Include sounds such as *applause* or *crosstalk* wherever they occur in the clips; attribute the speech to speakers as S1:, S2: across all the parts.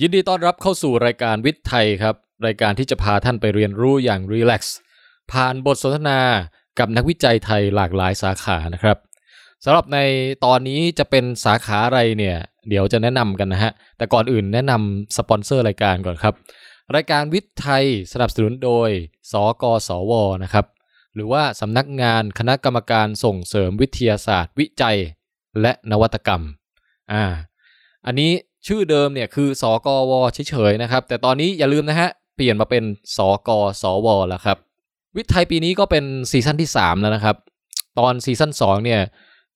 S1: ยินดีต้อนรับเข้าสู่รายการวิทย์ไทยครับ รายการที่จะพาท่านไปเรียนรู้อย่างรีแลกซ์ผ่านบทสนทนากับนักวิจัยไทยหลากหลายสาขานะครับสำหรับในตอนนี้จะเป็นสาขาอะไรเนี่ย เดี๋ยวจะแนะนำกันนะฮะ แต่ก่อนอื่นแนะนำสปอนเซอร์รายการก่อนครับ รายการวิทย์ไทยสนับสนุนโดย สกสวนะครับ หรือว่าสำนักงานคณะกรรมการส่งเสริมวิทยาศาสตร์ วิจัย และนวัตกรรม อ่า อันนี้ชื่อเดิมเนี่ยคือ สกวเฉยๆนะครับ แต่ตอนนี้อย่าลืมนะฮะ เปลี่ยนมาเป็น สกสวแล้วครับ วิทย์ไทยปีนี้ก็เป็นซีซั่นที่ 3 แล้วนะครับ ตอนซีซั่น2เนี่ย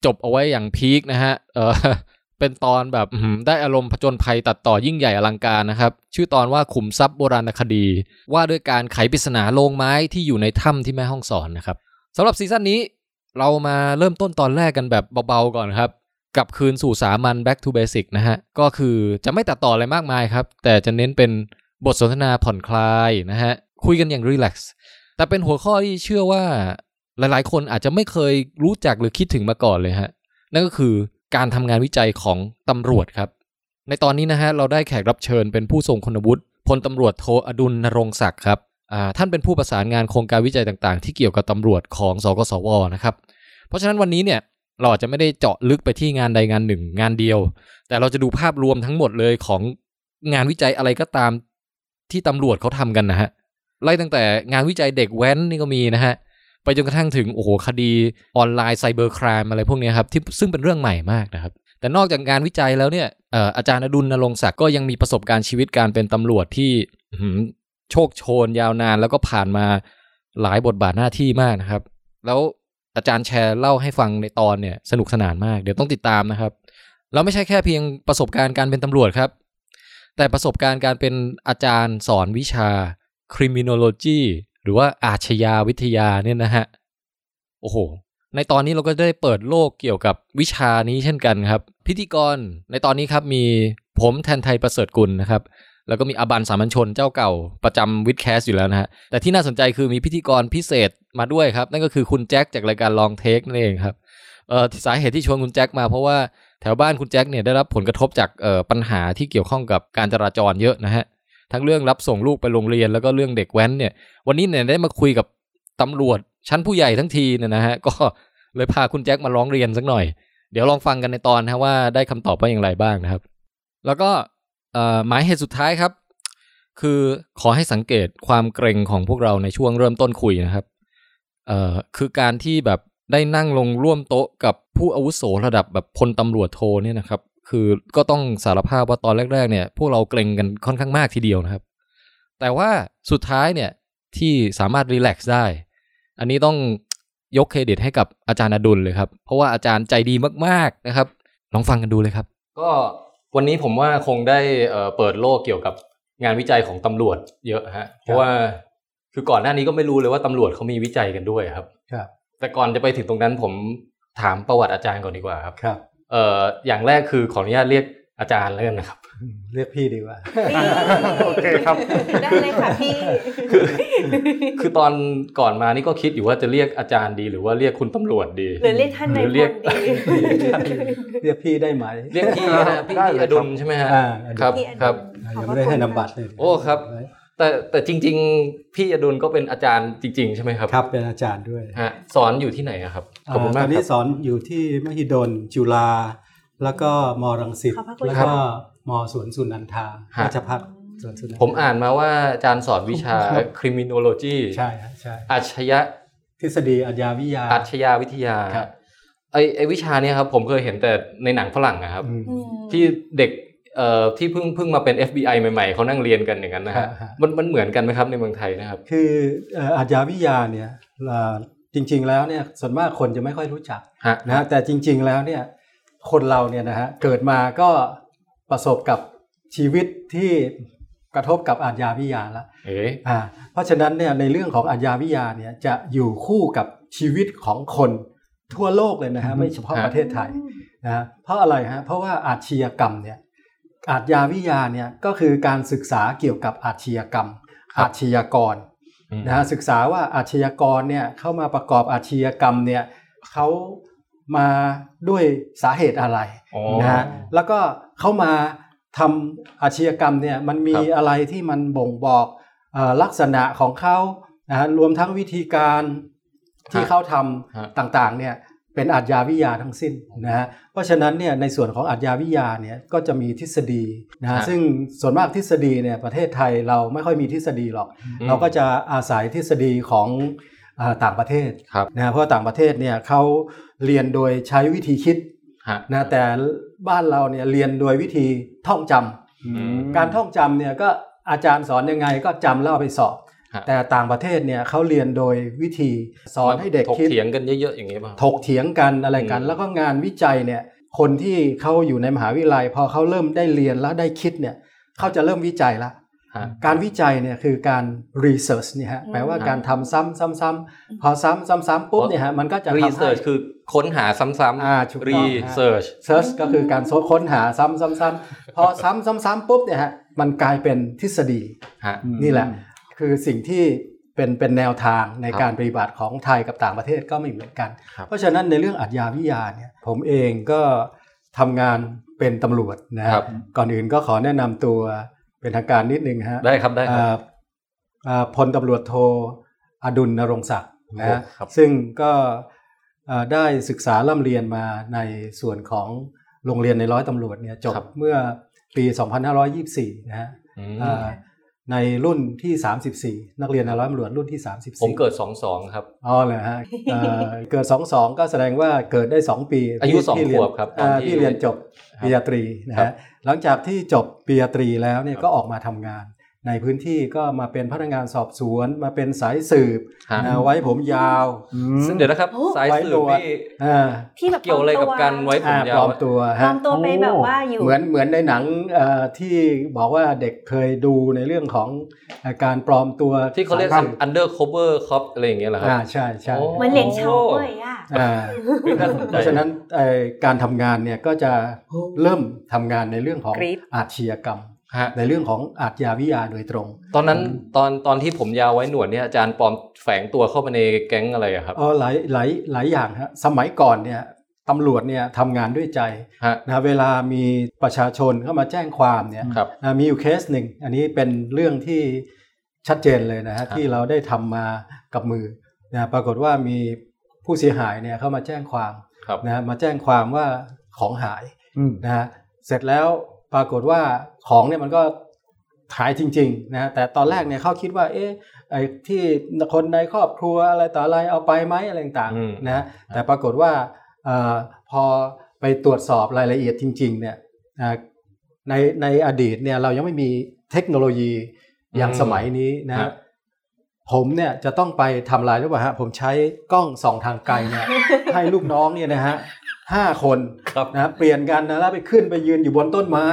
S1: จบเอาไว้อย่างพีคนะฮะ เออ *laughs* เป็นตอนแบบอื้อหือได้อารมณ์ผจญภัยตัดต่อยิ่งใหญ่อลังการนะครับ ชื่อตอนว่าขุมทรัพย์โบราณคดี ว่าด้วยการไขปริศนาโลงไม้ที่อยู่ในถ้ำที่แม่ห้องสอนนะครับสำหรับซีซั่นนี้เรามาเริ่มต้นตอนแรกกันแบบเบาๆก่อนครับ กลับคืนสู่สามัญ back to basic นะฮะ ก็คือจะไม่ตัดต่ออะไรมากมายครับ แต่จะเน้นเป็นบทสนทนาผ่อนคลายนะฮะ คุยกันอย่างรีแลกซ์แต่เป็นหัวข้อที่เชื่อว่าหลายๆ คนอาจจะไม่เคยรู้จักหรือคิดถึงมาก่อนเลยฮะ นั่นก็คือการทำงานวิจัยของตำรวจครับ ในตอนนี้นะฮะ เราได้แขกรับเชิญเป็นผู้ทรงคุณวุฒิพลตำรวจโทอดุลนรงศักดิ์ครับอ่าท่านเป็นผู้ประสานงานโครงการวิจัยต่างๆ ที่เกี่ยวกับตำรวจของสกสวนะครับ เพราะฉะนั้นวันนี้เนี่ย เราอาจจะไม่ได้เจาะลึกไปที่งานใดงานหนึ่งงานเดียว แต่เราจะดูภาพรวมทั้งหมดเลยของงานวิจัยอะไรก็ตามที่ตำรวจเขาทำกันนะฮะไล่ตั้งแต่งานวิจัยเด็กแว้นนี่ก็มีนะฮะ ไปจนกระทั่งถึงโอ้โหคดีออนไลน์ไซเบอร์ครามอะไรพวกเนี้ยครับที่ซึ่งเป็นเรื่องใหม่มากนะครับ แต่นอกจากงานวิจัยแล้วเนี่ยเอ่ออาจารย์อดุลนรงค์ศักดิ์ก็ยังมีประสบการณ์ชีวิตการเป็นตำรวจที่อื้อหือโชคโชนยาวนาน แล้วก็ผ่านมาหลายบทบาทหน้าที่มากนะครับ แล้วอาจารย์แชร์เล่าให้ฟังในตอนเนี่ยสนุกสนานมาก เดี๋ยวต้องติดตามนะครับ แล้วไม่ใช่แค่เพียงประสบการณ์การเป็นตำรวจครับ แต่ประสบการณ์การเป็นอาจารย์สอนวิชา criminology หรือว่าอาชญาวิทยาเนี่ยนะฮะ โอ้โห ในตอนนี้เราก็ได้เปิดโลกเกี่ยวกับวิชานี้เช่นกันครับ พิธีกรในตอนนี้ครับมีผมแทนไทยประเสริฐกุลนะครับ แล้วก็มีอบันสามัญชนเจ้าเก่าประจำวิดแคสอยู่แล้วนะฮะ แต่ที่น่าสนใจคือมีพิธีกรพิเศษมาด้วยครับ นั่นก็คือคุณแจ็คจากรายการลองเทคนั่นเองครับเอ่อสาเหตุที่ชวนคุณแจ็คมาเพราะว่าแถวบ้านคุณแจ็คเนี่ยได้รับผลกระทบจากเอ่อปัญหาที่เกี่ยวข้องกับการจราจรเยอะนะฮะ ทั้งเรื่องรับส่งลูกไปโรงเรียนแล้วก็เรื่องเด็กแว้นเนี่ย วันนี้เนี่ยได้มาคุยกับตำรวจชั้นผู้ใหญ่ทั้งทีเนี่ยนะฮะ *laughs* ก็เลยพาคุณแจ็คมาร้องเรียนสักหน่อย เดี๋ยวลองฟังกันในตอนนะฮะว่าได้คำตอบว่าอย่างไรบ้างนะครับ แล้วก็เอ่อหมายเหตุสุดท้ายครับ คือขอให้สังเกตความเกรงของพวกเราในช่วงเริ่มต้นคุยนะครับเอ่อคือการที่แบบได้นั่งลงร่วมโต๊ะกับผู้อาวุโสระดับแบบพลตำรวจโทเนี่ยนะครับ คือก็ต้องสารภาพว่าตอนแรก ๆ เนี่ย พวกเราเกรงกันค่อนข้างมากทีเดียวนะครับ แต่ว่าสุดท้ายเนี่ย ที่สามารถรีแลกซ์ได้ อันนี้ต้องยกเครดิตให้กับอาจารย์อดุลเลยครับ เพราะว่าอาจารย์ใจดีมาก ๆ นะครับ ลองฟังกันดูเลยครับ ก็วันนี้ผมว่าคงได้เอ่อเปิดโลกเกี่ยวกับงานวิจัยของตำรวจเยอะฮะ เพราะว่าคือก่อนหน้านี้ก็ไม่รู้เลยว่าตำรวจเขามีวิจัยกันด้วยครับ
S2: ครับ
S1: แต่ก่อนจะไปถึงตรงนั้นผมถามประวัติอาจารย์ก่อนดีกว่าครับ
S2: ครับ
S1: เอ่ออย่างแรกคือขออนุญาตเรียกอาจารย์แล้วกันนะครับ *laughs*
S2: อืมเรียกพี่ดีกว่า
S3: โอเคครับ ได้เลยค่ะพี่
S1: คือตอนก่อนมานี่ก็คิดอยู่ว่าจะเรียกอาจารย์ดี หรือว่าเรียกคุณตำรวจดี
S3: หรือเรียกท่าน
S1: ห
S3: ใน
S1: รือเรียก
S3: พลดี
S2: เรียกพี่ได้ไหม
S1: เรียกพี่นะพี่
S3: *laughs* ได้เลยครับ
S1: พี่อดุลใช่ไหมฮะ
S2: อ่า
S1: ครับ
S3: พี่อนุ
S1: ครับ
S2: อ่า
S3: ขอ
S2: ยั
S3: บ
S2: ง
S3: พ
S2: ไม่
S3: ระ
S2: ได้ให้
S3: คุณ
S2: นำบัตรเลย
S1: โอ้ครับ แต่แต่จริง ๆ พี่อดุลก็เป็นอาจารย์จริง ๆ ใช่ไหมครับ
S2: ครับเป็นอาจารย์ด้วย
S1: ฮะสอนอยู่ที่ไหนอะครับขอบคุณ
S2: อ่าต
S1: มา
S2: อก
S1: ค
S2: นนี้
S1: รับ
S2: สอนอยู่ที่มหิดล จุฬาแล้วก็มรังสิต
S3: ขอบพระคุณ
S2: แล้วก็มสวนสุนันทา
S1: ฮะ
S2: ราชพัฒน์สวนสุนันทา
S1: ผมอ่านมาว่าอาจารย์สอนวิชา
S2: ครับ
S1: criminology
S2: ใช่ฮะใช่
S1: อาชญะ
S2: ทฤษฎีอาญาวิทยา
S1: อาชญาวิทยา
S2: ครับ
S1: ไอไอวิชาเนี้ยครับผมเคยเห็นแต่ในหนังฝรั่งอะครับ
S2: อืม
S3: อืม
S1: ที่เด็กเอ่อที่เพิ่งเพิ่งมาเป็น FBI ใหม่ๆ เขานั่งเรียนกันอย่างนั้นนะฮะ
S2: ฮะฮะ
S1: มันมันเหมือนกันไหมครับในเมืองไทยนะครับ
S2: คือเอ่ออาญาวิทยาเนี่ยอ่าจริง ๆ แล้วเนี่ยส่วนมากคนจะไม่ค่อยรู้จัก
S1: ฮะ
S2: นะฮะแต่จริงๆแล้วเนี่ยคนเราเนี่ยนะฮะเกิดมาก็ประสบกับชีวิตที่กระทบกับอาญญาวิทยาแล้ว
S1: เอ๋
S2: อ่าเพราะฉะนั้นเนี่ยในเรื่องของอาญญาวิทยาเนี่ยจะอยู่คู่กับชีวิตของคนทั่วโลกเลยนะฮะไม่เฉพาะประเทศไทยนะฮะเพราะอะไรฮะเพราะว่าอาชญากรรมเนี่ยอาญญาวิทยาเนี่ยก็คือการศึกษาเกี่ยวกับอาชญากรรม อาชญากร
S1: อืม
S2: นะฮะศึกษาว่าอาชญากรเนี่ยเข้ามาประกอบอาชญากรรมเนี่ยเขามาด้วยสาเหตุอะไร
S1: อ๋อ
S2: นะฮะแล้วก็เขามา ทำอาชญากรรมเนี่ยมันมี
S4: ครับ
S2: อะไรที่มันบ่งบอกเออลักษณะของเขานะฮะรวมทั้งวิธีการที่
S4: ฮะ
S2: เขาท
S4: ฮะ
S2: ำต่างๆเนี่ยเป็นอาชญาวิทยาทั้งสิ้นนะฮะเพราะฉะนั้นเนี่ยในส่วนของอาชญาวิทยาเนี่ยก็จะมีทฤษฎีนะฮะซึ่งส่วนมากทฤษฎีเนี่ยประเทศไทยเราไม่ค่อยมีทฤษฎีหรอก เราก็จะอาศัยทฤษฎีของเอ่อต่างประเทศ
S4: ครับ
S2: นะเพราะต่างประเทศเนี่ยเขาเรียนโดยใช้วิธีคิด
S4: ฮะ
S2: นะแต่บ้านเราเนี่ยเรียนโดยวิธีท่องจำ
S4: อืม
S2: การท่องจำเนี่ยก็อาจารย์สอนยังไงก็จำแล้วเอาไปสอบ
S4: ฮะ
S2: แต่ต่างประเทศเนี่ยเขาเรียนโดยวิธีสอนให้เด็ก
S4: ถก
S2: คิด
S4: เถียงกันเยอะๆอย่างนี้ยป่ะ
S2: ถกเถียงกันอะไรกัน
S4: อืม
S2: แล้วก็งานวิจัยเนี่ยคนที่เขาอยู่ในมหาวิทยาลัย พอเขาเริ่มได้เรียนแล้วได้คิดเนี่ยเขาจะเริ่มวิจัยละ
S4: ฮะ
S2: การวิจัยเนี่ยคือการ research เนี่ยฮะ
S3: อืม
S2: แปลว่าการทำซ้ำซ้ำซ้ำพอซ้ำซ้ำซ้ำปุ๊บเนี่ยฮะมันก็จะ
S4: รี
S2: ทำ
S4: เสิ
S2: ให้
S4: ร์ชคือค้นหาซ้
S2: อ่า
S4: ำ
S2: ถูก
S4: ๆ
S2: ต้
S4: รี
S2: อง
S4: เสิร์ช
S2: เซิร์ชก็คือการค้นหาซ้ำซ้ำซ้
S4: *laughs*
S2: ำพอซ้ำซ้ำซ้ำปุ๊บเนี่ยฮะมันกลายเป็นทฤษฎี
S4: ฮะ
S2: นี่แหละ คือสิ่งที่เป็นเป็นแนวทางใน
S4: ครับ
S2: การปฏิบัติของไทยกับต่างประเทศก็ไม่เหมือนกัน
S4: ครับ
S2: เพราะฉะนั้นในเรื่องอาชญาวิทยาเนี่ยผมเองก็ทำงานเป็นตำรวจนะค
S4: ครั
S2: รับบ ก่อนอื่นก็ขอแนะนำตัวเป็นทางการนิดนึงฮะ
S4: ได้ครับได้ครับ
S2: อ่าอ่าพลตำรวจโทอดุลนรงศักดิ์นะฮะ
S4: โอ้ครับ
S2: ซึ่งก็เอ่อได้ศึกษาล่ำเรียนมาในส่วนของโรงเรียนในร้อยตำรวจเนี่ยจบเมื่อปี 2524นะฮะ
S4: อืม
S2: อ่าในรุ่นที่ 34 นักเรียนในร้อยตำรวจรุ่นที่ 34
S4: ผมเกิดสองสองครับ
S2: อ๋อเลยฮะเอ่อเกิด 22 ก็แสดงว่าเกิดได้ 2 ปี
S4: อายุ
S2: ที่
S4: สอง
S2: ที่เยน
S4: ขวบครับตอน
S2: อ่า
S4: ที่
S2: ที่เรียนจบ
S4: ครับ
S2: ปริญญาตรีนะครับ ฮะหลังจากที่จบปริญญาตรีแล้วเนี่ย
S4: ครับ
S2: ก็ออกมาทำงาน ในพื้นที่ก็มาเป็นพนักงานสอบสวน มาเป็นสายสืบ
S4: ฮะ
S2: นะไว้ผมยาว
S4: ซึ่งเดี๋ยวนะครับ
S3: โอ้
S4: สายสืบนี่
S2: อ่า
S3: ที่แบบ
S4: เกี่ยวอะไรกับการไว้ผ
S2: อ่าม
S4: ยา
S2: ปล
S4: ว
S2: อมตัว
S3: ปลอ
S2: ฮะ
S3: มตัวไปแบบว่าอยู่
S2: เหมือนเหมือนในหนังเอ่อที่บอกว่าเด็กเคยดูในเรื่องของเอ่อการปลอมตัว
S4: ที่เขาเรียก
S2: สมพัน
S4: under cover cop อะไรอย่างเงี้ยเหรอครับ
S2: อ่าใช่ใช่
S4: โอ้
S3: เหมือนเหลียงเชาเว้ยอ่ะ
S2: อ่า
S4: น่าสน
S2: เพ
S4: ใจ
S2: ราะฉะนั้นเอ่อการทำงานเนี่ยก็จะเริ่มทำงานในเรื่องของ
S3: กรี๊ด
S2: อาชญากรรม
S4: ฮะ
S2: ในเรื่องของอาชญาวิทยาโดยตรง
S4: ตอนนั้นตอนตอนที่ผมยาวไว้หนวดเนี่ยอาจารย์ปลอมแฝงตัวเข้าไปในแก๊งอะไรอะครับ
S2: เออหลายหลายหลายอย่างฮะสมัยก่อนเนี่ยตำรวจเนี่ยทำงานด้วยใจ
S4: ฮะ
S2: นะเวลามีประชาชนเข้ามาแจ้งความเนี่ย
S4: ครับ
S2: อ่ะมีอยู่เคสหนึ่งอันนี้เป็นเรื่องที่ชัดเจนเลยนะฮะที่เราได้ทำมากับมือนะปรากฏว่ามีผู้เสียหายเนี่ยเข้ามาแจ้งความ
S4: ครับ
S2: นะฮะมาแจ้งความว่าของหายนะฮะเสร็จแล้วปรากฏว่าของเนี่ยมันก็หายจริงๆนะฮะแต่ตอนแรกเนี่ยเขาคิดว่าเอ๊ะไอ้ที่คนในครอบครัวอะไรต่ออะไรเอาไปไหมอะไรต่าง
S4: อืม
S2: ๆนะฮะแต่ปรากฏว่าเออพอไปตรวจสอบรายละเอียดจริง ๆ เนี่ย อ่าในในอดีตเนี่ยเรายังไม่มีเทคโนโลยีอย่าง
S4: อืม
S2: สมัยนี้นะฮะ
S4: ฮะ
S2: ผมเนี่ยจะต้องไปทำลายหรือเปล่าฮะผมใช้กล้องสองทางไกล
S4: *laughs*
S2: เนี่ย ให้ลูกน้องเนี่ยนะฮะห้าคน
S4: ครับ
S2: นะเปลี่ยนกันนะแล้วไปขึ้นไปยืนอยู่บนต้นไม้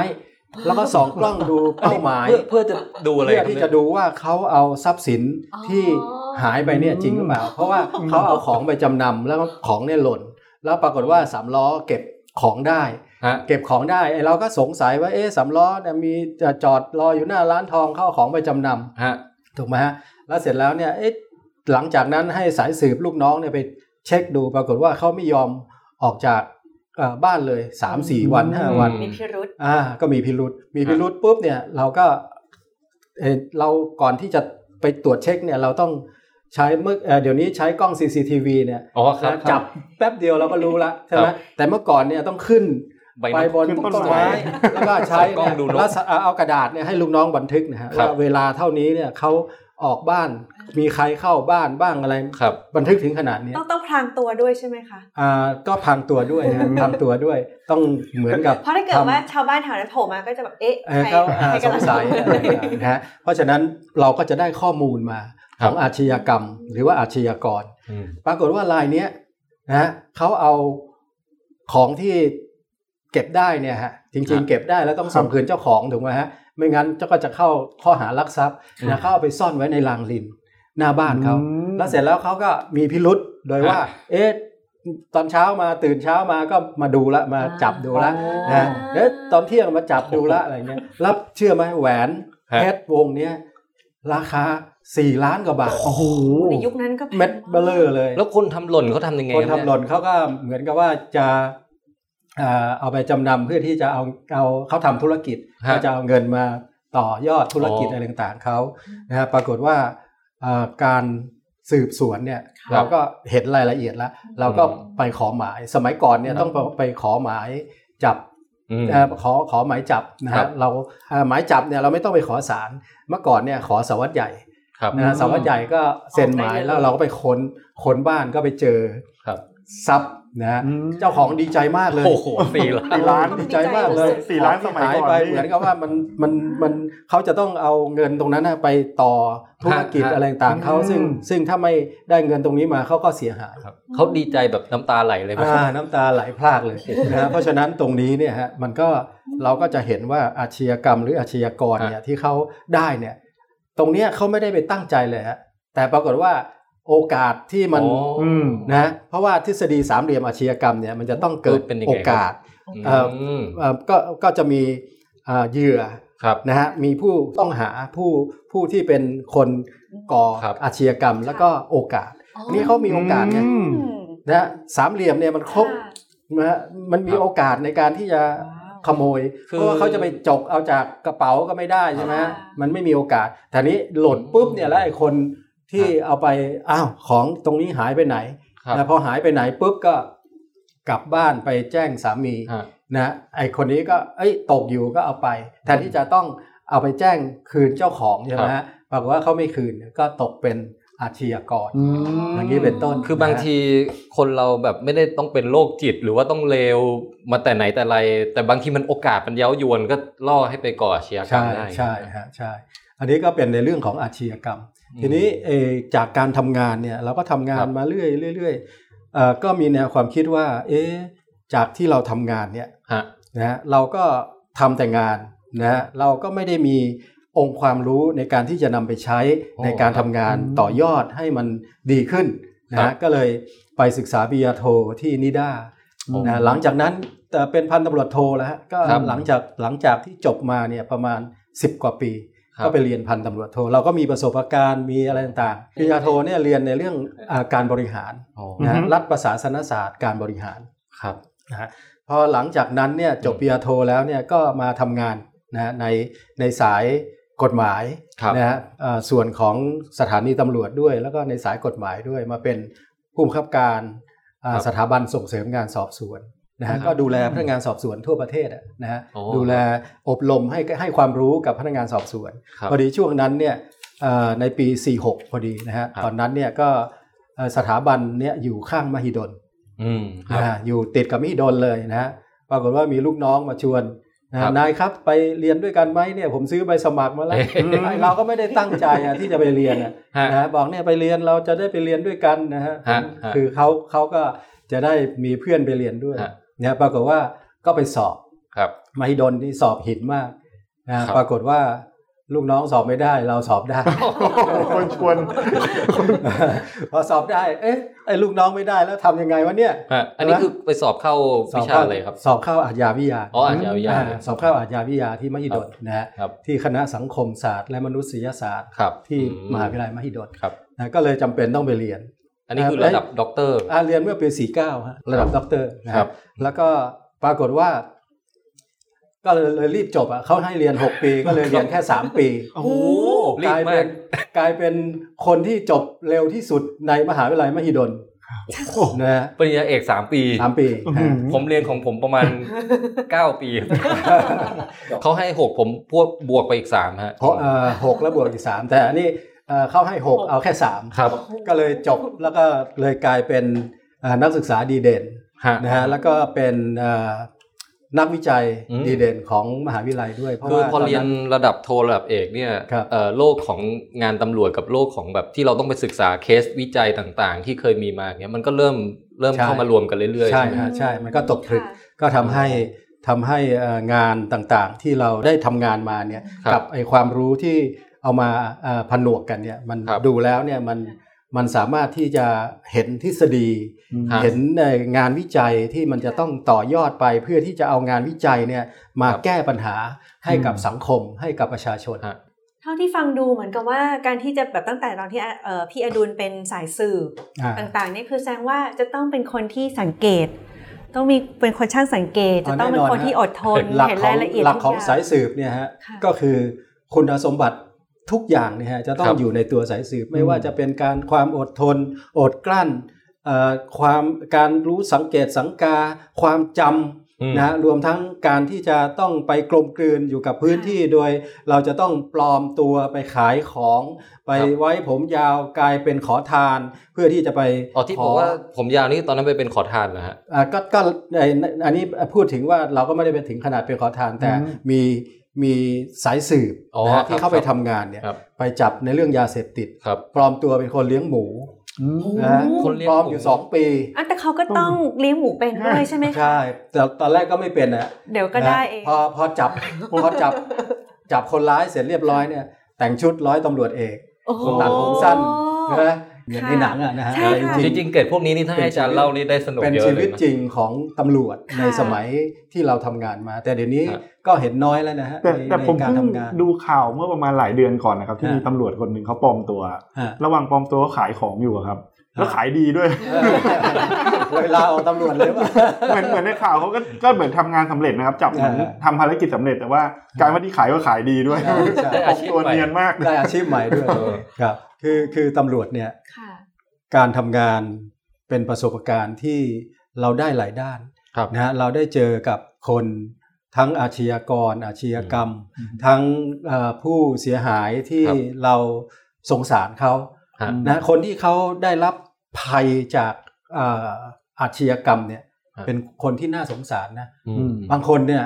S2: แล้วก็สองกล้องดูเป้าหมาย
S4: เพื่อเพื่อจะดูอะไร
S2: เพื่อ
S4: ครับ
S2: ที่
S4: เนี่ย
S2: จะดูว่าเขาเอาทรัพย์สินที่
S3: อ๋อ
S2: หายไปเนี่ยจริงหรือเป
S4: *laughs*
S2: ล่า เพราะว่าเขาเอาของไปจำนำแล้วของเนี่ยหล่น แล้วปรากฏว่าสามล้อเก็บของได้
S4: ฮะ
S2: เก็บของได้ไอ้เราก็สงสัยว่าเอ๊ะสำล้อเนี่ยมีจะจอดรออยู่หน้าร้านทองเข้าเอาของไปจำน
S4: ฮะ
S2: ำถูกไหมฮะแล้วเสร็จแล้วเนี่ยเอ๊ะหลังจากนั้นให้สายสืบลูกน้องเนี่ยไปเช็คดูปรากฏว่าเขาไม่ยอมออกจากเอ่อบ้านเลย 3 4 วัน 5 วัน
S4: อื
S3: มีพิรุษ
S2: อ่าก็มีพิรุษมีพิรุษปุ๊บเนี่ยเราก็เอ่อเราก่อนที่จะไปตรวจเช็คเนี่ยเราต้องใช้เมื่อเอ่อเดี๋ยวนี้ใช้กล้อง CCTV เนี่ย
S4: อ๋อครับ
S2: จับแป๊บเดียวเราก็รู้ละใช่ไหม
S4: ครับ
S2: แต่เมื่อก่อนเนี่ยต้องขึ้น
S4: ใบ
S2: ไป
S4: หน้า
S2: บน
S5: ขึ้นต้
S2: ต้น
S5: นไม้
S2: ไม้แล้วก็ใช้
S4: กล้องดูนก
S2: แล้วเอากระดาษเนี่ยให้ลูกน้องบันทึกนะฮะ
S4: ครั
S2: ว่า
S4: บ
S2: เวลาเท่านี้เนี่ยเขาออกบ้านมีใครเข้าบ้านบ้างอะไร
S4: ครับ
S2: บันทึกถึงขนาดเนี้ย
S3: ต้องต้องพรางตัวด้วยใช่ไหมคะ
S2: อ่าก็พังตัวด้วย
S4: *laughs*
S2: นะฮะพังตัวด้วยต้องเหมือนกับ
S3: เพราะถ้าเกิด
S2: ทำ
S3: ว่าชาวบ้านแถวนั้นโผล่มาก็จะแบบเอ๊ะ
S2: เอ่อ
S3: ใคร
S2: เขาอ่า
S3: ใคร
S2: ส
S3: กำ
S2: ง
S3: ลัง
S2: สัย
S3: ทำ
S2: อะไรต่างๆนะฮะเพราะฉะนั้นเราก็จะได้ข้อมูลมา
S4: ค
S2: ข
S4: รั
S2: อ
S4: บ
S2: งอาชญากรรม หรือว่าอาชญากร
S4: อืม
S2: ปรากฏว่าลายเนี้ยนะฮะเขาเอาของที่เก็บได้เนี่ยฮะจ
S4: ครั
S2: ริง
S4: บ
S2: ๆ เก็บได้แล้วต้องส่งคืนเจ้าของถูกไหมฮะไม่งั้นเจ้าก็จะเข้าข้อหารักทรัพย์
S4: ครั
S2: นะ
S4: บ
S2: เข้าเอาไปซ่อนไว้ในรางลินหน้าบ้านเขาแล้วเสร็จแล้วเขาก็มีพิรุษโดยว่า
S4: ฮะ
S2: เอ๊ะตอนเช้ามาตื่นเช้ามาก็มาดูละมาจับดูละ
S3: อ่า
S2: นะเอ๊ะตอนเที่ยงมาจับดูละอะไรเงี้ย *laughs* รับเชื่อไหมแหวน
S4: ฮะ
S2: เพชรวงเนี้ยราคาสี่ล้านกว่าบาท
S5: โอ้โห
S3: ในยุคนั้นก็แพง
S2: เม็ดเบลอเลย
S4: แล้วคนทำหล่นเขาทำยังไง
S2: คน
S4: รับ
S2: ทำหล่นเขาก็เหมือนกับว่าจะ อ่าเอาไปจำนำเพื่อที่จะเอาเอาเขาทำธุรกิจ
S4: ฮะ
S2: ก็จะเอาเงินมาต่อยอดธุรกิจ
S4: อ๋ออ
S2: อะไรต่างๆเขานะฮะปรากฏว่าอ่าการสืบสวนเนี่ย
S4: ครับ
S2: เราก็เห็นรายละเอียดแล้ว เราก็ไปขอหมายสมัยก่อนเนี่ย
S4: ครับ
S2: ต้องไปไปขอหมายจับ
S4: อืม
S2: เอ่อขอขอหมายจับนะ
S4: ครั
S2: ฮะ
S4: บ
S2: เราเอ่อหมายจับเนี่ยเราไม่ต้องไปขอศาลเมื่อก่อนเนี่ยขอสารวัสดใหญ่
S4: ครับ
S2: นะฮะสารวัสดใหญ่ก็เซ็นหมาย
S3: ออกได้เลย
S2: แล้วเราก็ไปค้นค้นบ้านก็ไปเจอ
S4: ครับ
S2: ทรัพย์นะฮะ
S5: อืม
S2: เจ้าของดีใจมากเลย
S4: โอ้โหสี่ล้าน
S2: สี่ล้านดีใจมากเลย
S5: สี่ล้านสมัยก่อ
S2: หาย
S5: น
S2: ไป
S5: นี่
S2: เหมือนกับว่ามันมันมันเขาจะต้องเอาเงินตรงนั้นน่ะไปต่อธุรกิจ
S4: ฮะฮะ
S2: อะไรต่างๆเขาซึ่งซึ่งถ้าไม่ได้เงินตรงนี้มาเขาก็เสียหาย
S4: ครับเขาดีใจแบบน้ำตาไหลเลยไหมครับ
S2: อ่าน้ำตาไหลพรากเลยนะฮะเพราะฉะนั้นตรงนี้เนี่ยฮะมันก็เราก็จะเห็นว่าอาชญากรรมหรืออาชญากรเนี่ยที่เขาได้เนี่ยตรงเนี้ยเขาไม่ได้ไปตั้งใจเลยฮะแต่ปรากฏว่าโอกาสที่มัน
S4: อ๋ออืม
S2: นะฮะเพราะว่าทฤษฎีสามเหลี่ยมอาชญากรรมเนี่ยมันจะต้องเกิด
S4: เป็นยัง
S2: โอ
S4: ไงครับ
S2: กาส เอ่อ
S4: ม
S2: เอ่อก็ก็จะมีเอ่อเหยื่อ
S4: ครับ
S2: นะฮะมีผู้ต้องหาผู้ผู้ที่เป็นคนก่อ
S4: ครับ
S2: อาชญากรรม แล้วก็โอกาส นี่เขามีโอกาสไง
S5: อืม
S3: อืม
S2: นะฮะสามเหลี่ยมเนี่ยมันครบ
S3: ะ
S2: นะฮะมันมี
S4: ครับ
S2: โอกาสในการที่จะขโมย
S4: คือ
S2: เพราะว่าเขาจะไปจกเอาจากกระเป๋าก็ไม่ได้ใช่ไหมฮะมันไม่มีโอกาสแต่นี้หล่นปุ๊บเนี่ยแล้วไอ้คนที่เอาไปอ้าวของตรงนี้หายไปไหน
S4: ครับ
S2: นะพอหายไปไหนปุ๊บก็กลับบ้านไปแจ้งสามี
S4: ฮะ
S2: นะไอ้คนนี้ก็เอ้ยตกอยู่ก็เอาไปแทนที่จะต้องเอาไปแจ้งคืนเจ้าของใช่ไหมฮะปรากฏว่าเขาไม่คืนก็ตกเป็นอาชญากรอย่างนี้เป็นต้น
S4: คือบาง
S2: นะฮะ
S4: ทีคนเราแบบไม่ได้ต้องเป็นโรคจิต หรือว่าต้องเลวมาแต่ไหนแต่ไร แต่บางทีมันโอกาสมันเย้ายวนก็ล่อให้ไปก่ออาชญากรร
S2: ใช่
S4: มได้
S2: ใช่ฮะใช่ อันนี้ก็เป็นในเรื่องของอาชญากรรม ทีนี้เอ่อจากการทำงานเนี่ยเราก็ทำงานมาเรื่อยๆเรื่อยๆเอ่อก็มีแนวความคิดว่า เอ๊ะจากที่เราทำงานเนี่ย
S4: ฮะ
S2: นะฮะเราก็ทำแต่งานนะฮะเราก็ไม่ได้มีองค์ความรู้ในการที่จะนำไปใช้
S4: โอ้
S2: ในการทำงาน
S5: ครับ
S2: ต่อยอดให้มันดีขึ้นนะ
S4: ครั
S2: ฮะ
S4: บ
S2: ก็เลยไปศึกษาปริญญาโทที่นิด้า
S4: โอ้
S2: นะหลังจากนั้นแต่เป็นพันตำรวจโทแล้วฮะก็
S4: ครับ
S2: หลังจากหลังจากที่จบมาเนี่ยประมาณ 10 กว่าปี
S4: ครับ
S2: ก็ไปเรียนพันตำรวจโท เราก็มีประสบการณ์มีอะไรต่างๆปริญญาโทเนี่ยเรียนในเรื่องอาการบริหาร
S4: อ๋อ
S2: นะ
S5: อื
S2: ฮะ
S5: อฮึ
S2: รัฐประศาสนศาสตร์การบริหาร
S4: ครับ
S2: นะฮะพอหลังจากนั้นเนี่ยจบปริญญาโทแล้วเนี่ยก็มาทำงานนะฮะในในสายกฎหมาย
S4: ครับ
S2: นะฮะเอ่อส่วนของสถานีตำรวจด้วย แล้วก็ในสายกฎหมายด้วยมาเป็นผู้บังคับการอ่า
S4: ครับ
S2: สถาบันส่งเสริมงานสอบสวน นะฮะ
S4: ครับ
S2: ก็ดูแลพนักงานสอบสวนทั่วประเทศอะนะฮะ
S4: โอ้
S2: ดูแลอบรมให้ให้ความรู้กับพนักงานสอบสวน
S4: ครับ
S2: พอดีช่วงนั้นเนี่ยเอ่อในปี 46 พอดีนะฮะ
S4: ครับ
S2: ตอนนั้นเนี่ยก็เอ่อสถาบันเนี่ยอยู่ข้างมหิดล
S4: อืมครับ
S2: นะฮะอยู่ติดกับมหิดลเลยนะฮะปรากฏว่ามีลูกน้องมาชวนนะ
S4: ครั
S2: ฮะ
S4: บ
S2: นายครับไปเรียนด้วยกันไหมเนี่ยผมซื้อใบสมัครมา
S4: *laughs*
S2: แล้ว
S4: เฮ้ย
S2: ไอ้เราก็ไม่ได้ตั้งใจอะที่จะไปเรียนอะ
S4: ฮะ
S2: นะฮะบอกเนี่ยไปเรียนเราจะได้ไปเรียนด้วยกันนะฮะ
S4: ฮะฮะ
S2: คือเขาเขาก็จะได้มีเพื่อนไปเรียนด้วย
S4: ฮะ
S2: เนี่ยปรากฏว่าก็ไปสอบ
S4: ครับ
S2: มหิดลนี่สอบหินมากนะฮะ
S4: ครับ
S2: ปรากฏว่าลูกน้องสอบไม่ได้เราส
S4: *laughs*
S2: อบได้ *laughs*
S5: คนชวน
S2: พอสอบได้เอ๊ะไอ้ลูกน้องไม่ได้แล้วทำยังไงวะเนี่ย
S4: ฮะอันนี้คือไปสอบเข้า
S2: สอ
S4: วิ
S2: บ
S4: ชา
S2: เข้า
S4: เลยครับ
S2: สอบเข้าอาชญาวิทยา
S4: อ๋ออาชญาวิทยา
S2: อ่สอบเข้าอาชญาวิทยาที่มหิดลนะฮะ
S4: ครับ
S2: ที่คณะสังคมศาสตร์และมนุษยศาสตร์
S4: ครับ
S2: ที่
S4: อื
S2: มหาวิทยาลัยมหิดล
S4: ครับ
S2: นะก็เลยจำเป็นต้องไปเรียน
S4: อันนี้คือระดับด็อกเตอร์
S2: อาเรียนเมื่อปี 49ฮะระดับด็อกเตอร์นะ
S4: ค
S2: ค
S4: รั
S2: รับ บ แล้วก็ปรากฏว่า ก็เลยรีบจบอ่ะเขาให้เรียน 6 ปี ก็เลยเรียนแค่ 3 ปี
S5: โอ้โห
S4: รี
S2: ก
S4: บ
S2: ลาย
S4: มา
S2: เป็
S4: ก
S2: นกลายเป็นคนที่จบเร็วที่สุดในมหาวิทยาลัยมหิดลนะฮะ
S4: ปริญญาเอกสามปี
S2: สามปี
S5: อื้อหื
S2: ฮะ
S5: อ
S4: ผมเรียนของผม
S2: *laughs*
S4: ประมาณ 9 ปี เขาให้ 6 ผมพวกบวกไปอีก 3 ฮะ
S2: เพราะเอ่อหกแล้วบวกอีกสามแต่อันนี้เอ่อเขาให้หกเอาแค่สาม
S4: ครับ
S2: ก็เลยจบแล้วก็เลยกลายเป็นอ่านักศึกษาดีเด่น
S4: ฮะ
S2: นะฮะแล้วก็เป็นเอ่อนักวิจัย
S4: อืม
S2: ดีเด่นของมหาวิทยาลัยด้วยเพราะ
S4: คือ
S2: ว่า
S4: พอเรียน
S2: ต
S4: ระดับโทระดับเอกเนี่ย
S2: ครับ
S4: เอ่อโลกของงานตำรวจกับโลกของแบบที่เราต้องไปศึกษาเคสวิจัยต่างๆ ที่เคยมีมาเนี่ยมันก็เริ่มเริ่มเข้ามารวมกันเรื่อยๆ
S2: ใช่
S4: ไหม
S2: ฮะใช่มันก็ตกผลึก
S3: ค่ะ
S2: ก็ทำให้ทำให้เอ่องานต่างๆ ที่เราได้ทำงานมาเนี่ย
S4: ค
S2: กั
S4: รับ
S2: ไอความรู้ที่เอามาเอ่อผนวกกันเนี่ยมัน
S4: ครับ
S2: ดูแล้วเนี่ยมันมันสามารถที่จะเห็นทฤษฎี
S4: ครับ
S2: เห็นเอ่องานวิจัยที่มันจะต้องต่อยอดไปเพื่อที่จะเอางานวิจัยเนี่ยมา
S4: ครับ
S2: แก้ปัญหาให้กับ
S5: อืม
S2: สังคมให้กับประชาชน
S4: ฮะ
S3: เท่าที่ฟังดูเหมือนกับว่าการที่จะแบบตั้งแต่ตอนที่เอ่อพี่อดุลเป็นสายสืบ
S2: อ่า
S3: ต่างๆเนี่ยคือแสดงว่าจะต้องเป็นคนที่สังเกต ต้องมีเป็นคนช่างสังเกต จะต้องเป็นคนที่อดทน
S2: หลัก
S3: เห็น
S2: ขอ
S3: ราง ยละเอียด
S2: หลักของ
S3: ทุย่
S2: สายสืบเนี่ยฮะ
S3: ค่ะ
S2: ก็คือคุณสมบัติทุกอย่างเนี่ยฮะจะต้อ
S4: ค
S2: ง
S4: รับ
S2: อยู่ในตัวสายสืบ ไม่ว่า
S4: อืม
S2: จะเป็นการความอดทน อดกลั้นเอ่อความการรู้สังเกตสังกา ความจ
S4: อืม
S2: ำนะฮะรวมทั้งการที่จะต้องไปกลมกลืนอยู่กับพื้น
S3: ค่ะ
S2: ที่โดย เราจะต้องปลอมตัวไปขายของ ไป
S1: ครับ
S2: ไว้ผมยาวกลายเป็นขอทาน เพื่อที่จะไป
S1: อ๋อที่
S2: ข
S1: บอกว่าผมยาวนี่ตอนนั้นไปเป็นขอทานเหรอฮะ
S2: อ่าก็ก็ในในอันนี้พูดถึงว่าเราก็ไม่ได้ไปถึงขนาดเป็นขอทานแต่
S1: อืม
S2: มีมีสายสืบ
S1: อ๋อ
S2: นะ
S1: ค
S2: ฮะ
S1: รับ
S2: ที่เข้าไป
S1: ครับ
S2: ทำงานเนี่ย
S1: ครับ
S2: ไปจับในเรื่องยาเสพติด
S1: ครับ
S2: ปลอมตัวเป็นคนเลี้ยงหมูนะฮะ
S3: โอ้โห
S1: คนเลี้ยง
S2: ปลอม
S1: หมู
S2: อยู่สองปี
S3: อ่ะแต่เขาก็ต้องเลี้ยงหมูเป็นด้วยใช่ไหมคะ
S2: ใช่แต่ตอนแรกก็ไม่เป็นนะ
S3: เดี๋ยวก็ได้เอง
S2: นะพอพอจับพอจับจับคนร้ายเสร็จเรียบร้อยเนี่ยแต่งชุดร้อยตำรวจเอก
S3: โอ้โห
S2: ตัดผมสั้น ใช่ไหมเหมือนในหนังอะนะฮะ
S3: ใช่
S2: แต่จ
S3: ค่ะ
S2: ริ
S1: จ
S2: ง
S1: ริงๆเกรดพวกนี้นี่ถ้าให้อาจารย์เล่านี่ได้สนุก
S2: เป็น
S1: เยอะ
S2: ชี
S1: เล
S2: วิ
S1: ย
S2: ต
S1: นะ
S2: จริงของตำรวจ
S3: ค่ะ
S2: ในสมัยที่เราทำงานมา แต่เดี๋ยวนี้
S1: ครับ
S2: ก็เห็นน้อยแล้วนะฮะ
S5: แต่
S2: ใน
S5: แต่
S2: ใน
S5: ผม
S2: การ
S5: เพิ่ง
S2: ทำงาน
S5: ดูข่าวเมื่อประมาณหลายเดือนก่อนนะครับ ที่
S2: ฮะ
S5: มีตำรวจคนหนึ่งเขาปลอมตัว
S2: ฮะ
S5: ระหว่างปลอมตัวเขาขายของอยู่อะครับ แล้ว
S2: ฮะ
S5: ขายดี
S2: *laughs*
S5: ด้วย
S2: เออเวลาออกตำรวจเลยว่า
S5: เหมือนเหมือนในข่าวเขาก็ก็เหมือนทำงานสำเร็จนะครับ จับเหมือน
S2: ฮะ
S5: ทำภารกิจสำเร็จแต่ว่าการว่าที่ขายก็ขายดีด้วย
S2: ใช่ใช่
S5: ปลอมตัวเนียนมาก
S2: ได้อาชีพใหม่ด้วย
S1: เออ
S2: ครับคือคือตำรวจเนี่ย
S3: ค่ะ
S2: การทำงานเป็นประสบการณ์ที่เราได้หลายด้าน
S4: ครับ
S2: นะฮะเราได้เจอกับคนทั้งอาชญากร อาชญากรรม ทั้งเอ่อผู้เสียหายที่
S1: ครับ
S2: เราสงสารเขา
S1: ฮะ
S2: นะคนที่เขาได้รับภัยจากเอ่ออาชญากรรมเนี่ย
S1: ครับ
S2: เป็นคนที่น่าสงสารนะ
S1: อืม
S2: บางคนเนี่ย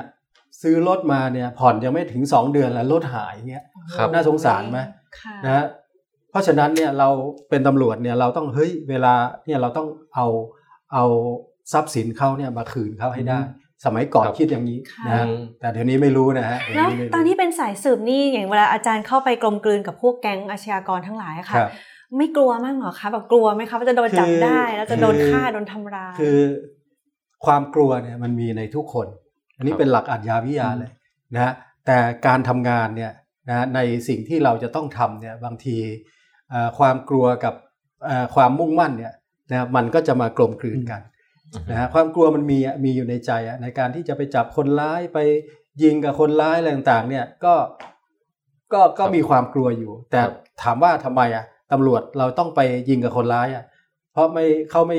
S2: ซื้อรถมาเนี่ยผ่อนยังไม่ถึง 2 เดือนแล้วรถหายเงี้ย
S1: ครับ
S2: น่าสงสารไหม
S3: ค่ะ
S2: นะฮะเพราะฉะนั้นเนี่ยเราเป็นตำรวจเนี่ยเราต้องเฮ้ยเวลาเนี่ยเราต้องเอาเอาทรัพย์สินเขาเนี่ยมาคืนเขาให้ได้ สมัยก่อน
S1: ครับ
S2: คิดอย่างนี้นะฮะ
S1: อืม
S2: แต่เดี๋ยวนี้ไม่รู้นะฮะเดี๋ยว
S3: แล้ว
S2: ไม่รู้
S3: ตอนที่เป็นสายสืบนี่อย่างเวลาอาจารย์เข้าไปกลมกลืนกับพวกแก๊งอาชญากรทั้งหลายอะค่ะ
S2: ครับ
S3: ไม่กลัวมากเหรอคะแบบกลัวไหมคะว่าจะโดนจับ
S2: คือ
S3: ได้แล้วจะโดน
S2: คือ
S3: ฆ่าโดนทำร้าย
S2: คือความกลัวเนี่ยมันมีในทุกคน อันนี้
S1: ครับ
S2: เป็นหลักอัจยาวิทยาเลยนะฮะแต่การทำงานเนี่ยนะฮะในสิ่งที่เราจะต้องทำเนี่ยบางทีเอ่อความกลัวกับเอ่อความมุ่งมั่นเนี่ยนะฮะมันก็จะมากลมกลืนกันนะฮะความกลัวมันมีอะมีอยู่ในใจอะในการที่จะไปจับคนร้ายไปยิงกับคนร้ายอะไรต่างๆเนี่ยก็ก็ก็มีความกลัวอยู่ แต่ถามว่าทำไมอะตำรวจเราต้องไปยิงกับคนร้ายอะ เพราะไม่เขาไม่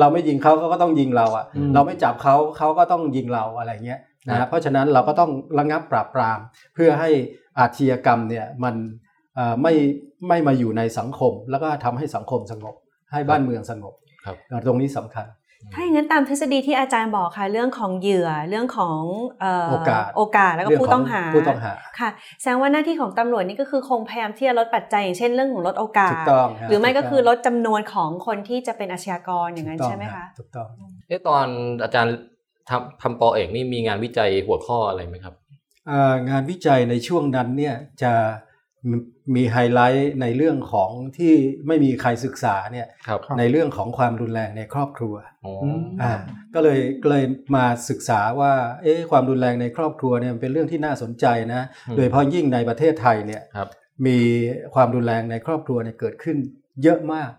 S2: เราไม่ยิงเขาเขาก็ต้องยิงเราอะ่ะ
S1: อืม
S2: เราไม่จับเขาเขาก็ต้องยิงเราอะไรเงี้ยนะ
S1: ครั
S2: ฮะ
S1: บ
S2: เพราะฉะนั้นเราก็ต้องระงับปราบปราม เพื่อให้อาชญากรรมเนี่ยมันเอ่อไม่ไม่มาอยู่ในสังคม แล้วก็ทำให้สังคมสงบ ให้บ้านเมืองสงบ
S1: ครับ
S2: ตรงนี้สำคัญ
S3: ถ้าอย่างนั้นตามทฤษฎีที่อาจารย์บอกค่ะเรื่องของเหยื่อเรื่องของเ
S2: โอกาส
S3: โอกาสแล้วก็
S2: เรื่อง
S3: ผู้
S2: ข
S3: ต้องหา
S2: ผู้ต้องหา
S3: ค่ะแสดงว่าหน้าที่ของตำรวจนี่ก็คือคงพยายามที่จะลดปัจจัยอย่างเช่นเรื่องของลดโอกาส
S2: ถูกต้องฮะ
S3: หรือไม่ก็คือล
S2: ถู
S3: ดจำนวนของคนที่จะเป็นอาชญากรอย่างนั้น
S2: ต้อง
S3: ใช่ไหมคะ
S2: ฮถูกต้อง
S1: เอ๊ะตอนอาจารย์ทำทำปอเอกนี่มีงานวิจัยหัวข้ออะไรไหมครับ
S2: เอ่องานวิจัยในช่วงนั้นเนี่ยจะมมีไฮไลท์ในเรื่องของที่ไม่มีใครศึกษาเนี่ย
S1: ครับ
S2: ในเรื่องของความรุนแรงในครอบครัว
S1: อ๋อ
S2: อ่าก็เลยก็เลยมาศึกษาว่าเอ๊ะความรุนแรงในครอบครัวเนี่ยมันเป็นเรื่องที่น่าสนใจนะ
S1: อืม
S2: โดยเฉพาะยิ่งในประเทศไทยเนี่ย
S1: ครับ
S2: มีความรุนแรงในครอบครัวเนี่ยเกิดขึ้นเยอะมาก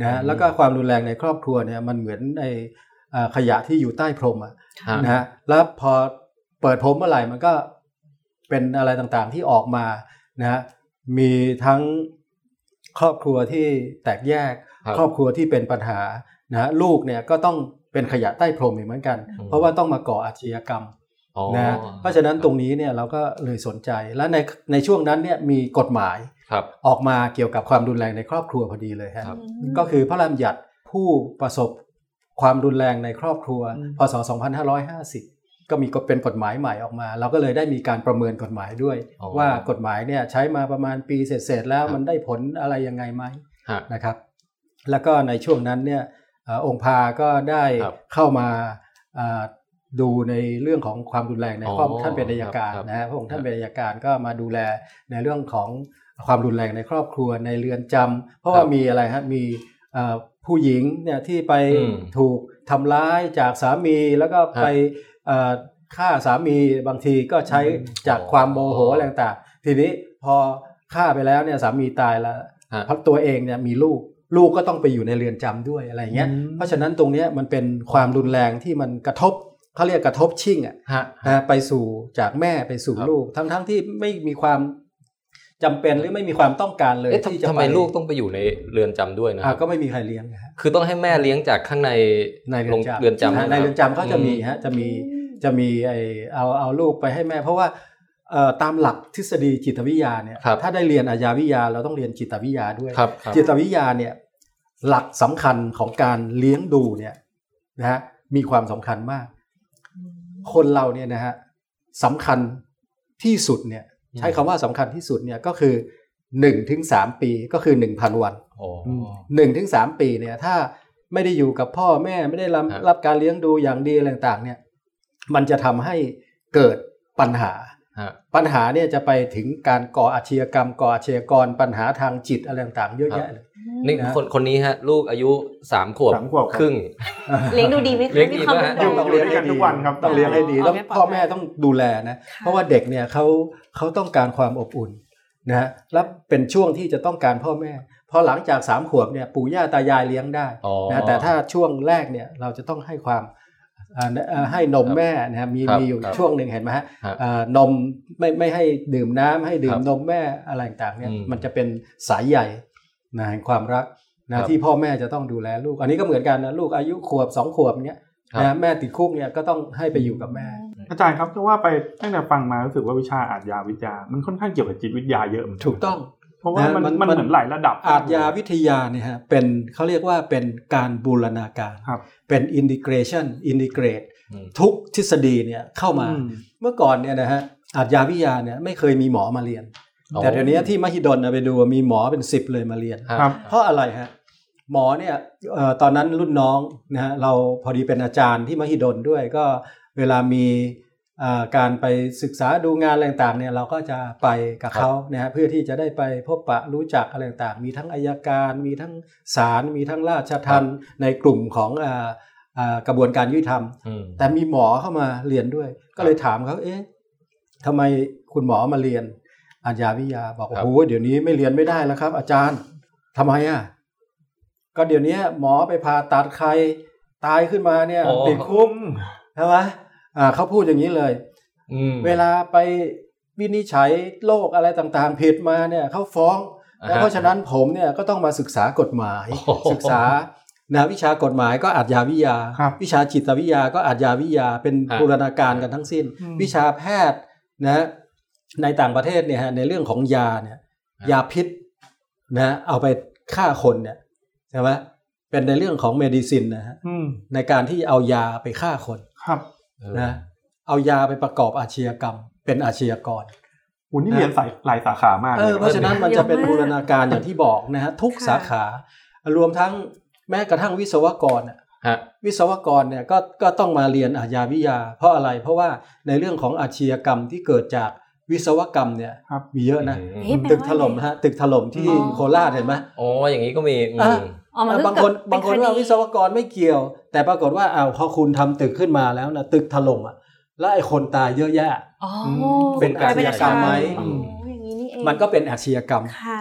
S2: นะฮะแล้วก็ความรุนแรงในครอบครัวเนี่ยมันเหมือนในเอ่อขยะที่อยู่ใต้พรมอะ
S1: ฮะ
S2: นะฮะแล้วพอเปิดพรมเมื่อไหร่มันก็เป็นอะไรต่างๆที่ออกมานะฮะมีทั้งครอบครัวที่แตกแยก
S1: ครับ
S2: ครอบครัวที่เป็นปัญหานะฮะลูกเนี่ยก็ต้องเป็นขยะใต้พรมอีกเหมือนกัน เพราะว่าต้องมาก่ออาชญากรรม
S1: อ๋อ
S2: นะฮะเพราะฉะนั้นตรงนี้เนี่ยเราก็เลยสนใจและในในช่วงนั้นเนี่ยมีกฎหมาย
S1: ครับ
S2: ออกมาเกี่ยวกับความรุนแรงในครอบครัวพอดีเลยฮะ
S1: ครับ
S3: อืม
S2: ก็คือพระราชบัญญัติผู้ประสบความรุนแรงในครอบครัว
S5: อืม
S2: พศ 2550 ก็มีกฎเป็นกฎหมายใหม่ออกมา เราก็เลยได้มีการประเมินกฎหมายด้วย
S1: อ๋อ
S2: ว่ากฎหมายเนี่ยใช้มาประมาณปีเศษๆแล้ว
S1: ครับ
S2: มันได้ผลอะไรยังไงไหม
S1: ฮะ
S2: นะครับ แล้วก็ในช่วงนั้นเนี่ยเอ่อองค์พาก็ได้
S1: ครับ
S2: เข้ามาเอ่อดูในเรื่องเรื่องของความรุนแรงในครอบ
S1: อ๋อ
S2: ท่านเป็นอัยการ
S1: ครับ
S2: นะฮะพระองค์
S1: ค
S2: ท่า
S1: รับ
S2: นเป็นอัยการก็มาดูแลในเรื่องของความรุนแรงในครอบครัวในเรือนจำเพราะว่ามีอะไรฮะมี เอ่อผู้หญิงเนี่ยที่ไป
S1: อืม
S2: ถูกทำร้ายจากสามีแล้วก็ไปเอ่อฆ่าสามีบางทีก็ใช้จากความโมโห
S1: อ๋ออ
S2: อะไรต่างๆทีนี้พอฆ่าไปแล้วเนี่ยสามีตายแล้ว
S1: ฮะ
S2: เพราะตัวเองเนี่ยมีลูก ลูกก็ต้องไปอยู่ในเรือนจำด้วยอะไรอย่างเงี้ย
S4: อืม
S2: เพราะฉะนั้นตรงเนี้ยมันเป็นความรุนแรงที่มันกระทบเขาเรียกกระทบชิ่งอ่ะ
S4: ฮะ
S2: นะไปสู่จากแม่ไปสู่
S1: ครับ
S2: ลูก ทั้งทั้งที่ไม่มีความจำเป็นหรือไม่มีความต้องการเลย
S1: เอ๊ะ
S2: ที่
S1: ทำ
S2: จะ
S1: ทำไมลูกต้องไปอยู่ในเรือนจำด้วยนะค
S2: อ่ะ
S1: รับ
S2: ก็ไม่มีใครเลี้ยงนะฮะ
S1: คือต้องให้แม่เลี้ยงจากข้างใน
S2: ในเรื
S1: โร
S2: อน
S1: ง
S2: จำ
S1: เรือนจำ
S2: ะ
S1: ให้ะ
S2: ในเรือนจำเขาจะมี
S1: อื
S2: ฮะจะมีจะมีไอเอาเอาลูกไปให้แม่ เพราะว่าเอ่อตามหลักทฤษฎีจิตวิทยาเนี่ยถ้าได้เรียนอาญาวิทยาเราต้องเรียนจิตวิทยาด้วย
S1: ครับครับ
S2: จิตวิทยาเนี่ยหลักสำคัญของการเลี้ยงดูเนี่ยนะฮะมีความสำคัญมาก คนเราเนี่ยนะฮะสำคัญที่สุดเนี่ยใช้คำว่าสำคัญที่สุดเนี่ยก็คือ1นถึงสปีก็คือ 1,000 วัน
S1: โอ้
S2: 1นถึงสปีเนี่ยถ้าไม่ได้อยู่กับพ่อแม่ไม่ได้รับ
S1: ครับ
S2: รับการเลี้ยงดูอย่างดีอะไรต่างๆเนี่ยมันจะทำให้เกิดปัญหา
S1: ฮะ
S2: ปัญหาเนี่ยจะไปถึงการก่ออาชญากรรม ก่ออาชญากรปัญหาทางจิตอะไรต่างๆเยอะแยะเลย
S1: นี่
S2: นะ
S1: คนคนนี้ฮะ ลูกอายุสามขวบ
S5: สามขวบครับ
S1: ครึ่ง
S3: เลี้ยงดูดีไหมคะ
S1: เลี้ยงดี
S3: มีความ
S1: มาก
S3: เป็น
S5: อยู่
S3: ห่วง
S5: อยู่ด้วยกันทุกวันครับ
S2: ต้องเลี้ยงให้ดี
S3: อ๋อ
S2: แล้ว
S3: ไม่ปลอดภัย
S2: พ่อแม่ต้องดูแลนะ
S3: ค่ะ
S2: เพราะว่าเด็กเนี่ยเขาเขาต้องการความอบอุ่นนะฮะแล้วเป็นช่วงที่จะต้องการพ่อแม่พอหลังจากสามขวบเนี่ยปู่ย่าตายายเลี้ยงได้
S1: อ๋อ
S2: นะแต่ถ้าช่วงแรกเนี่ยเราจะต้องให้ความอ่าเอ่อให้นมแม่นะฮะมี
S1: ครับ
S2: มีอยู่
S1: ครับ
S2: ช่วงหนึ่งเห็นไหมฮะ
S1: ฮะ
S2: อ่านมไม่ไม่ให้ดื่มน้ำให้ดื่
S1: ค
S2: ม
S1: รับ
S2: นมแม่อะไรต่างๆเนี่ย
S1: อืม
S2: มันจะเป็นสายใหญ่นะแห่งความรัก
S1: ครั
S2: นะ
S1: บ
S2: ที่พ่อแม่จะต้องดูแลลูก อันนี้ก็เหมือนกันนะลูกอายุขวบสองขวบเนี่ย
S1: ครับ
S2: นะแม่ติดคุกเนี่ยก็ต้องให้ไปอยู่กับแม่
S5: อาจารย์ครับจะว่าไปตั้งแต่ฟังมารู้สึกว่าวิชาอาทยาวิทยา มันค่อนข้างเกี่ยวกับจิตวิทยาเยอะเหมืนน
S2: ถูกต้อง
S5: เพราะว่ามัน
S2: นะมัน
S5: มัน
S2: มัน
S5: เหมือนหลายระดับ
S2: อาทยาวิทยาเนี่ยฮะเป็นเขาเรียกว่าเป็นการบูรณาการ
S5: ครับ
S2: เป็น integration integrate
S1: อืม
S2: ทุกทฤษฎีเนี่ยเข้ามา
S5: อืม
S2: เมื่อก่อนเนี่ยนะฮะอาทยาวิทยาเนี่ยไม่เคยมีหมอมาเรียน
S1: อ๋อ
S2: แต่เดี๋ยวนี้ที่มหิดลนะไปดูมีหมอเป็น 10 เลยมาเรียน
S1: ฮะ
S5: ครับ
S2: เพราะอะไรฮะหมอเนี่ยเอ่อตอนนั้นรุ่นน้องนะฮะเราพอดีเป็นอาจารย์ที่มหิดลด้วยก็เวลามีเอ่อการไปศึกษาดูงานอะไรต่างๆเนี่ยเราก็จะไปกับเขานะฮะเพื่อที่จะได้ไปพบปะรู้จักอะไรต่างๆมีทั้งอายการ มีทั้งศาลมีทั้งราชทัณฑ์ในกลุ่มของเอ่อเอ่อกระบวนการยุติธรรม
S1: อืม
S2: แต่มีหมอเข้ามาเรียนด้วย ก็เลยถามเขาเอ๊ะทำไมคุณหมอมาเรียนอาญาวิทยาบอก
S1: ครับ
S2: โอ้โหเดี๋ยวนี้ไม่เรียนไม่ได้แล้วครับ อาจารย์ทำไมอ่ะก็เดี๋ยวนี้หมอไปผ่าตัดใครตายขึ้นมาเนี่ย
S1: อ๋อ
S2: ติดคุกใช่ไหมอ่าเขาพูดอย่างนี้เลย
S1: อืม
S2: เวลาไปวินิจฉัยโรคอะไรต่างๆผิดมาเนี่ยเขาฟ้อง
S1: อ่าฮะ
S2: แล้วเพราะฉะนั้นผมเนี่ยก็ต้องมาศึกษากฎหมาย
S1: โอ้โห
S2: ศึกษานะวิชากฎหมายก็อาจยาวิทยา
S5: ครับ
S2: วิชาจิตวิทยาก็อาจยาวิทยาเป็น
S1: ฮะ
S2: บูรณาการกันทั้งสิ้น
S5: อืม
S2: วิชาแพทย์นะในต่างประเทศเนี่ยฮะในเรื่องของยาเนี่ย
S1: ฮะ
S2: ยาพิษนะเอาไปฆ่าคนเนี่ยใช่ไหมเป็นในเรื่องของเมดิซินนะฮะ
S5: อืม
S2: ในการที่เอายาไปฆ่าคน
S5: ครับ
S1: เออ
S2: นะเอายาไปประกอบอาชญากรรม เป็นอาชญากร
S5: โอ้นี่เรียนสายหลายสาขามาก
S2: เอ
S5: เลย
S2: อ
S5: ค
S2: เพ
S5: รับ
S2: ราะฉะนั้นมันจะเป็น
S3: เยอะมาก
S2: บูรณาการอย่างที่บอกนะฮะทุก
S3: ค่ะ
S2: สาขา รวมทั้งแม้กระทั่งวิศวกรน่ะ
S1: ฮะ
S2: วิศวกรเนี่ยก็ก็ต้องมาเรียนอาญาวิทยา เพราะอะไรเพราะว่าในเรื่องของอาชญากรรมที่เกิดจากวิศวกรรมเนี่ย
S5: ครับ
S2: มีเยอะนะ
S1: อืม
S3: เอ๊ะแปลว่า
S2: ตึกถล่มฮะตึกถล่มที่
S3: อ๋อ
S2: โคราชเห็นไหม
S1: อ๋ออย่างนี้ก็มีอืม
S2: อ่ะ
S3: อ๋อมัน
S2: เออ
S3: ก็
S2: บางคน
S3: เกิดเป็
S2: บางคนว่า
S3: ดี
S2: วิศวกรไม่เกี่ยว แต่ปรากฏว่าอ้าวพอคุณทำตึกขึ้นมาแล้วนะตึกถล่มอ่ะแล้วไอ้คนตายเยอะแยะ
S3: อ๋อ
S2: เป็นอาชญากรรมไหม
S3: อ๋ออย่างนี้นี่เอง
S2: มันก็เป็นอาชญากรรม
S3: ค่ะ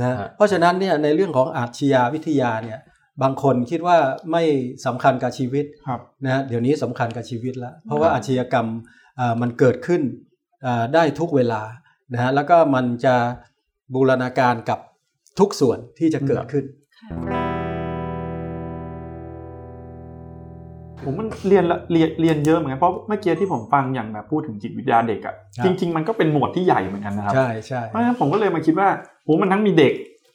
S2: นะเพราะฉะนั้นเนี่ยในเรื่องของอาชญาวิทยาเนี่ยบางคนคิดว่าไม่สำคัญกับชีวิต
S5: ครับ
S2: นะเดี๋ยวนี้สำคัญกับชีวิตแล้ว เพราะว่าอาชญากรรมเอ่อมันเกิดขึ้นเอ่อได้ทุกเวลานะฮะแล้วก็มันจะบูรณาการกับทุกส่วนที่จะเกิดขึ้น
S5: ผมมันเรียนละเรียนเรียนเยอะเหมือนกันเพราะเมื่อกี้ที่ผมฟังอย่างแบบพูดถึงจิตวิทยาเด็กอะ
S2: ครับ
S5: จริง ๆ มันก็เป็นหมวดที่ใหญ่เหมือนกันนะครับ
S2: ใช่ใช่
S5: เพราะฉะนั้นผมก็เลยมาคิดว่าโหมันทั้งมีเด็ก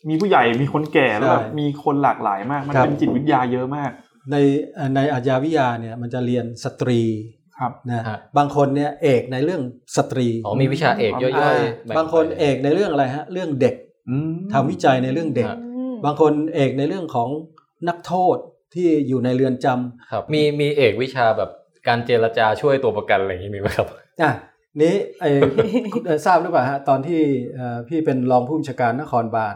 S5: มีผู้ใหญ่ มีคนแก่ แล้วแบบ
S2: ใช่
S5: มีคนหลากหลายมาก มัน
S2: ครับ
S5: เป็นจิตวิทยาเยอะมาก
S2: ในเอ่อในอาชญาวิทยาเนี่ยมันจะเรียนสตรี
S5: ครับ
S2: นะ
S1: ฮะ
S2: บางคนเนี่ยเอกในเรื่องสตรี
S1: อ๋อมีวิชาเอกย่
S2: อ่า
S1: อยๆแไป
S2: บางคนเอกในเรื่องอะไรฮะเรื่องเด็ก
S5: อืม
S2: ทำวิจัยในเรื่องเด็ก บางคนเอกในเรื่องของนักโทษที่อยู่ในเรือนจ
S1: ครับมีมีเอกวิชาแบบการเจรจาช่วยตัวประกันอะไรอย่างนี้มีไหมครับ
S2: ำอ่ะนี้ไอ้ *laughs* คุณเอ่อทราบหรือเปล่าฮะตอนที่เอ่อพี่เป็นรองผู้บัญชาการนครบาล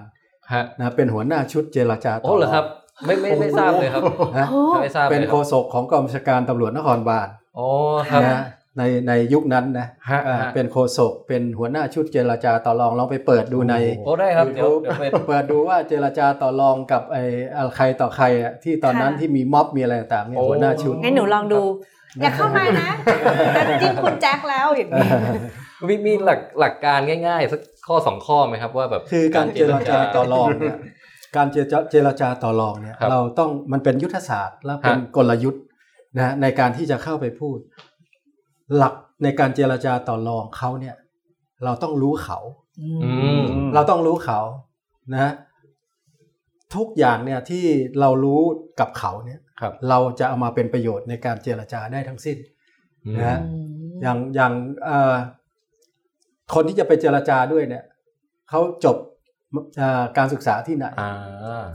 S1: ฮะ
S2: นะเป็นหัวหน้าชุดเจรจาต่
S1: โอ้เหรอครับ ไม่ไม่ไม่ทราบเลยครับ
S2: นะ
S3: โอ้
S1: ไม่ทราบลย
S2: เป็น
S1: ครับ
S2: โฆษกของกองบัญชาการตำรวจนครบาล
S1: อ๋อครับ
S2: นะ ในในยุคนั้นนะ
S4: ฮะ
S2: อ่า
S4: ฮะ
S2: เป็นโฆษกเป็นหัวหน้าชุดเจรจาต่อรองลองไปเปิดดูใน
S1: โอ้ได้ครับ เดี๋ยว
S2: YouTube
S1: เดี๋ยวไป
S2: *laughs* เปิดดูว่าเจรจาต่อรองกับไอ้ใครต่อใครอะที่ตอนนั้น
S3: ค่ะ
S2: ที่มีม็อบมีอะไรต่างๆเนี่ยหัวหน้าชุด
S3: งั้นหนูลองดู
S2: ครับ
S3: อย่าเข้ามานะจะจิ้มคุณแจ็คแล้วอย่างนี้
S1: มีมีหลักหลักการง่ายๆสักข้อสองข้อไหมครับว่าแบบ
S2: *laughs* คือการเจรจาต่อรองเนี่ยการเจรจาเจรจาต่อรองเนี่ย
S1: ครับ
S2: เราต้องมันเป็นยุทธศาสตร์และเป็น
S1: ฮะ
S2: กลยุทธ์นะฮะในการที่จะเข้าไปพูด หลักในการเจรจาต่อรองเขาเนี่ย เราต้องรู้เขา
S1: อืม
S2: เราต้องรู้เขานะฮะทุกอย่างเนี่ยที่เรารู้กับเขาเนี่ย
S1: ครับ
S2: เราจะเอามาเป็นประโยชน์ในการเจรจาได้ทั้งสิ้น นะฮะ อย่างอย่างเอ่อคนที่จะไปเจรจาด้วยเนี่ยเขาจบเอ่อการศึกษาที่ไหน
S1: อ่า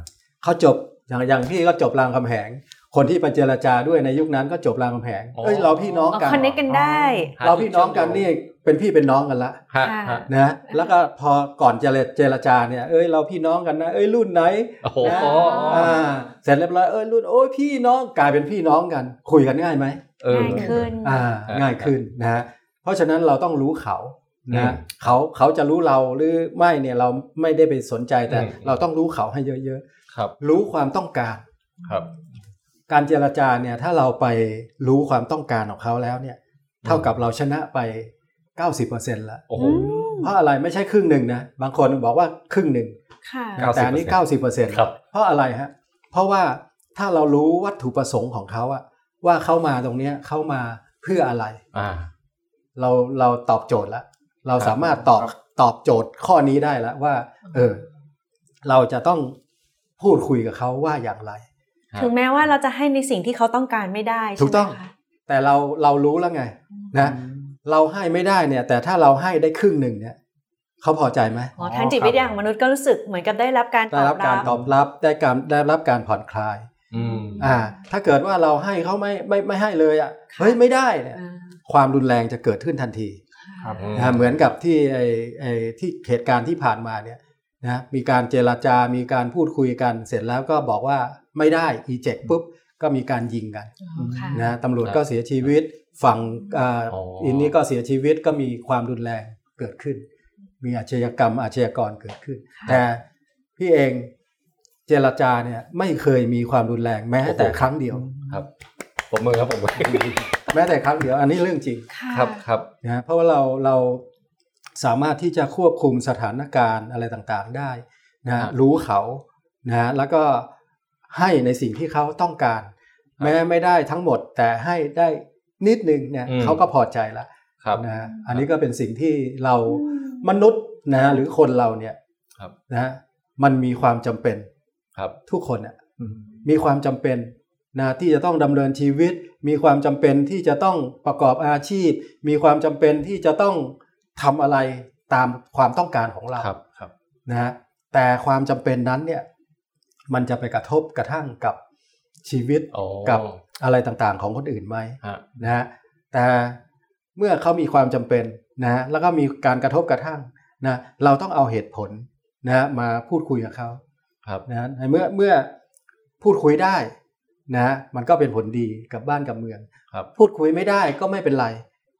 S2: เขาจบอย่างอย่างพี่ก็จบรามคำแหง คนที่ไปเจรจาด้วยในยุคนั้นก็จบรามคำแหง
S1: อ๋อ
S2: เอ้ยเราพี่น้องกัน
S3: คอนเนคกันได้
S2: เราพี่น้องกันนี่เป็นพี่เป็นน้องกันละ
S1: ฮะฮะ
S2: นะแล้วก็พอก่อนจะเจรจาเนี่ยเอ้ยเราพี่น้องกันนะ เอ้ยรุ่นไหน
S1: โอ้โห
S2: นะ
S1: อ๋ออ๋อ
S2: อ่าเสร็จเรียบร้อยเอ้ยรุ่นโอ้ยพี่น้องกลายเป็นพี่น้องกัน คุยกันง่ายไหม
S1: เออ
S3: ง่ายขึ้น
S2: อ่า
S1: ครับ
S2: ง่ายขึ้นนะฮะเพราะฉะนั้นเราต้องรู้เขา
S1: อื
S2: นะ
S1: ม
S2: เขาเขาจะรู้เราหรือไม่เนี่ยเราไม่ได้ไปสนใจแต่
S1: อืม
S2: เราต้องรู้เขาให้เยอะ
S1: ครับ
S2: ๆ รู้ความต้องการ
S1: ครับ
S2: การเจรจาเนี่ยถ้าเราไปรู้ความต้องการของเขาแล้วเนี่ย เท่ากับเราชนะไป 90%ละ
S1: โอ้โห
S2: เพราะอะไรไม่ใช่ครึ่งหนึ่งนะ บางคนบอกว่าครึ่งหนึ่ง
S3: ค่ะ
S2: นะแต่อันนี้ 90%เ
S1: ครับ
S2: พราะอะไรฮะ เพราะว่าถ้าเรารู้วัตถุประสงค์ของเขาอะว่าเขามาตรงเนี้ยเขามาเพื่ออะไร
S1: อ่า
S2: เราเราตอบโจทย์ละเราสามารถตอบ
S5: ครับ
S2: ตอบโจทย์ข้อนี้ได้แล้วว่า เออ เราจะต้องพูดคุยกับเขาว่าอย่างไร
S1: ครับ
S3: ถึงแม้ว่าเราจะให้ในสิ่งที่เขาต้องการไม่ได้ใช่ไหมคะ
S2: ถูกต้อง แต่เราเรารู้แล้วไง นะ เราให้ไม่ได้เนี่ย แต่ถ้าเราให้ได้ครึ่งหนึ่งเนี่ยเขาพอใจไหม
S3: อ๋อทางจิตวิทยาของมนุษย์ก็รู้สึกเหมือนกับได้รับการต
S2: ได้
S3: อ
S2: รั
S3: บบ
S2: การต
S3: รั
S2: อ
S3: บ
S2: บรับได้การได้รับการผ่อนคลาย
S1: อืม
S2: อ่า ถ้าเกิดว่าเราให้เขาไม่ไม่ไม่ให้เลยอ่ะเฮ้ยไม่ได้เนี่ย
S3: อ่า
S2: ความรุนแรงจะเกิดขึ้นทันที
S5: ครับ
S2: นะฮะเหมือนกับที่ไอไอที่เหตุการณ์ที่ผ่านมาเนี่ยนะมีการเจรจา มีการพูดคุยกัน เสร็จแล้วก็บอกว่าไม่ได้อีเจ็กปุ๊บก็มีการยิงกัน
S3: อ๋อค่ะ
S2: นะตำรวจก็เสียชีวิตฝั่งอ่า
S1: อ๋ออิ
S2: อินนี้ก็เสียชีวิตก็มีความรุนแรงเกิดขึ้น มีอาชญากรรมอาชญากรเกิดขึ้น
S3: ค่ะ
S2: แต่พี่เองเจรจาเนี่ยไม่เคยมีความรุนแรงแม้แต่ครั้งเดียว
S1: ผมมือครับผมมือ
S2: แม้แต่ครั้งเดียวอันนี้เรื่องจริง
S3: ค่ะ
S1: ครับครับ
S2: นะฮะเพราะว่าเราเราสามารถที่จะควบคุมสถานการณ์อะไรต่างๆได้นะ
S1: ครั
S2: ฮะ
S1: บ
S2: รู้เขานะฮะแล้วก็ให้ในสิ่งที่เขาต้องการ
S1: ครับ
S2: แม้ไม่ได้ทั้งหมดแต่ให้ได้นิดนึงเนี่ย
S1: อืม
S2: เขาก็พอใจละ
S1: ครับ
S2: นะฮะอันนี้ก็เป็นสิ่งที่เรา
S3: อืม
S2: มนุษย์นะฮะหรือคนเราเนี่ย
S1: ครับ
S2: นะฮะมันมีความจำเป็น
S1: ครับ
S2: ทุกคนน่ะมีความจำเป็นนะที่จะต้องดำเนินชีวิต มีความจำเป็นที่จะต้องประกอบอาชีพ มีความจำเป็นที่จะต้องทำอะไรตามความต้องการของเรา
S1: ครับครับ
S2: นะฮะแต่ความจำเป็นนั้นเนี่ยมันจะไปกระทบกระทั่งกับชีวิต
S1: อ๋อ
S2: กับอะไรต่างๆของคนอื่นไหม
S1: ฮะ
S2: นะฮะแต่เมื่อเขามีความจำเป็นนะฮะแล้วก็มีการกระทบกระทั่งนะเราต้องเอาเหตุผลนะฮะมาพูดคุยกับเขา
S1: ครับ
S2: นะฮะในเมื่อเมื่อพูดคุยได้นะฮะมันก็เป็นผลดีกับบ้านกับเมือง
S1: ครับ
S2: พูดคุยไม่ได้ก็ไม่เป็นไร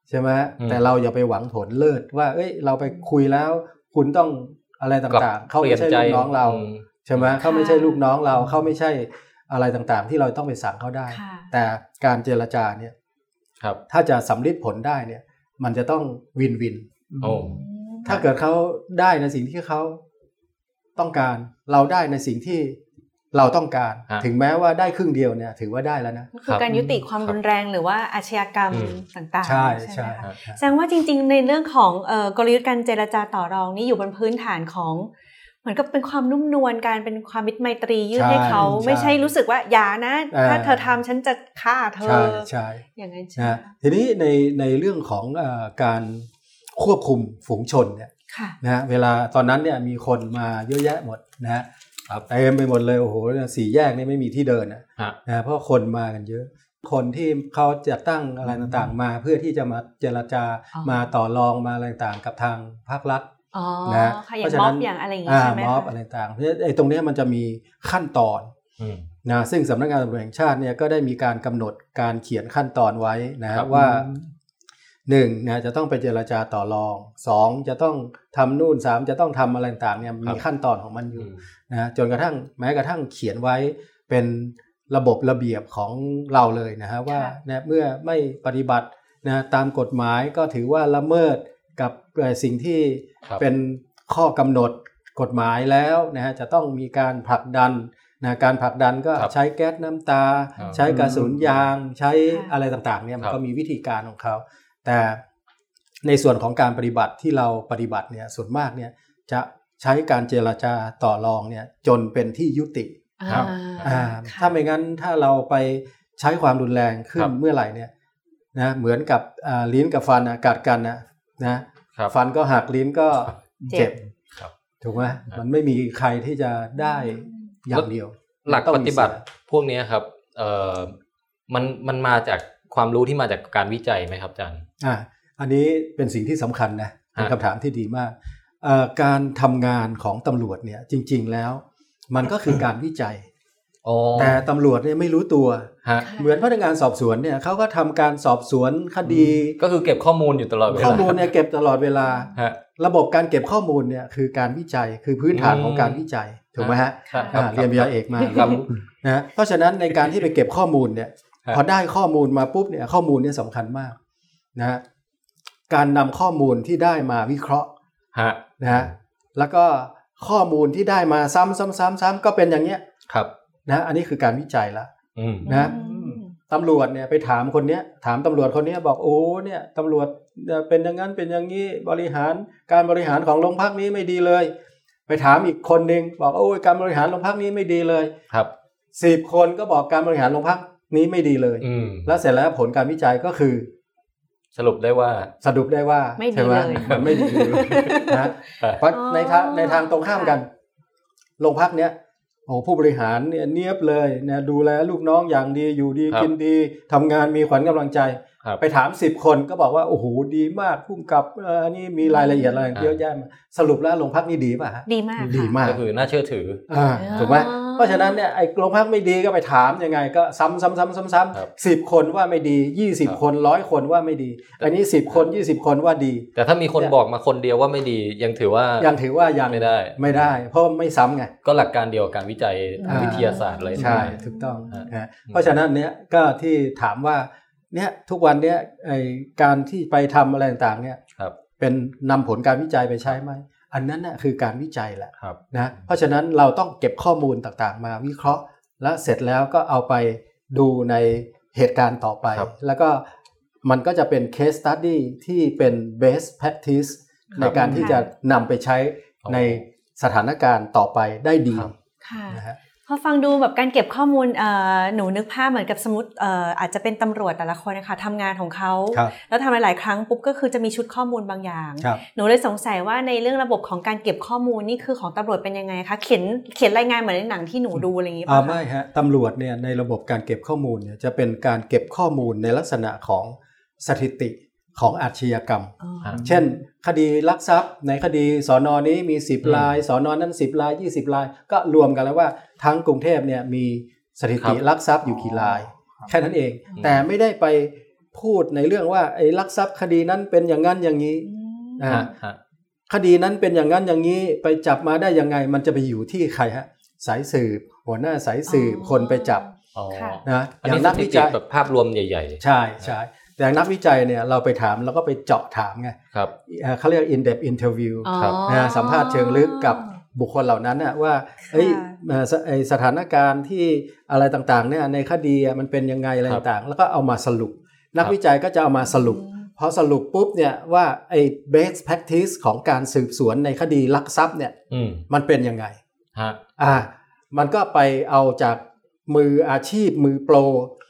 S2: ใช่ไหมฮะ
S1: อืม
S2: แต่เราอย่าไปหวังผลเลิศว่า เอ้ย เราไปคุยแล้วคุณต้องอะไรต่างๆ เขาไม่ใช่ลูกน้องเรา
S1: อืม
S2: ใช่ไหมเขาไม่ใช่ลูกน้องเราเขาไม่ใช่อะไรต่างๆ ที่เราต้องไปสั่งเขาได้
S3: ค่ะ
S2: แต่การเจรจาเนี่ย
S1: ครับ
S2: ถ้าจะสำลิดผลได้เนี่ย มันจะต้องวินวิน
S1: โอ้
S2: ถ้าเกิดเขาได้ในสิ่งที่เขาต้องการ เราได้ในสิ่งที่เราต้องการ
S1: ฮะ
S2: ถึงแม้ว่าได้ครึ่งเดียวเนี่ย ถือว่าได้แล้วนะ
S3: ก็คือการยุติความรุนแรงหรือว่าอาชญากรรม
S1: อืม
S3: ต่างๆ
S2: ใช่
S3: ไหม
S2: ใช่
S3: คะ
S2: ฮะ
S3: แสดงว่าจริงๆ ในเรื่องของเอ่อกลยุทธ์การเจรจาต่อรองนี่อยู่บนพื้นฐานของ เหมือนกับเป็นความนุ่มนวลการเป็นความมิตรไมตรียื่นให้เขาไม่ใช่รู้สึกว่าอย่านะ ถ้าเธอทำฉันจะฆ่าเธอ
S2: ใช่ใช่
S3: อย่างนั้นใช่ไหม
S2: นะฮะทีนี้ในในเรื่องของเออการควบคุมฝูงชนเนี่ย
S3: ค่ะ
S2: นะฮะเวลาตอนนั้นเนี่ยมีคนมาเยอะแยะหมดนะฮะเต็มไปหมดเลยโอ้โหสี่แยกนี่ไม่มีที่เดินนะ
S1: ฮะ
S2: นะฮะเพราะคนมากันเยอะ คนที่เขาจะตั้งอะไรต่างๆ มาเพื่อที่จะมาเจรจา
S3: อ๋อ
S2: มาต่อรองมาอะไรต่างๆกับทางภาครัฐ
S3: อ๋อ
S2: นะฮะ
S3: ค่ะ
S2: เพ
S3: อย่าง
S2: ราะฉะ
S3: ม็
S2: นั้
S3: อบ
S2: น
S3: อย่างอะไรอย่างงี้
S2: อ่า
S3: ใช่ไหม
S2: ม็อบ
S3: คะ
S2: อะไรต่างๆเพราะฉะนั้นไอ้ตรงเนี้ยมันจะมีขั้นตอน
S1: อืม
S2: นะซึ่งสำนักงานตำรวจแห่งชาติเนี่ยก็ได้มีการกำหนดการเขียนขั้นตอนไว้นะ
S1: ค
S2: ฮะ
S1: รับ
S2: ว่า หนึ่งนะจะต้องไปเจรจาต่อรองสองจะต้องทำนู่นสามจะต้องทำอะไรต่างๆเนี่ยมีขั้นตอนของมันอยู่นะจนกระทั่งแม้กระทั่งเขียนไว้เป็นระบบระเบียบของเราเลยนะฮะว่าเนี่ยเมื่อไม่ปฏิบัตินะตามกฎหมายก็ถือว่าละเมิดกับเอ่อสิ่งที่
S1: ครับ
S2: เป็นข้อกำหนดกฎหมายแล้วนะฮะจะต้องมีการผลักดันนะการผลักดันก็
S1: ครับ
S2: ใช้แก๊สน้ำตา
S1: ครับ
S2: ใช้กระสุนยาง ใช้
S3: ค่ะ
S2: อะไรต่างๆเนี่ยมั
S1: ค
S2: น
S1: รับ
S2: ก็มีวิธีการของเขา แต่ในส่วนของการปฏิบัติที่เราปฏิบัติเนี่ยส่วนมากเนี่ยจะใช้การเจรจาต่อรองเนี่ยจนเป็นที่ยุติ
S1: ครับ
S2: อ่า
S3: ค่ะ
S2: ถ้าไม่งั้นถ้าเราไปใช้ความรุนแรงขึ้
S1: คน รับ
S2: เมื่อไหร่เนี่ยนะเหมือนกับอ่าลิ้นกับฟันอะกัดกันนะนะครับ ฟันก็หักลิ้นก็
S3: เจ็
S2: เจ็
S3: บ
S2: บ
S1: ครับ
S2: ถูกไหม
S1: ครับ
S2: มันไม่มีใครที่จะได้อย่างเดียว
S1: หลัก
S2: ต้อง
S1: ป
S2: มี
S1: ฏิบัติ
S2: เสีย
S1: พวกเนี้ยครับเอ่อมันมันมาจากความรู้ที่มาจากการวิจัยไหมครับอาจารย์
S2: อ่ะอันนี้เป็นสิ่งที่สำคัญนะเป็น
S1: ฮะ
S2: คำถามที่ดีมากเอ่อการทำงานของตำรวจเนี่ยจริง ๆแล้ว มันก็คือการวิจัย
S1: อ๋อ
S2: แต่ตำรวจเนี่ยไม่รู้ตัว
S1: ฮะ
S2: เหมือนพนักงานสอบสวนเนี่ยเขาก็ทำการสอบสวนคดี
S1: ก็คือเก็บข้อมูลอยู่ตลอดเวลา
S2: ข้อมูลเนี่ยเก็บตลอดเวลา
S1: ฮะ
S2: ระบบการเก็บข้อมูลเนี่ยคือการวิจัยคือพื้นฐาน
S1: อืม
S2: ของการวิจัยถูกไหมฮะ
S1: ครับ
S3: อ่า
S2: อ่าเรียนบีเอกมา
S1: ครับ
S2: นะฮะเพราะฉะนั้นในการที่ไปเก็บข้อมูลเนี่ย
S1: ครับ
S2: พอได้ข้อมูลมาปุ๊บเนี่ยข้อมูลเนี่ยสำคัญมากนะฮะการนำข้อมูลที่ได้มาวิเคราะห์
S1: ฮะ
S2: นะฮะแล้วก็ข้อมูลที่ได้มาซ้ำซ้ำซ้ำซ้ำก็เป็นอย่างเนี้ย
S1: ครับ
S2: นะฮะอันนี้คือการวิจัยละ
S1: อืม
S2: นะ ตำรวจเนี่ยไปถามคนเนี้ยถามตำรวจคนเนี้ยบอกโอ้เนี่ยตำรวจเนี่ยเป็นอย่างนั้นเป็นอย่างนี้บริหารการบริหารของโรงพักนี้ไม่ดีเลย ไปถามอีกคนหนึ่งบอกโอ้ยการบริหารโรงพักนี้ไม่ดีเลย
S1: ครับ
S2: สิบคนก็บอกการบริหารโรงพักนี้ไม่ดีเลย
S1: อืม
S2: แล้วเสร็จแล้วผลการวิจัยก็คือ
S1: สรุปได้ว่า
S2: สรุปได้ว่า
S3: ไม่ดี
S2: ใช่ห
S3: เลย
S2: มันไม่ดีเลยนะเพราะ
S3: อ๋อ
S2: ในทางในทางตรงข้ามกันโรงพักเนี้ยโอ้ผู้บริหารเนี่ยเนียบเลยนะดูแลลูกน้องอย่างดีอยู่ดี
S1: ครับ
S2: กินดีทำงานมีขวัญกำลังใจ
S1: ครับ
S2: ไปถามสิบคนก็บอกว่าโอ้โหดีมากพุ่มกับเอ่ออันนี้มีรายละเอียดอะไรเยอะแยะมาสรุปแล้วโรงพักนี่ดีป่ะฮะ
S3: ดีมากค่ะ
S2: ดีมาก
S1: ก็คือน่าเชื่อถือ
S2: อ่าถูกไหม
S3: อ๋อ
S2: เพราะฉะนั้นเนี่ยไอ้โรงพักไม่ดีก็ไปถามยังไงก็ซ้ำซ้ำซ้ำซ้ำซ้
S1: ครับ
S2: ำสิบคนว่าไม่ดียี่สิบ
S1: ครับ
S2: คนร้อยคนว่าไม่ดี อันนี้สิบคนยี่สิบคนว่าดี
S1: แต่ถ้ามีคน
S2: เนี่ย
S1: บอกมาคนเดียวว่าไม่ดียังถือว่า
S2: ยังถือว่ายัง
S1: ไม่ได้
S2: ไม่ได้ เพราะไม่ซ้ำไง
S1: ก็หลักการเดียวกับการวิจัยทาง
S2: อ่า
S1: วิทยาศาสตร์เลย
S2: ใช่
S1: ไหม
S2: ถูกต้อง
S1: ฮะ
S2: นะเพราะฉะนั้นเนี่ยก็ที่ถามว่าเนี่ยทุกวันเนี่ยไอการที่ไปทำอะไรต่างๆเนี่ย
S1: ครับ
S2: เป็นนำผลการวิจัยไปใช้ไหมอันนั้นน่ะคือการวิจัยแหละ
S1: ครับ
S2: นะเพราะฉะนั้นเราต้องเก็บข้อมูลต่างๆ มาวิเคราะห์ และเสร็จแล้วก็เอาไปดูในเหตุการณ์ต่อไป
S1: ครับ
S2: แล้วก็มันก็จะเป็น case study ที่เป็น best practice
S1: ครับ
S2: ในการที่จะนำไปใช้ในสถานการณ์ต่อไปได้ดี
S1: ครับ
S3: ค่ะ
S2: นะฮะ
S3: พอฟังดูแบบการเก็บข้อมูลเอ่อหนูนึกภาพเหมือนกับสมมติเอ่ออาจจะเป็นตำรวจแต่ละคนนะคะทำงานของเขา
S2: ครับ
S3: แล้วทำหลายๆครั้งปุ๊บก็คือจะมีชุดข้อมูลบางอย่าง
S2: ครับ
S3: หนูเลยสงสัยว่าในเรื่องระบบของการเก็บข้อมูลนี่คือของตำรวจเป็นยังไงคะเขียนเขียนรายงานเหมือนในหนังที่หนูดูอะไรอย่างงี้
S2: อ่า
S3: ป่ะคะ
S2: ไม่ฮะตำรวจเนี่ยในระบบการเก็บข้อมูลเนี่ยจะเป็นการเก็บข้อมูลในลักษณะของสถิติของอาชญากรรม
S3: อ๋อ
S2: เช่น คดีลักทรัพย์ ในคดีสอนอนี้มี
S1: อืม
S2: 10ลายสอนอนั้น 10ลาย20ลาย ก็รวมกันแล้วว่าทั้งกรุงเทพเนี่ยมีสถิติ
S1: ครับ
S2: ลักทรัพย์อยู่กี่ลาย แค่นั้นเอง
S1: อืม
S2: แต่ไม่ได้ไปพูดในเรื่องว่าไอ้ลักทรัพย์คดีนั้นเป็นอย่างนั้นอย่างนี้นะ
S1: ฮะ
S2: ฮะ
S1: ฮะ
S2: คดีนั้นเป็นอย่างนั้นอย่างนี้ไปจับมาได้ยังไง มันจะไปอยู่ที่ใครฮะสายสืบ หัวหน้าสายสืบ
S3: อ๋อ
S2: คนไปจับ
S1: อ๋อ
S3: ค่ะ
S2: นะ
S1: อัน
S2: อย่าง
S1: นี้
S2: นั
S1: นั
S2: ก
S1: ก
S2: วิ
S1: วิ
S2: จั
S1: จั
S2: ย
S1: ยแบบภาพรวมใหญ่
S2: ใช่ใช่แต่นักวิจัยเนี่ยเราไปถามแล้วก็ไปเจาะถามไง
S1: ๆ ครับ
S2: เอ่อเขาเรียก in depth interview
S3: อ๋อ
S2: นะสัมภาษณ์เชิงลึกกับบุคคลเหล่านั้นนะว่าเอ้ยเอ่อสไอ้สถานการณ์ที่อะไรต่างๆเนี่ยในคดีอะมันเป็นยังไงอะไร
S1: ครับ
S2: ต่างๆ แล้วก็เอามาสรุป นัก
S1: ครับ
S2: วิจัยก็จะเอามาสรุป พอสรุปปุ๊บเนี่ยว่าไอ้ best practice ของการสืบสวนในคดีลักทรัพย์เนี่ย
S1: อืม
S2: มันเป็นยังไง
S1: ฮะ
S2: อ่ามันก็ไปเอาจากมืออาชีพมือโปร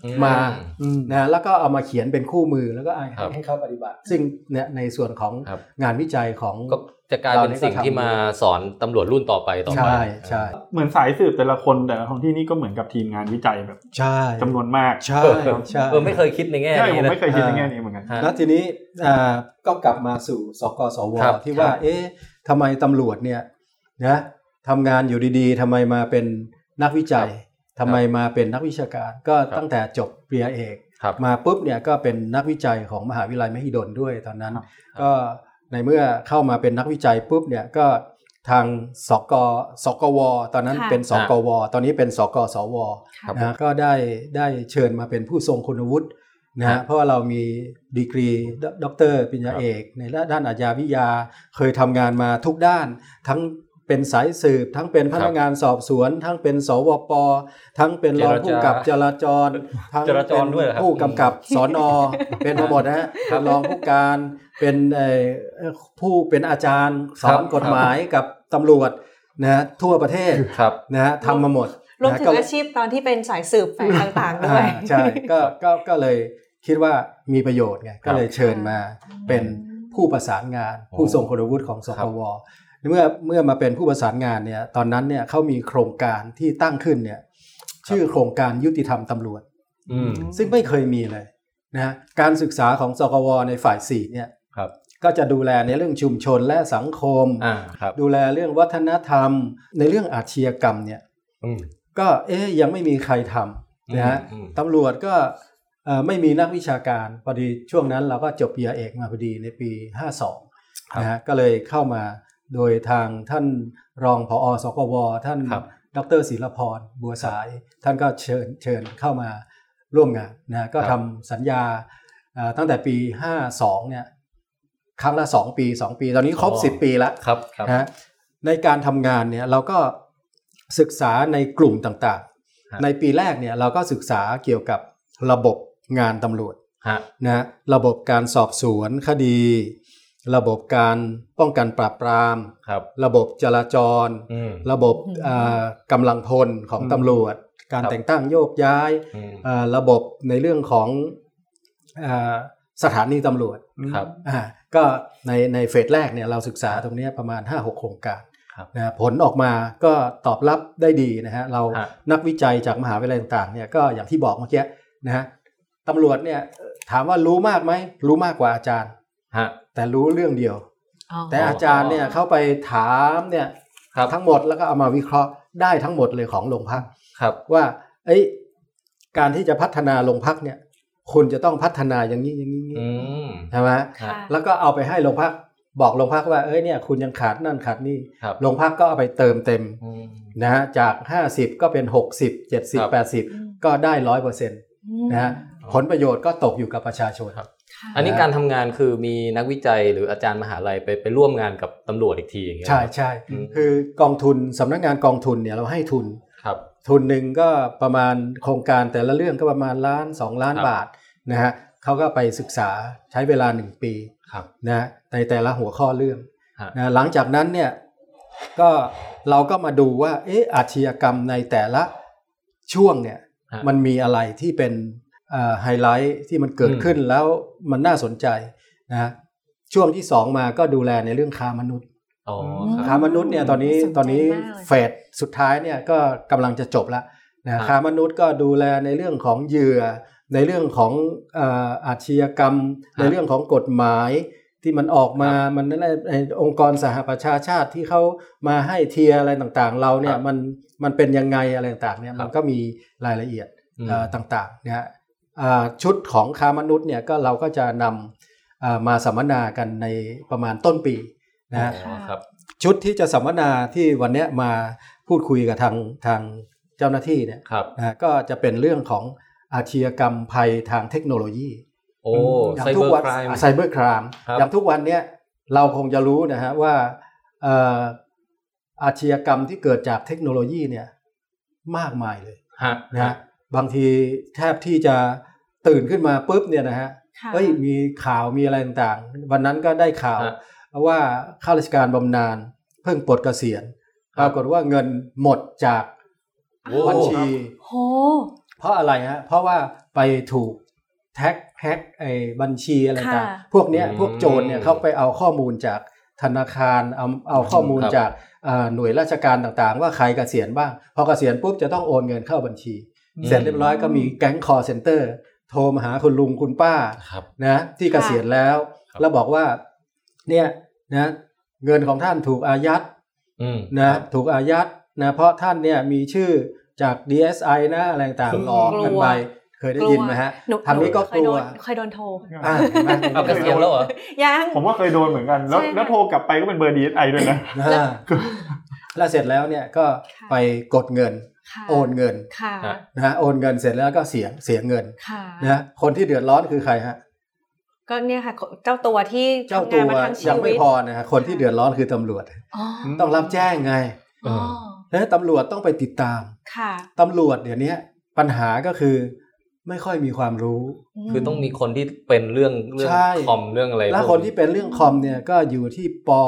S1: อืม
S2: มา
S5: อืม
S2: นะแล้วก็เอามาเขียนเป็นคู่มือแล้วก็ให้
S1: ครับ
S2: ให้เขาปฏิบัติ ซึ่งเนี่ยในส่วนของ
S1: ครับ
S2: งานวิจัยของ
S1: ก็จะกลายเป็นสิ่งที่มาสอนตำรวจรุ่นต่อไปต่อไป
S2: ใช่ใช่
S5: เหมือนสายสืบแต่ละคนแต่ละท้องที่นี่ก็เหมือนกับทีมงานวิจัยแบบ
S2: ใช่
S5: จำนวนมาก
S2: ใช่ใช่
S1: เออไม่เคยคิดในแง่
S5: ใช่
S1: นี้
S5: ผม
S1: นะ
S5: ไม่เคยคิดในแง่นี้เหมือนกัน
S1: ฮะ
S2: แล้วทีนี้อ่าก็กลับมาสู่สกสว
S1: ครับ
S2: ที่
S1: ค
S2: ว่า
S1: รับ
S2: เอ๊ะทำไมตำรวจเนี่ยนะทำงานอยู่ดีๆทำไมมาเป็นนักวิจัยทำไมมาเป็นนักวิชาการ ก็ตั้งแต่จบปริญญาเอก
S1: ครับ
S2: มาปุ๊บเนี่ยก็เป็นนักวิจัยของมหาวิทยาลัยมหิดลด้วยตอนนั้น
S5: ครับ
S2: ก็ในเมื่อเข้ามาเป็นนักวิจัยปุ๊บเนี่ยก็ทางสกสกว ตอนนั้น
S3: ค่ะ
S2: เป็นสกว ตอนนี้เป็นสกสว
S1: ครับ
S2: นะฮะก็ได้ได้เชิญมาเป็นผู้ทรงคุณวุฒินะ
S1: ครั
S2: ฮะ
S1: บ
S2: เพราะว่าเรามีดีกรีดด็อกเตอร์ปริญญา
S5: ครับ
S2: เอก ในด้านอาชญาวิทยาเคยทำงานมาทุกด้าน ทั้งเป็นสายสืบ ทั้งเป็นพนักงานสอบสวน ทั้งเป็นสวปทั้งเป็นรองผู้กำกับจราจรทั้ง
S1: จราจรด้วยเหรอครับ
S2: เป็นผู้กำกับสอนอเป็นมาหมดนะฮะเป็นรองผู้การเป็นเอ่อผู้เป็นอาจารย์สอนกฎหมายกับตำรวจนะฮะทั่วประเทศ
S1: ครับ
S2: นะฮะทำมาหมด
S3: รวม
S2: นะฮะ
S3: ถึ
S2: ก็
S3: งอาชีพตอนที่เป็นสายสืบแฝงต่างๆด้ว
S2: อ่
S3: ย
S2: าใช่ก็ก็ก็เลยคิดว่ามีประโยชน์ไงก็เลยเชิญมาเป็นผู้ประสานงาน ผู้ทรงคุณวุฒิของส
S1: ครั
S2: พ
S1: บ
S2: วเมื่อเมื่อมาเป็นผู้ประสานงานเนี่ยตอนนั้นเนี่ยเขามีโครงการที่ตั้งขึ้นเนี่ยชื่อโครงการยุติธรรมตำรวจ
S1: อืม
S2: ซึ่งไม่เคยมีเลยนะการศึกษาของสกวในฝ่ายสี่เนี่ย
S1: ครับ
S2: ก็จะดูแลในเรื่องชุมชนและสังคม
S1: อ่าครับ
S2: ดูแลเรื่องวัฒนธรรม ในเรื่องอาชญากรรมเนี่ย
S1: อืม
S2: ก็เอ๊ยยังไม่มีใครทำนะฮะ
S1: อืมอืม
S2: ตำรวจก็เอ่อไม่มีนักวิชาการพอดีช่วงนั้นเราก็จบปริญญาเอกมาพอดีในปี 52นะฮะก็เลยเข้ามาโดยทางท่านรองผอสกวท่าน
S1: ครับ
S2: ดรศิลพรบัวสาย ท่านก็เชิญเชิญเข้ามาร่วมงานนะฮะก็ทำสัญญาเอ่อตั้งแต่ปี 52เนี่ยครั้งละ 2 ปี 2 ปีตอนนี้ครบ
S1: อ๋อ
S2: 10 ปีแล้ว
S1: ครับครับ
S2: นะฮะในการทำงานเนี่ยเราก็ศึกษาในกลุ่มต่าง
S1: ฮะ
S2: ๆ ในปีแรกเนี่ยเราก็ศึกษาเกี่ยวกับระบบงานตำรวจ
S1: ฮะ
S2: นะฮะระบบการสอบสวนคดี ระบบการป้องกันปราบปราม
S1: ครับ
S2: ระบบจราจร
S1: อืม
S2: ระบบ
S3: อืม
S2: เอ่อกำลังพลของ
S1: อืม
S2: ตำรวจ การ
S1: ครับ
S2: แต่งตั้งโยกย้าย
S1: อืม
S2: เอ่อระบบในเรื่องของเอ่อสถานีตำรวจ
S1: ครับ
S2: อ่าก็ในในเฟสแรกเนี่ยเราศึกษาตรงเนี้ยประมาณ 5-6 โครงการ
S1: ครับ
S2: นะฮะผลออกมาก็ตอบรับได้ดีนะฮะเรา
S1: ฮะ
S2: นักวิจัยจากมหาวิทยาลัยต่างๆเนี่ยก็อย่างที่บอกเมื่อกี้นะฮะตำรวจเนี่ยถามว่ารู้มากไหมรู้มากกว่าอาจารย์
S1: ฮะ
S2: แต่รู้เรื่องเดียว
S3: อ๋อ
S2: แต่อาจารย์เนี่ยเข้าไปถามเนี่ย
S1: ครับ
S2: ทั้งหมดแล้วก็เอามาวิเคราะห์ได้ทั้งหมดเลยของโรงพัก
S1: ครับ
S2: ว่าเอ้ยการที่จะพัฒนาโรงพักเนี่ยคุณจะต้องพัฒนาอย่างนี้อย่างนี้อย่าง
S1: อื
S2: นี้
S1: ม
S2: ใช่ไหม
S1: ค่ะ
S2: แล้วก็เอาไปให้โรงพักบอกโรงพักว่าเอ้ยเนี่ยคุณยังขาดนั่นขาดนี่
S1: ครับ
S2: โรงพักก็เอาไปเติมเต็ม
S1: อืม
S2: นะฮะจาก 50 ก็เป็น
S1: ค
S2: 60
S1: รับ
S2: 70 80 ก็ได้ร้อยเปอร์เซ็นต์นะฮะผลประโยชน์ก็ตกอยู่กับประชาชน
S1: อันนี้การทำงานคือมีนักวิจัยหรืออาจารย์มหาลัยไปไปร่วมงานกับตำรวจอีกทีอย่างเงี้ย
S2: ใช่ใช่คือกองทุนสำนักงานกองทุนเนี่ยเราให้ทุน
S1: ครับ
S2: ทุนหนึ่งก็ประมาณโครงการแต่ละเรื่องก็ประมาณล้าน 2 ล้าน
S1: ครับ
S2: บาทนะฮะเขาก็ไปศึกษาใช้เวลา 1 ปี
S1: ครับ
S2: นะฮะในแต่ละหัวข้อเรื่อง
S1: ฮะ
S2: นะหลังจากนั้นเนี่ยก็เราก็มาดูว่าเอออาชญากรรมในแต่ละช่วงเนี่ย
S1: ฮะ
S2: มันมีอะไรที่เป็นไฮไลท์ที่มันเกิด
S1: อืม
S2: ขึ้นแล้วมันน่าสนใจนะฮะช่วงที่ 2 มาก็ดูแลในเรื่องค้ามนุษย์
S1: อ๋อ
S3: ม
S1: ค
S2: ค้า
S1: รับ
S2: มนุษย์เนี่ยตอนนี้
S3: สนใจมากเลย
S2: ตอนนี้เฟสสุดท้ายเนี่ยก็กำลังจะจบแล้ว
S1: ครั
S2: นะ
S1: บ
S2: ค้ามนุษย์ก็ดูแลในเรื่องของเหยื่อ ในเรื่องของเอ่ออาชญากรรม ในเรื่องของกฎหมายที่มันออกมามันนั่นแหละไอ้องค์กรสหประชาชาติที่เขามาให้เทียร์อะไรต่างๆ เราเนี่ยมันมันเป็นยังไงอะไรต่างๆเนี่ยมันก็มีรายละเอียด
S1: อืม
S2: เอ่อต่างๆนะฮะอ่าชุดของค้ามนุษย์เนี่ยก็เราก็จะนำอ่ามาสัมมนากันในประมาณต้นปีนะฮะ
S1: อ๋อครับ
S2: ชุดที่จะสัมมนาที่วันเนี้ยมาพูดคุยกับทางทางเจ้าหน้าที่เนี่ย
S1: ครับ
S2: นะฮะก็จะเป็นเรื่องของอาชญากรรมภัยทางเทคโนโลยี
S1: โอ้
S2: อย่า
S1: ไซ
S2: งทุ
S1: เบ
S2: ก
S1: อร์
S2: วั
S1: ครม
S2: ไซเบอร์คราม
S1: ครับ
S2: อย่างทุกวันเนี่ยเราคงจะรู้นะฮะว่าเอ่ออาชญากรรมที่เกิดจากเทคโนโลยีเนี่ยมากมายเลย
S1: ฮะ
S2: นะฮะบางทีแทบที่จะตื่นขึ้นมาปุ๊บเนี่ยนะฮะ
S3: ค่ะ
S2: เอ้ยมีข่าวมีอะไรต่างๆ วันนั้นก็ได้ข่าว
S1: ฮะ
S2: ว่าข้าราชการบำนาญเพิ่งปลดเกษียณ
S1: ค
S2: ป
S1: รับ
S2: รากฏว่าเงินหมดจาก
S1: โอ้
S2: บัญชี
S3: โห
S2: เพราะอะไรฮะเพราะว่าไปถูกแท็กแฮกไอ้บัญชีอะไรต่าง
S3: ค่ะ
S2: พวกเนี้ย
S1: อืม
S2: พวกโจรเนี่ยเขาไปเอาข้อมูลจากธนาคารเอาเอาข้อมูล
S1: ครับ
S2: จากเอ่อหน่วยราชการต่างๆ ว่าใครเกษียณบ้าง พอเกษียณปุ๊บจะต้องโอนเงินเข้าบัญชี เสร็จเรียบร้อยก็มีแก๊งคอร์เซ็นเตอร์โทรมาหาคุณลุงคุณป้า
S1: ครับ
S2: นะที่เกษียณแล้ว
S1: ครับ
S2: แล้วบอกว่าเนี่ยนะเงินของท่านถูกอายัด
S1: อืม
S2: นะถูกอายัดนะเพราะท่านเนี่ยมีชื่อจาก DSI นะอะไรต่าง
S1: อืม
S2: หลอกกันไป เค ยได้ยินไหมฮะ
S3: หนู
S2: ทำนี้ก็
S3: เค
S2: ก
S3: ย
S2: ลั
S3: โด
S2: วน
S3: เคยโดนโทร
S2: อ่าเห็นไหม
S1: เอาเกษียณแล้วเหรอ
S3: ยัง
S5: ผมว่าเคยโดนเหมือนกัน แล้ว
S3: ใช่ค่ะ
S5: แล้วโทรกลับไปก็เป็นเบอร์ดีเอสไอด้วยนะ
S2: อ่าแล้วเสร็จแล้วเนี่ยก็ไปกดเงิน
S3: ค่ะ
S2: โอนเงิน
S3: ค่ะ
S1: ฮะ
S2: นะฮะโอนเงินเสร็จแล้วก็เสียเสียเงิน
S3: ค่ะ
S2: นะฮะคนที่เดือดร้อนคือใครฮะ
S3: ก็เนี่ยค่ะ เจ้าตัวที่
S2: เจ้า
S3: ทำ
S2: ตั
S3: งาน
S2: ว
S3: มาทั้งชี
S2: ยัง
S3: วิ
S2: ไม่
S3: ต
S2: พอนะฮะคนที่เดือดร้อนคือตำรวจ
S3: อ๋อ
S2: ต้องรับแจ้งไง
S3: อ๋อ
S2: นะฮะตำรวจต้องไปติดตาม
S3: ค่ะ
S2: ตำรวจเดี๋ยวนี้ปัญหาก็คือไม่ค่อยมีความรู้
S3: ม
S1: คือต้องมีคนที่เป็นเรื่องเรื่อง
S2: ใช่
S1: คอมเรื่องอะไร
S2: และ
S1: พวก
S2: คนที่เป็นเรื่องคอมเนี่ยก็อยู่ที่ปอ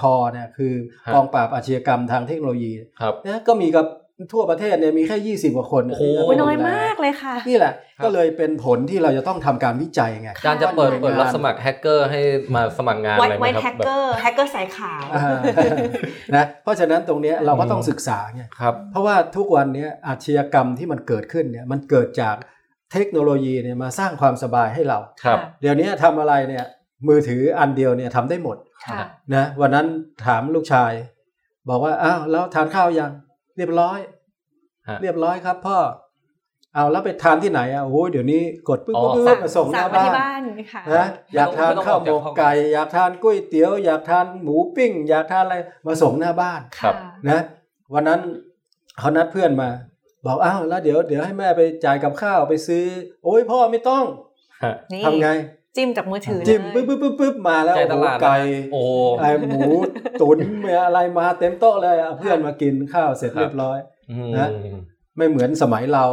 S2: ทเนี่ยคือ
S1: ฮะ
S2: กองปราบอาชญากรรมทางเทคโนโลยี
S1: ครับ
S2: นะก็มีกับทั่วประเทศเนี่ยมีแค่ 20 กว่าคน
S1: โอ้โห
S2: ที่จะ
S3: โอ้ยน้อย
S2: ดูแล
S3: มากเลยค่ะ
S2: นี่แหละ
S1: ครับ
S2: ก็เลยเป็นผลที่เราจะต้องทำการวิจัยไง
S1: อาจารย์จะเปิด
S3: หน่วยงาน
S1: เปิดรับสมัครแฮกเกอร์ให้มาสมัครงาน
S3: ไว
S1: อะไรไห
S3: ไว
S1: ม
S3: แฮ
S1: ครับ
S3: ก
S1: แบ
S3: เก
S1: บ
S3: อร์แฮกเกอร์สายขาว
S2: อ่า *laughs* นะเพราะฉะนั้นตรงเนี้ยเราก็ต้อง
S1: อืม
S2: ศึกษาไง
S1: ครับ
S2: เพราะว่าทุกวันเนี้ยอาชญากรรมที่มันเกิดขึ้นเนี่ยมันเกิดจากเทคโนโลยีเนี่ยมาสร้างความสบายให้เรา
S1: ครับ
S2: เดี๋ยวนี้ทำอะไรเนี่ยมือถืออันเดียวเนี่ยทำได้หมด
S3: ค่ะ
S2: นะวันนั้นถามลูกชาย บอกว่าอ้าวแล้วทานข้าวยัง เรียบร้อย
S1: ฮะ
S2: เรียบร้อยครับพ่อเอาแล้วไปทานที่ไหนอ่ะโอ้ยเดี๋ยวนี้กดปึ๊บปึ๊บปึ๊บปึ๊บมาส่งห
S3: สั่
S2: น้าง
S3: มา
S2: บ้า
S3: ที่
S2: น
S3: บ้านค่ะ
S2: นะอยากทานข้าวหมกไก่อยากทานก๋วยเตี๋ยว อยากทานหมูปิ้ง อยากทานอะไรมาส่งหน้าบ้าน
S1: ครับ
S2: นะวันนั้นเขานัดเพื่อนมา บอกอ้าวแล้วเดี๋ยวเดี๋ยวให้แม่ไปจ่ายกับข้าวไปซื้อ โอ้ยพ่อไม่ต้อง
S1: ฮะ
S3: นี่
S2: ทำไง
S3: จิ้มจากมือถือเลย
S2: จิ้มปึ๊บปึ๊บปึ๊บปึ๊บมาแล้ว
S1: ใจตลาด
S2: หมูไก่
S1: โอ้
S2: ไอหมูตุ๋นอะไรมาเต็มโต๊ะเลยเอาเพื่อนมากินข้าวเสร็จ
S1: ครับ
S2: เรียบร้อย
S1: อืม
S2: นะ ไม่เหมือนสมัยเรา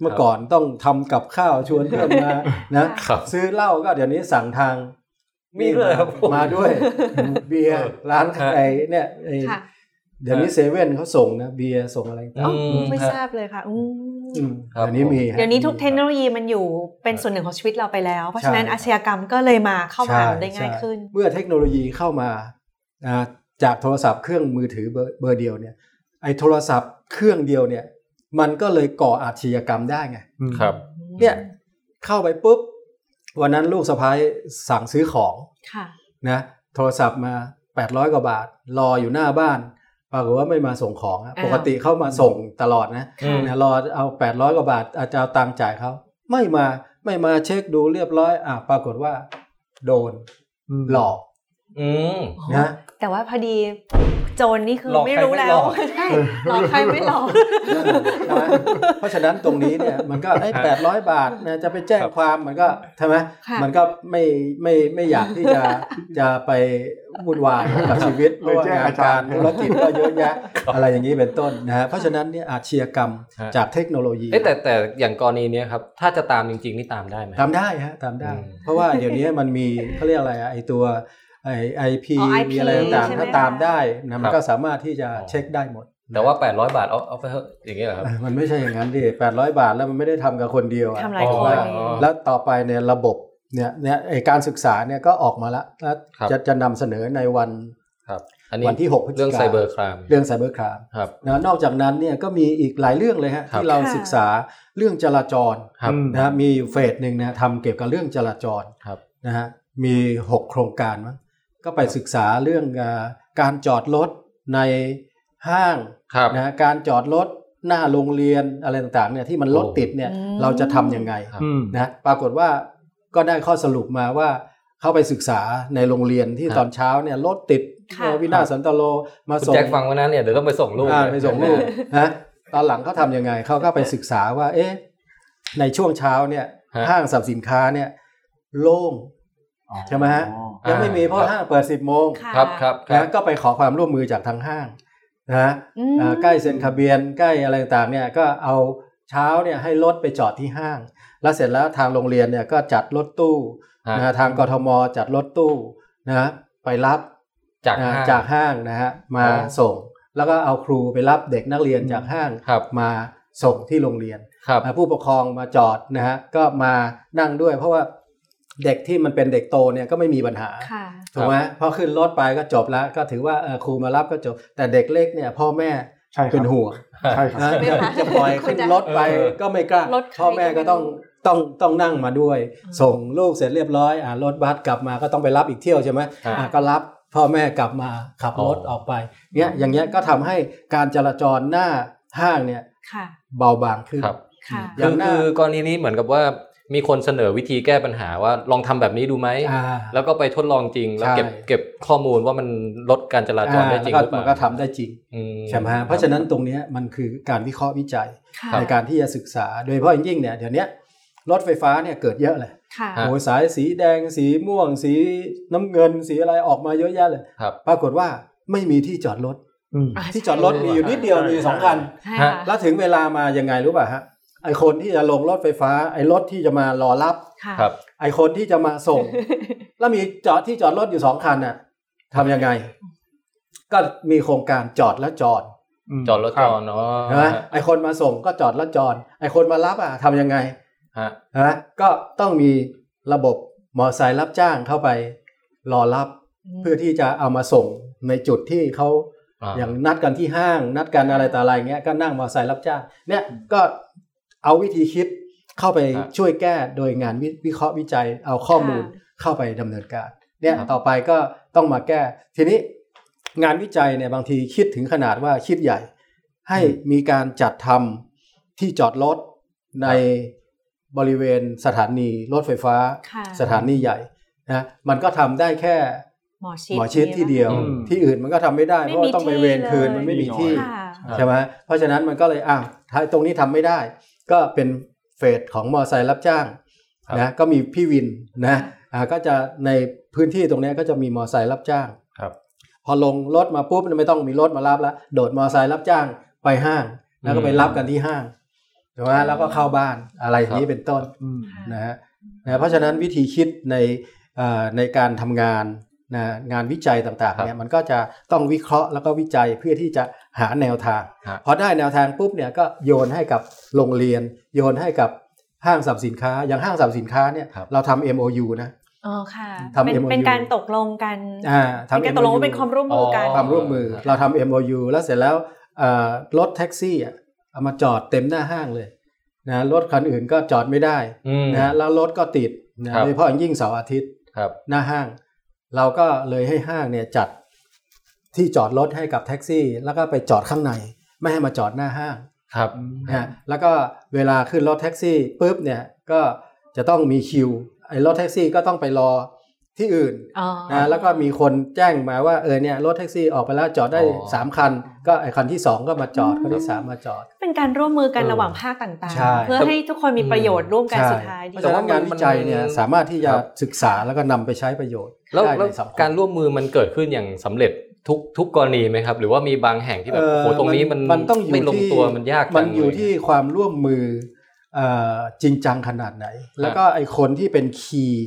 S2: เมื่อ
S1: ครับ
S2: ก่อนต้องทำกับข้าวชวนเพื่อนมานะ
S1: ครับ
S2: ซื้อเหล้าก็เดี๋ยวนี้สั่งทาง
S1: มีด้วยครับผม
S2: มาด้วย เบียร์ร้านไอ้เนี่ยไอ้
S3: ค่ะ
S2: เดี๋ยวนี้เซเว่นเขาส่งนะเบียร์ส่งอะไรต่าง
S3: อ๋อ
S1: ม
S3: ไม่ทราบเลยค่ะอืม
S2: อืม
S1: ครับ
S2: เดี๋ยวนี้มีฮะ
S3: เดี๋ยวนี้ทุกเทคโนโลยีมันอยู่เป็นส่วนหนึ่งของชีวิตเราไปแล้ว เพราะฉะนั้น
S2: ใช่
S3: อาชญากรรมก็เลยมาเข้ามา
S2: ใช่
S3: ได้ง่าย
S2: ใช่
S3: ขึ้น
S2: เมื่อเทคโนโลยีเข้ามาอ่าจากโทรศัพท์เครื่องมือถือเบอร์เบอร์เดียวเนี่ยไอ้โทรศัพท์เครื่องเดียวเนี่ย มันก็เลยก่ออาชญากรรมได้ไง
S1: ครับ
S2: เนี่ยเข้าไปปุ๊บ วันนั้นลูกสะพ้ายสั่งซื้อของ
S3: ค่ะ
S2: นะโทรศัพท์มา 800 กว่าบาท รออยู่หน้าบ้าน ปรากฏว่าไม่มาส่งของอะปกติเข้ามาส่งตลอดนะ
S1: อืม
S2: นะรอเอา 800 กว่าบาทอาจจะเอาตังค์จ่ายเขาไม่มาไม่มาเช็คดูเรียบร้อยอ่ะปรากฏว่า โดนหลอก
S1: อืม
S2: นะ
S3: แต่ว่าพอดีโจรนี่คือ
S1: หลอกใคร
S3: ไม่รู้แล้ว
S1: ไม่หลอก
S3: ใช่หลอกใครไม่หลอก
S2: ใช่ไหมเพราะฉะนั้นตรงนี้เนี่ยมันก็ไอ้แปดร้อยบาทนะจะไปแจ้งความมันก็ใช่ไหม
S3: ค่ะ
S2: มันก็ไม่ไม่ไม่อยากที่จะจะไปวุ่นวายกับชีวิตเพ
S5: เล
S2: ราะ
S5: ย
S2: ว่าง
S5: แจ้ง
S2: งาน
S5: อาจาก
S2: าร ร
S5: ย์
S2: ธุรกิจก็เยอะแยะอะไรอย่างนี้เป็นต้นนะฮะเพราะฉะนั้นเนี่ยอาชญากรรม
S1: ฮะ
S2: จากเทคโนโลยี
S1: เอ้ยแต่แต่อย่างกรณีเนี้ยครับ ถ้าจะตามจริง ๆ นี่ตามได้ไหม
S2: ทำได้ฮะทำได้
S1: อืม
S2: เพราะว่าเดี๋ยวนี้มันมี *laughs* เขาเรียกอะไรอะไอตัวไอไอพี
S3: อ๋อ IP
S2: มีอะไรต่างๆ
S3: ใช่ไหม
S2: ถ้าตามได้นะมันก็สามารถที่จะเช็คได้หมด
S1: แต่ว่า 800 บาทเอาเอาไปเถอะอย่างเงี้ยเหรอครับ
S2: *laughs* มันไม่ใช่อย่างนั้นดิแปดร้อยบาทแล้วมันไม่ได้ทำกับคนเดียวอะ
S3: ทำหลายคน
S1: อ๋อ
S2: แล้วต่อไปเนี่ยระบบเนี่ยเนี่ยไอการศึกษาเนี่ยก็ออกมาแล้วแล้ว
S1: ครับ
S2: จะจะนำเสนอในวัน
S1: ครับ อันนี้
S2: วันที่ 6พฤศจิกา
S1: เรื่องไซเบอร์คราม
S2: เรื่องไซเบอร์คราม
S1: ครับ
S2: นะนอกจากนั้นเนี่ยก็มีอีกหลายเรื่องเลยฮะ
S1: ครับ
S2: ที่เราศึกษาเรื่องจราจร
S1: ครับ
S5: อืม
S2: นะฮะมีอยู่เฟสหนึ่งนะทำเกี่ยวกับเรื่องจราจร
S1: ครับ
S2: นะฮะมี 6 โครงการมั้งก็ไปศึกษาเรื่องอ่าการจอดรถในห้าง
S1: ครับ
S2: นะฮะการจอดรถหน้าโรงเรียนอะไรต่างๆเนี่ยที่มันรถติดเนี่ย
S3: อืม
S2: เราจะทำยังไง
S1: ครับ
S5: อืม
S2: นะปรากฏว่าก็ได้ข้อสรุปมาว่าเข้าไปศึกษาในโรงเรียนที่
S1: ครับ
S2: ตอนเช้าเนี่ยรถติด
S3: ค่ะ
S2: วินาศสันตโลมา
S1: คุณ
S2: ส่ง
S1: แจ็คฟังวันนั้นเนี่ยเดี๋ยวต้องไปส่งลูก
S2: อ่าไปส่งลูกนะตอนหลังเขาทำยังไงเขาก็ไปศึกษาว่า เอ๊ะในช่วงเช้าเนี่ยห้างสรรพสินค้าเนี่ยโล่ง ใช่ไหมฮะ
S1: ายั
S2: ยังไม่มีเพราะห้างเปิด 10บโมง
S3: ค่ะ
S1: ครับครับครั
S2: นะ
S1: บ
S2: ก็ไปขอความร่วมมือจากทางห้างนะ
S3: อืม
S2: อ่าใกล้เซ็นคาเบียนใกล้อะไรต่างๆเนี่ยก็เอาเช้าเนี่ยให้รถไปจอดที่ห้าง แล้วเสร็จแล้วทางโรงเรียนเนี่ยก็จัดรถตู้
S1: ฮะ
S2: นะฮะทางกทมจัดรถตู้นะฮะไปรับ
S1: จาก
S2: นะ
S1: ห้าง
S2: จากห้างนะฮะมา
S1: อ๋อ
S2: ส่ง แล้วก็เอาครูไปรับเด็กนักเรียนจากห้าง
S1: ครับ
S2: มาส่งที่โรงเรียน
S1: ครับ
S2: นะผู้ปกครองมาจอดนะฮะก็มานั่งด้วย เพราะว่าเด็กที่มันเป็นเด็กโตเนี่ยก็ไม่มีปัญหา
S3: ค่ะ
S2: ถูกไหมพอขึ้นรถไปก็จบแล้วก็ถือว่าเออครูมารับก็จบ แต่เด็กเล็กเนี่ยพ่อแม่
S5: ใช่ค
S2: เป็
S5: รั
S2: น
S5: บ
S2: ห่วง
S5: ใช่ครับ
S2: นะ
S3: ใช่ไหมคะ
S2: จะปล่อยขึ้นรถไป
S1: เออ
S2: ก็ไม่กล้าร
S3: ถใคร
S2: พ่อแม่ก็ต้อง
S3: ก็ไม่รู้
S2: ต้องต้องนั่งมาด้วย ส่งลูกเสร็จเรียบร้อยอ่ารถบัสกลับมาก็ต้องไปรับอีกเที่ยวใช่ไหม
S1: ครับ
S2: อ่ะก็รับพ่อแม่กลับมาขับรถ
S1: อ๋อ
S2: ออกไปเนี้ยอย่างเงี้ยก็ทำให้การจราจรหน้าห้างเนี่ย
S3: ค่ะ
S2: เบาบางขึ้น
S1: ครับ
S3: ค่ะ
S2: อย่า
S1: คื
S2: ง
S1: อ
S2: หน้า
S1: คือกรณีนี้เหมือนกับว่ามีคนเสนอวิธีแก้ปัญหาว่าลองทำแบบนี้ดูไหม
S2: อ่า
S1: แล้วก็ไปทดลองจริง แล้วเก็บ
S2: ใช่
S1: เก็บข้อมูลว่ามันลดการจราจรได้จริงหรือเปล่า
S2: อ่าแล้วก็มันก็ทำได้จริง
S1: อื
S2: ใช่ไหมฮะเพราะฉะนั้นตรงเนี้ยมันคือการวิเคราะห์วิจัย
S3: ค่ะ
S2: ในการที่จะศึกษา โดยเฉพาะอย่างยิ่งเนี่ยเดี๋ยวเนี้ยรถไฟฟ้าเนี่ยเกิดเยอะเลย
S3: ค่ะ
S2: โอ้โหสายสีแดงสีม่วง สีน้ำเงิน สีอะไรออกมาเยอะแยะเลย
S1: ครับ
S2: ปรากฏว่าไม่มีที่จอดรถ
S5: อืม
S3: อ่ะ
S2: ที่จอดรถมีอยู่นิดเดียวมีอยู่สองคัน
S3: ใช่ค่ะ
S1: ฮะ
S2: แล้วถึงเวลามายังไงรู้ป่ะฮะไอคนที่จะลงรถไฟฟ้า ไอรถที่จะมารอรับ
S3: ค่ะ
S1: ครับ
S2: ไอคนที่จะมาส่ง แล้วมีจอดที่จอดรถอยู่สองคันน่ะทำยังไง ก็มีโครงการจอดแล้วจอด
S1: จอดรถจอดเนาะ
S2: ใช่ไหมไอคนมาส่งก็จอดแล้วจอด ไอคนมารับอ่ะทำยังไง
S1: ฮะ
S2: นะก็ต้องมีระบบมอเตอร์ไซค์รับจ้างเข้าไปรอรับเพื่อที่จะเอามาส่งในจุดที่เขา
S1: อ่า
S2: อย่างนัดกันที่ห้าง นัดกันอะไรต่ออะไรเงี้ยก็นั่งมอเตอร์ไซค์รับจ้างเนี่ยก็เอาวิธีคิดเข้าไป
S1: ครับ
S2: ช่วยแก้โดยงานวิวิเคราะห์วิจัยเอาข้อมูลเข้าไปดำเนินการเนี่ย
S1: ครับ
S2: ต่อไปก็ต้องมาแก้ ทีนี้งานวิจัยเนี่ยบางทีคิดถึงขนาดว่าคิดใหญ่ ให้มีการจัดทำที่จอดรถในบริเวณสถานีรถไฟฟ้า
S3: ค่ะ
S2: สถานีใหญ่นะมันก็ทำได้แค่
S3: หมอชิด
S2: หมอชิดที่เดียว
S1: อืม
S2: ที่อื่นมันก็ทำไม่ได้
S3: ไม่
S2: เพราะ
S3: มี
S2: ว่าต้องไปเวรคืน
S3: ที่เลย
S2: มันไม่มี
S5: ค่ะ
S2: ที่
S3: ค่ะ
S2: ใช่ไหมเพราะฉะนั้นมันก็เลยอ้าวถ้าตรงนี้ทำไม่ได้ ก็เป็นเฟสของมอไซค์รับจ้าง
S1: ครับ
S2: นะก็มีพี่วินนะอ่าก็จะในพื้นที่ตรงเนี้ยก็จะมีมอไซค์รับจ้าง
S1: ครับ
S2: พอลงรถมาปุ๊บไม่ต้องมีรถมารับแล้วโดดมอไซค์รับจ้างไปห้าง แล้วก็ไปรับกันที่ห้างใช่ไหมแล้วก็เข้าบ้านอะไรอย่างนี้เป็นต้น
S5: อืม
S2: นะฮะนะเพราะฉะนั้นวิธีคิดในเอ่อในการทำงานนะงานวิจัยต่าง
S1: ครั
S2: ๆ
S1: บ
S2: เนี่ยมันก็จะต้องวิเคราะห์แล้วก็วิจัยเพื่อที่จะหาแนวทาง
S1: ฮะ
S2: พอได้แนวทางปุ๊บเนี่ยก็โยนให้กับโรงเรียน โยนให้กับห้างสรรพสินค้า อย่างห้างสรรพสินค้าเนี่ยเราทำ MOU นะ
S3: อ๋อค่ะ
S2: ทำ
S3: เป็น
S2: MOU
S3: เป็นการตกลงกัน
S2: อ่า
S3: เป็น
S2: ทำ
S3: การตกลง
S2: MOU
S3: ว่าเป็นความร่วมมือกัน
S1: อ๋
S2: ความร่วมมือเราทำ MOU แล้วเสร็จแล้วเอ่อรถแท็กซี่อ่ะเอามาจอดเต็มหน้าห้างเลยนะรถคันอื่นก็จอดไม่ได้
S1: อืม
S2: นะฮะแล้วรถก็ติดนะครับ โดยเฉพาะอย่างยิ่งเสาร์อาทิตย์
S1: ครับ
S2: หน้าห้าง เราก็เลยให้ห้างเนี่ยจัดที่จอดรถให้กับแท็กซี่ แล้วก็ไปจอดข้างใน ไม่ให้มาจอดหน้าห้าง
S1: ครับ
S2: นะฮะแล้วก็เวลาขึ้นรถแท็กซี่ปุ๊บเนี่ยก็จะต้องมีคิวไอ้รถแท็กซี่ก็ต้องไปรอที่อื่น
S3: อ๋อ
S2: นะแล้วก็มีคนแจ้งมาว่าเออเนี่ยรถแท็กซี่ออกไปแล้วจอดได้
S1: อ๋อ
S2: สามคัน ก็ไอ้คันที่สองก็มาจอดคันที่สามมาจอด
S3: เป็นการร่วมมือกัน
S1: เออ
S3: ระหว่างภาคต่าง
S2: ใช่
S3: ๆ เพื่อให้ทุกคนมีประโยชน์ร่วมกัน
S2: ใช่
S3: สุดท้ายดี
S2: เพราะฉะนั้นงานวิจัยเนี่ยสามารถที่จะศึกษาแล้วก็นำไปใช้ประโยชน์
S1: แล้ว
S2: ได้ใน
S1: แล้ว
S2: สังคม
S1: การร่วมมือมันเกิดขึ้นอย่างสำเร็จทุกทุกกรณีไหมครับ หรือว่ามีบางแห่งที่แบบ
S2: เอ่อ
S1: โอ้โหตรงนี้มัน
S2: มันต้องอยู่
S1: ไม่ลง
S2: ที่
S1: ตัวมันยากจัง
S2: มันอยู่
S1: เล
S2: ที่ความร่วมมือเอ่อจริงจังขนาดไหน แล้วก็ไอคนที่เป็นคีย์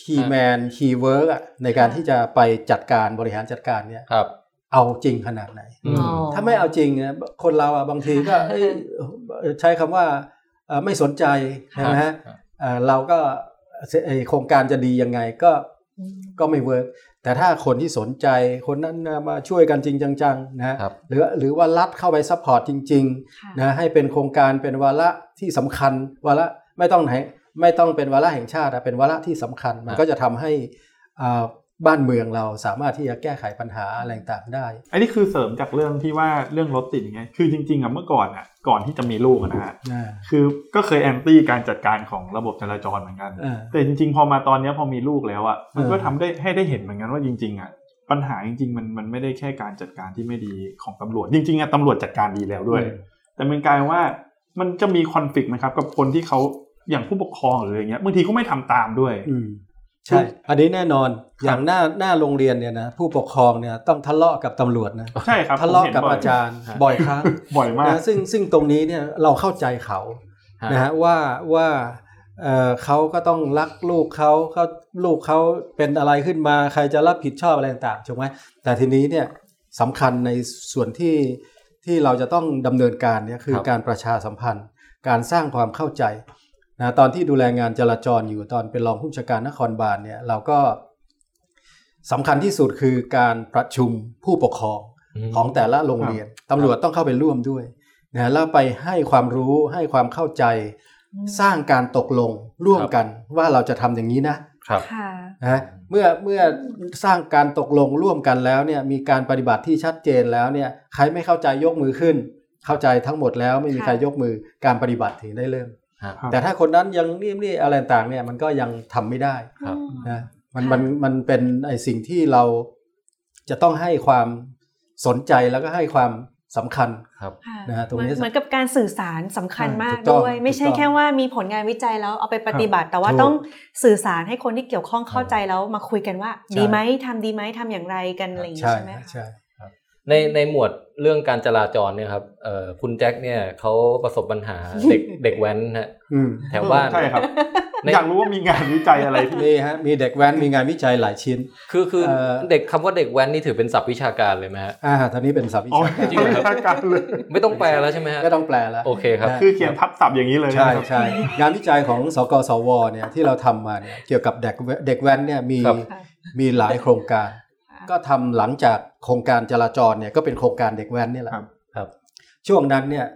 S2: คีย์แมนคีย์เวิร์กอะในการที่จะไปจัดการบริหารจัดการเนี่ย
S1: ครับ
S2: เอาจริงขนาดไหน
S1: อืม
S3: อ๋อ
S2: ถ้าไม่เอาจริงอะคนเราอะบางทีก็ เอ้ยใช้คำว่าเอ่อไม่สนใจใช่ไหมฮะ
S1: ครับ
S2: เอ่อเราก็ไอโครงการจะดียังไงก็ ก็ไม่เวิร์กแต่ถ้าคนที่สนใจคนนั้นน่ะมาช่วยกันจริงจังๆนะฮะ
S1: ครับ
S2: หรือหรือว่ารัฐเข้าไปซัพพอร์ตจริงๆนะให้เป็นโครงการเป็นวาระที่สำคัญวาระไม่ต้องไหนไม่ต้องเป็นวาระแห่งชาติอะเป็นวาระที่สำคัญ มันก็จะทำให้อ่าบ้านเมืองเราสามารถที่จะแก้ไขปัญหาอะไรต่างๆได้
S5: อันนี้คือเสริมจากเรื่องที่ว่าเรื่องรถติดอย่างเงี้ยคือจริงๆอะเมื่อก่อนอะก่อนที่จะมีลูกอะนะฮะคือก็เคยแอนตี้การจัดการของระบบจราจรเหมือนกัน
S2: เออ
S5: แต่จริงๆ พอมาตอนเนี้ยพอมีลูกแล้วอะมันก็
S2: เออ
S5: ทำได้ให้ได้เห็นเหมือนกันว่าจริงๆอะปัญหาจริงๆมันมันไม่ได้แค่การจัดการที่ไม่ดีของตำรวจ จริงๆอะตำรวจจัดการดีแล้วด้วย แต่มันกลายว่ามันจะมีคอนฟ lict ไหมครับกับคนที่เขาอย่างผู้ปกครองหรืออย่างเงี้ยบางทีก็ไม่ทำตามด้วย
S2: อืมใช่อันนี้แน่นอนอย่างหน้าหน้าโรงเรียนเนี่ยนะผู้ปกครองเนี่ยต้องทะเลาะกับตำรวจนะ
S5: ใช่ครับ
S2: ทะเลาะกับ
S5: ผม
S2: อา
S5: เห็น
S2: จารย์บ่อยครั้ง
S5: บ่อยมาก
S2: นะซึ่งซึ่งตรงนี้เนี่ยเราเข้าใจเขา
S1: ฮะ
S2: นะฮะว่าว่าเอ่อเขาก็ต้องรักลูกเขาเขาลูกเขาเป็นอะไรขึ้นมาใครจะรับผิดชอบอะไรต่างๆถูกไหมแต่ทีนี้เนี่ยสำคัญในส่วนที่ที่เราจะต้องดำเนินการเนี่ยคือ
S1: ครับ
S2: การประชาสัมพันธ์ การสร้างความเข้าใจนะตอนที่ดูแลงานจราจรอยู่ตอนเป็นรองผู้บัญชาการนครบาลเนี่ยเราก็สำคัญที่สุดคือการประชุมผู้ปกครอง
S1: ม
S2: ของแต่ละโรงเรียนตำรวจต้องเข้าไปร่วมด้วยนะแล้วไปให้ความรู้ให้ความเข้าใจ
S3: อืม
S2: สร้างการตกลงร่วมกันว่าเราจะทำอย่างนี้นะครับ
S3: ค่ะ
S2: นะเมื่อเมื่อสร้างการตกลงร่วมกันแล้วเนี่ยมีการปฏิบัติที่ชัดเจนแล้วเนี่ยใครไม่เข้าใจยกมือขึ้น เข้าใจทั้งหมดแล้วไม่มี
S3: ค่ะ
S2: ใครยกมือการปฏิบัติถึงได้เริ่ม
S1: ฮะ
S5: ครับ
S2: แต่ถ้าคนนั้นยังนี่นี่อะไรต่างๆเนี่ยมันก็ยังทำไม่ได้
S1: ครับ
S2: นะมันมันมันเป็นไอสิ่งที่เราจะต้องให้ความสนใจแล้วก็ให้ความสำคัญ
S1: ครับ
S3: ค่ะ
S2: นะฮะตรงนี้
S3: เหมือเหมือนกับการสื่อสารสำคัญ
S2: อ่าม
S3: มา
S2: ถู
S3: ก
S2: กต้อง
S3: ด้วย ไม่ใช่
S2: ถูกต้อง
S3: แค่ว่ามีผลงานวิจัยแล้วเอาไปปฏิบัติ แต่ว่า
S2: ถูก
S3: ต้องสื่อสารให้คนที่เกี่ยวข้องเข้าใจแล้วมาคุยกันว่า
S2: ใช่
S3: ดีไหมทำดีไหมทำอย่างไรกันอะไรอย่างนี้
S2: ใช่
S3: ใช่ไหม
S2: ฮะ
S3: คะ
S2: ใช่
S1: ในในหมวดเรื่องการจราจรเนี่ยครับเอ่อคุณแจ็คเนี่ยเขาประสบปัญหา เด็กเด็กแว้นฮะ
S2: อืม
S1: แถวบ้าน
S5: ใช่ครับ
S1: ใน
S5: อยากรู้ว่ามีงานวิจัยอะไรที่
S2: นี่ฮะมีเด็กแว้นมีงานวิจัยหลายชิ้น
S1: คือคือ
S2: เอ่อ
S1: เด็กคำว่าเด็กแว้นนี่ถือเป็นศัพท์วิชาการเลยไหมฮะ
S2: อ่าท่านนี้เป็นศัพท์วิ
S5: อ๋อ
S2: ชา
S5: จริงเหรอครับการเลย
S1: ไม่ต้องแปลแล้วใช่ไหมฮะ
S2: ก็ต้องแปลแล้ว
S1: โอเคครับ
S2: นะ
S5: คือเขียนทับศัพท์อย่างนี้เลยนะ
S2: ใช่
S5: ครับ
S2: ใช่งานวิจัยของสกสวเนี่ยที่เราทำมาเนี่ยเกี่ยวกับเด็กแว้นเด็กแว้นเนี่ยมี
S1: ครับ
S3: ค่ะ
S2: มีหลายโครงการ
S3: ค่ะ
S2: ก็ทำหลังจากโครงการจราจรเนี่ยก็เป็นโครงการเด็กแว้นเนี่ยแหละ
S5: ครับ
S2: ครับ ช่วงนั้นเนี่ย